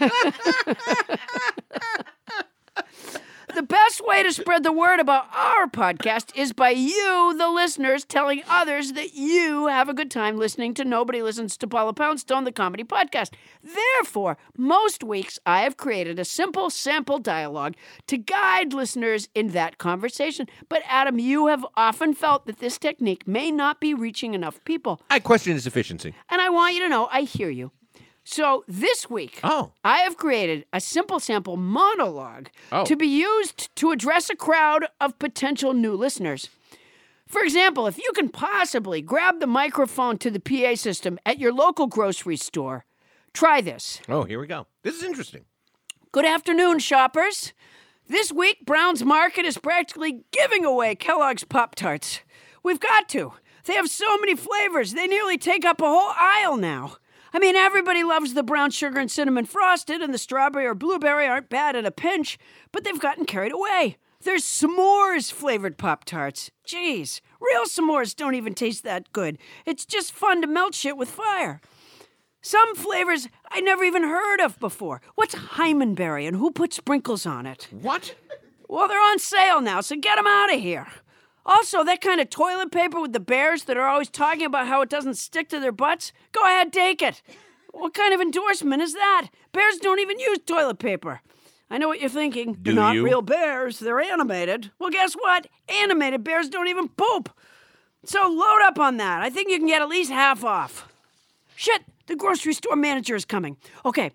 [SPEAKER 1] Uh, (laughs) the best way to spread the word about our podcast is by you, the listeners, telling others that you have a good time listening to Nobody Listens to Paula Poundstone, the comedy podcast. Therefore, most weeks I have created a simple sample dialogue to guide listeners in that conversation. But, Adam, you have often felt that this technique may not be reaching enough people.
[SPEAKER 10] I question his efficiency.
[SPEAKER 1] And I want you to know I hear you. So this week,
[SPEAKER 10] oh.
[SPEAKER 1] I have created a simple sample monologue
[SPEAKER 10] Oh.
[SPEAKER 1] to be used to address a crowd of potential new listeners. For example, if you can possibly grab the microphone to the PA system at your local grocery store, try this.
[SPEAKER 10] Oh, here we go. This is interesting.
[SPEAKER 1] Good afternoon, shoppers. This week, Brown's Market is practically giving away Kellogg's Pop Tarts. We've got to. They have so many flavors, they nearly take up a whole aisle now. I mean, everybody loves the brown sugar and cinnamon frosted, and the strawberry or blueberry aren't bad at a pinch, but they've gotten carried away. There's s'mores flavored Pop Tarts. Jeez, real s'mores don't even taste that good. It's just fun to melt shit with fire. Some flavors I never even heard of before. What's Hymenberry and who put sprinkles on it?
[SPEAKER 10] What?
[SPEAKER 1] Well, they're on sale now, so get them out of here. Also, that kind of toilet paper with the bears that are always talking about how it doesn't stick to their butts, go ahead, take it. What kind of endorsement is that? Bears don't even use toilet paper. I know what you're thinking.
[SPEAKER 26] Do
[SPEAKER 1] They're not
[SPEAKER 26] you?
[SPEAKER 1] real bears, they're animated. Well, guess what? Animated bears don't even poop. So load up on that. I think you can get at least half off. Shit, the grocery store manager is coming. Okay,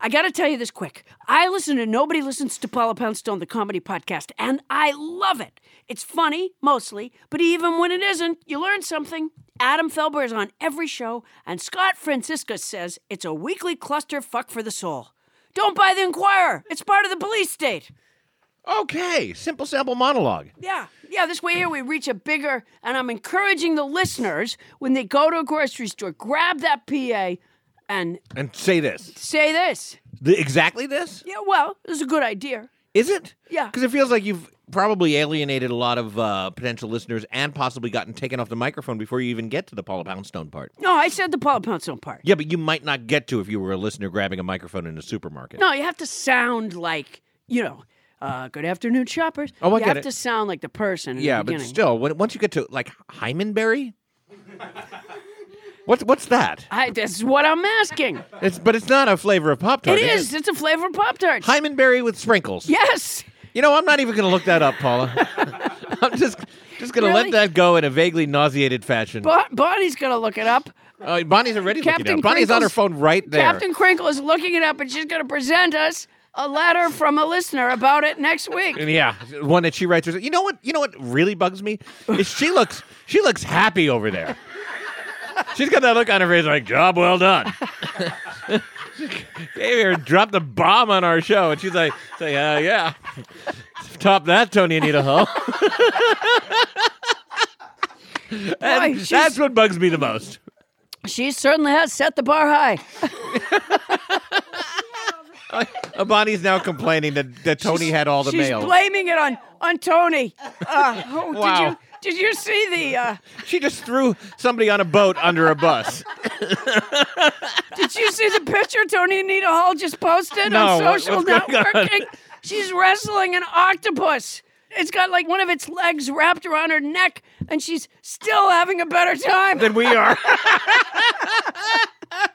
[SPEAKER 1] I gotta tell you this quick. I listen to Nobody Listens to Paula Poundstone, the comedy podcast, and I love it. It's funny, mostly, but even when it isn't, you learn something. Adam Felber is on every show, and Scott Franciscus says it's a weekly cluster fuck for the soul. Don't buy the Inquirer, it's part of the police state.
[SPEAKER 10] Okay, simple sample monologue.
[SPEAKER 1] Yeah, yeah. This way here we reach a bigger, and I'm encouraging the listeners when they go to a grocery store, grab that PA, and
[SPEAKER 10] And say this.
[SPEAKER 1] say this.
[SPEAKER 10] The, exactly this?
[SPEAKER 1] Yeah, well, this is a good idea.
[SPEAKER 10] Is it?
[SPEAKER 1] Yeah.
[SPEAKER 10] Because it feels like you've probably alienated a lot of uh, potential listeners and possibly gotten taken off the microphone before you even get to the Paula Poundstone part.
[SPEAKER 1] No, I said the Paula Poundstone part.
[SPEAKER 10] Yeah, but you might not get to if you were a listener grabbing a microphone in a supermarket.
[SPEAKER 1] No, you have to sound like you know. Uh, good afternoon, shoppers.
[SPEAKER 10] Oh, I
[SPEAKER 1] you
[SPEAKER 10] get
[SPEAKER 1] have
[SPEAKER 10] it.
[SPEAKER 1] to sound like the person. in
[SPEAKER 10] yeah,
[SPEAKER 1] the
[SPEAKER 10] but
[SPEAKER 1] beginning.
[SPEAKER 10] still, when, once you get to like Hymenberry, what's what's that?
[SPEAKER 1] I, this is what I'm asking.
[SPEAKER 10] It's but it's not a flavor of Pop Tart.
[SPEAKER 1] it is. It's a flavor of Pop Tart.
[SPEAKER 10] Hymenberry with sprinkles.
[SPEAKER 1] Yes.
[SPEAKER 10] You know, I'm not even going to look that up,
[SPEAKER 1] (laughs)
[SPEAKER 10] Paula. I'm just just going to
[SPEAKER 1] Really?
[SPEAKER 10] let that go in a vaguely nauseated fashion.
[SPEAKER 1] Bo- Bonnie's gonna look it up.
[SPEAKER 10] Uh, Bonnie's already looking
[SPEAKER 1] Captain
[SPEAKER 10] down. Bonnie's on her
[SPEAKER 1] Crinkles-
[SPEAKER 10] phone right there.
[SPEAKER 1] Captain Crinkle is looking it up, and she's going to present us a letter from a listener about it next week.
[SPEAKER 10] (laughs) yeah, one that she writes. herself. You know what? You know what really bugs me is she looks she looks happy over there. She's got that look on her face like job well done. (laughs) Gave her dropped the bomb on our show, and she's like, say, uh, yeah, top that, Tony Anita Hull. (laughs) And
[SPEAKER 1] Boy, she's-
[SPEAKER 10] that's what bugs me the most.
[SPEAKER 1] She certainly has set the bar high.
[SPEAKER 10] Uh, Bonnie's now complaining that, that Tony had all the
[SPEAKER 1] she's
[SPEAKER 10] mail.
[SPEAKER 1] blaming it on on Tony. Uh, oh,
[SPEAKER 10] Wow.
[SPEAKER 1] Did you did you see the? Uh,
[SPEAKER 10] she just threw somebody on a boat under a bus.
[SPEAKER 1] did you see the picture Tony Anita Hall just posted on
[SPEAKER 10] No, what-
[SPEAKER 1] social
[SPEAKER 10] what's going on?
[SPEAKER 1] networking? She's wrestling an octopus. It's got like one of its legs wrapped around her neck, and she's still having a better time
[SPEAKER 10] than we are.
[SPEAKER 1] (laughs)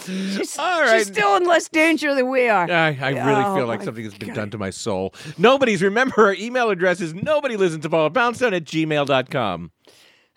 [SPEAKER 1] she's,
[SPEAKER 10] All right.
[SPEAKER 1] she's still in less danger than we are.
[SPEAKER 10] I, I really
[SPEAKER 1] Oh,
[SPEAKER 10] feel like
[SPEAKER 1] my
[SPEAKER 10] something has been done to my soul. Nobody's remember our email address is nobody listens to Paula Poundstone at gmail.com.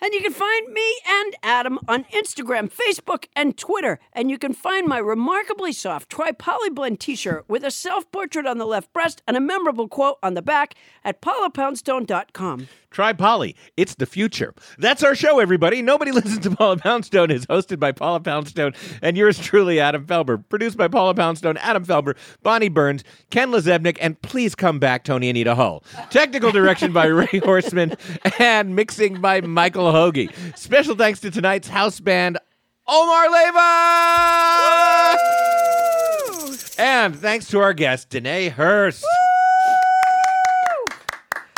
[SPEAKER 1] And you can find me and Adam on Instagram, Facebook, and Twitter. And you can find my remarkably soft tri polyblend t shirt with a self portrait on the left breast and a memorable quote on the back at paulapoundstone.com.
[SPEAKER 10] Try Polly. It's the future. That's our show, everybody. Nobody (laughs) listens to Paula Poundstone is hosted by Paula Poundstone and yours truly, Adam Felber. Produced by Paula Poundstone, Adam Felber, Bonnie Burns, Ken Lazebnik, and please come back, Tony Anita Hull. Technical direction by Ray Horseman and mixing by Michael Hoagie. Special thanks to tonight's house band, Omar Leva! And thanks to our guest, Danae Hurst.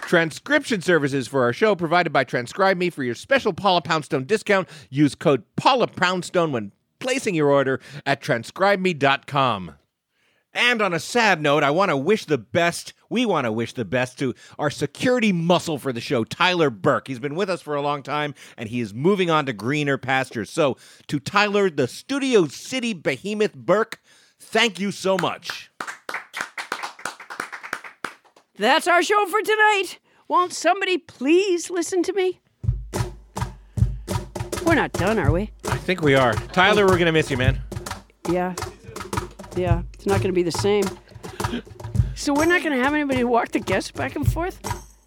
[SPEAKER 10] Transcription services for our show provided by Transcribe Me for your special Paula Poundstone discount. Use code Paula Poundstone when placing your order at transcribeme.com. And on a sad note, I want to wish the best. We want to wish the best to our security muscle for the show, Tyler Burke. He's been with us for a long time and he is moving on to greener pastures. So, to Tyler, the Studio City behemoth Burke, thank you so much.
[SPEAKER 1] That's our show for tonight. Won't somebody please listen to me? We're not done, are we?
[SPEAKER 10] I think we are. Tyler, we're going to miss you, man.
[SPEAKER 1] Yeah. Yeah. It's not going to be the same. So we're not going to have anybody walk the guests back and forth?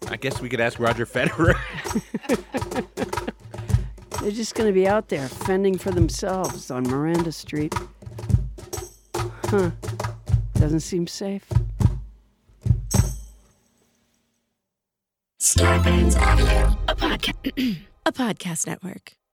[SPEAKER 10] I guess we could ask Roger Federer. (laughs)
[SPEAKER 1] They're just going to be out there fending for themselves on Miranda Street. Huh. Doesn't seem safe.
[SPEAKER 27] (clears throat) Scarpins Avenue, a podcast, a podcast network.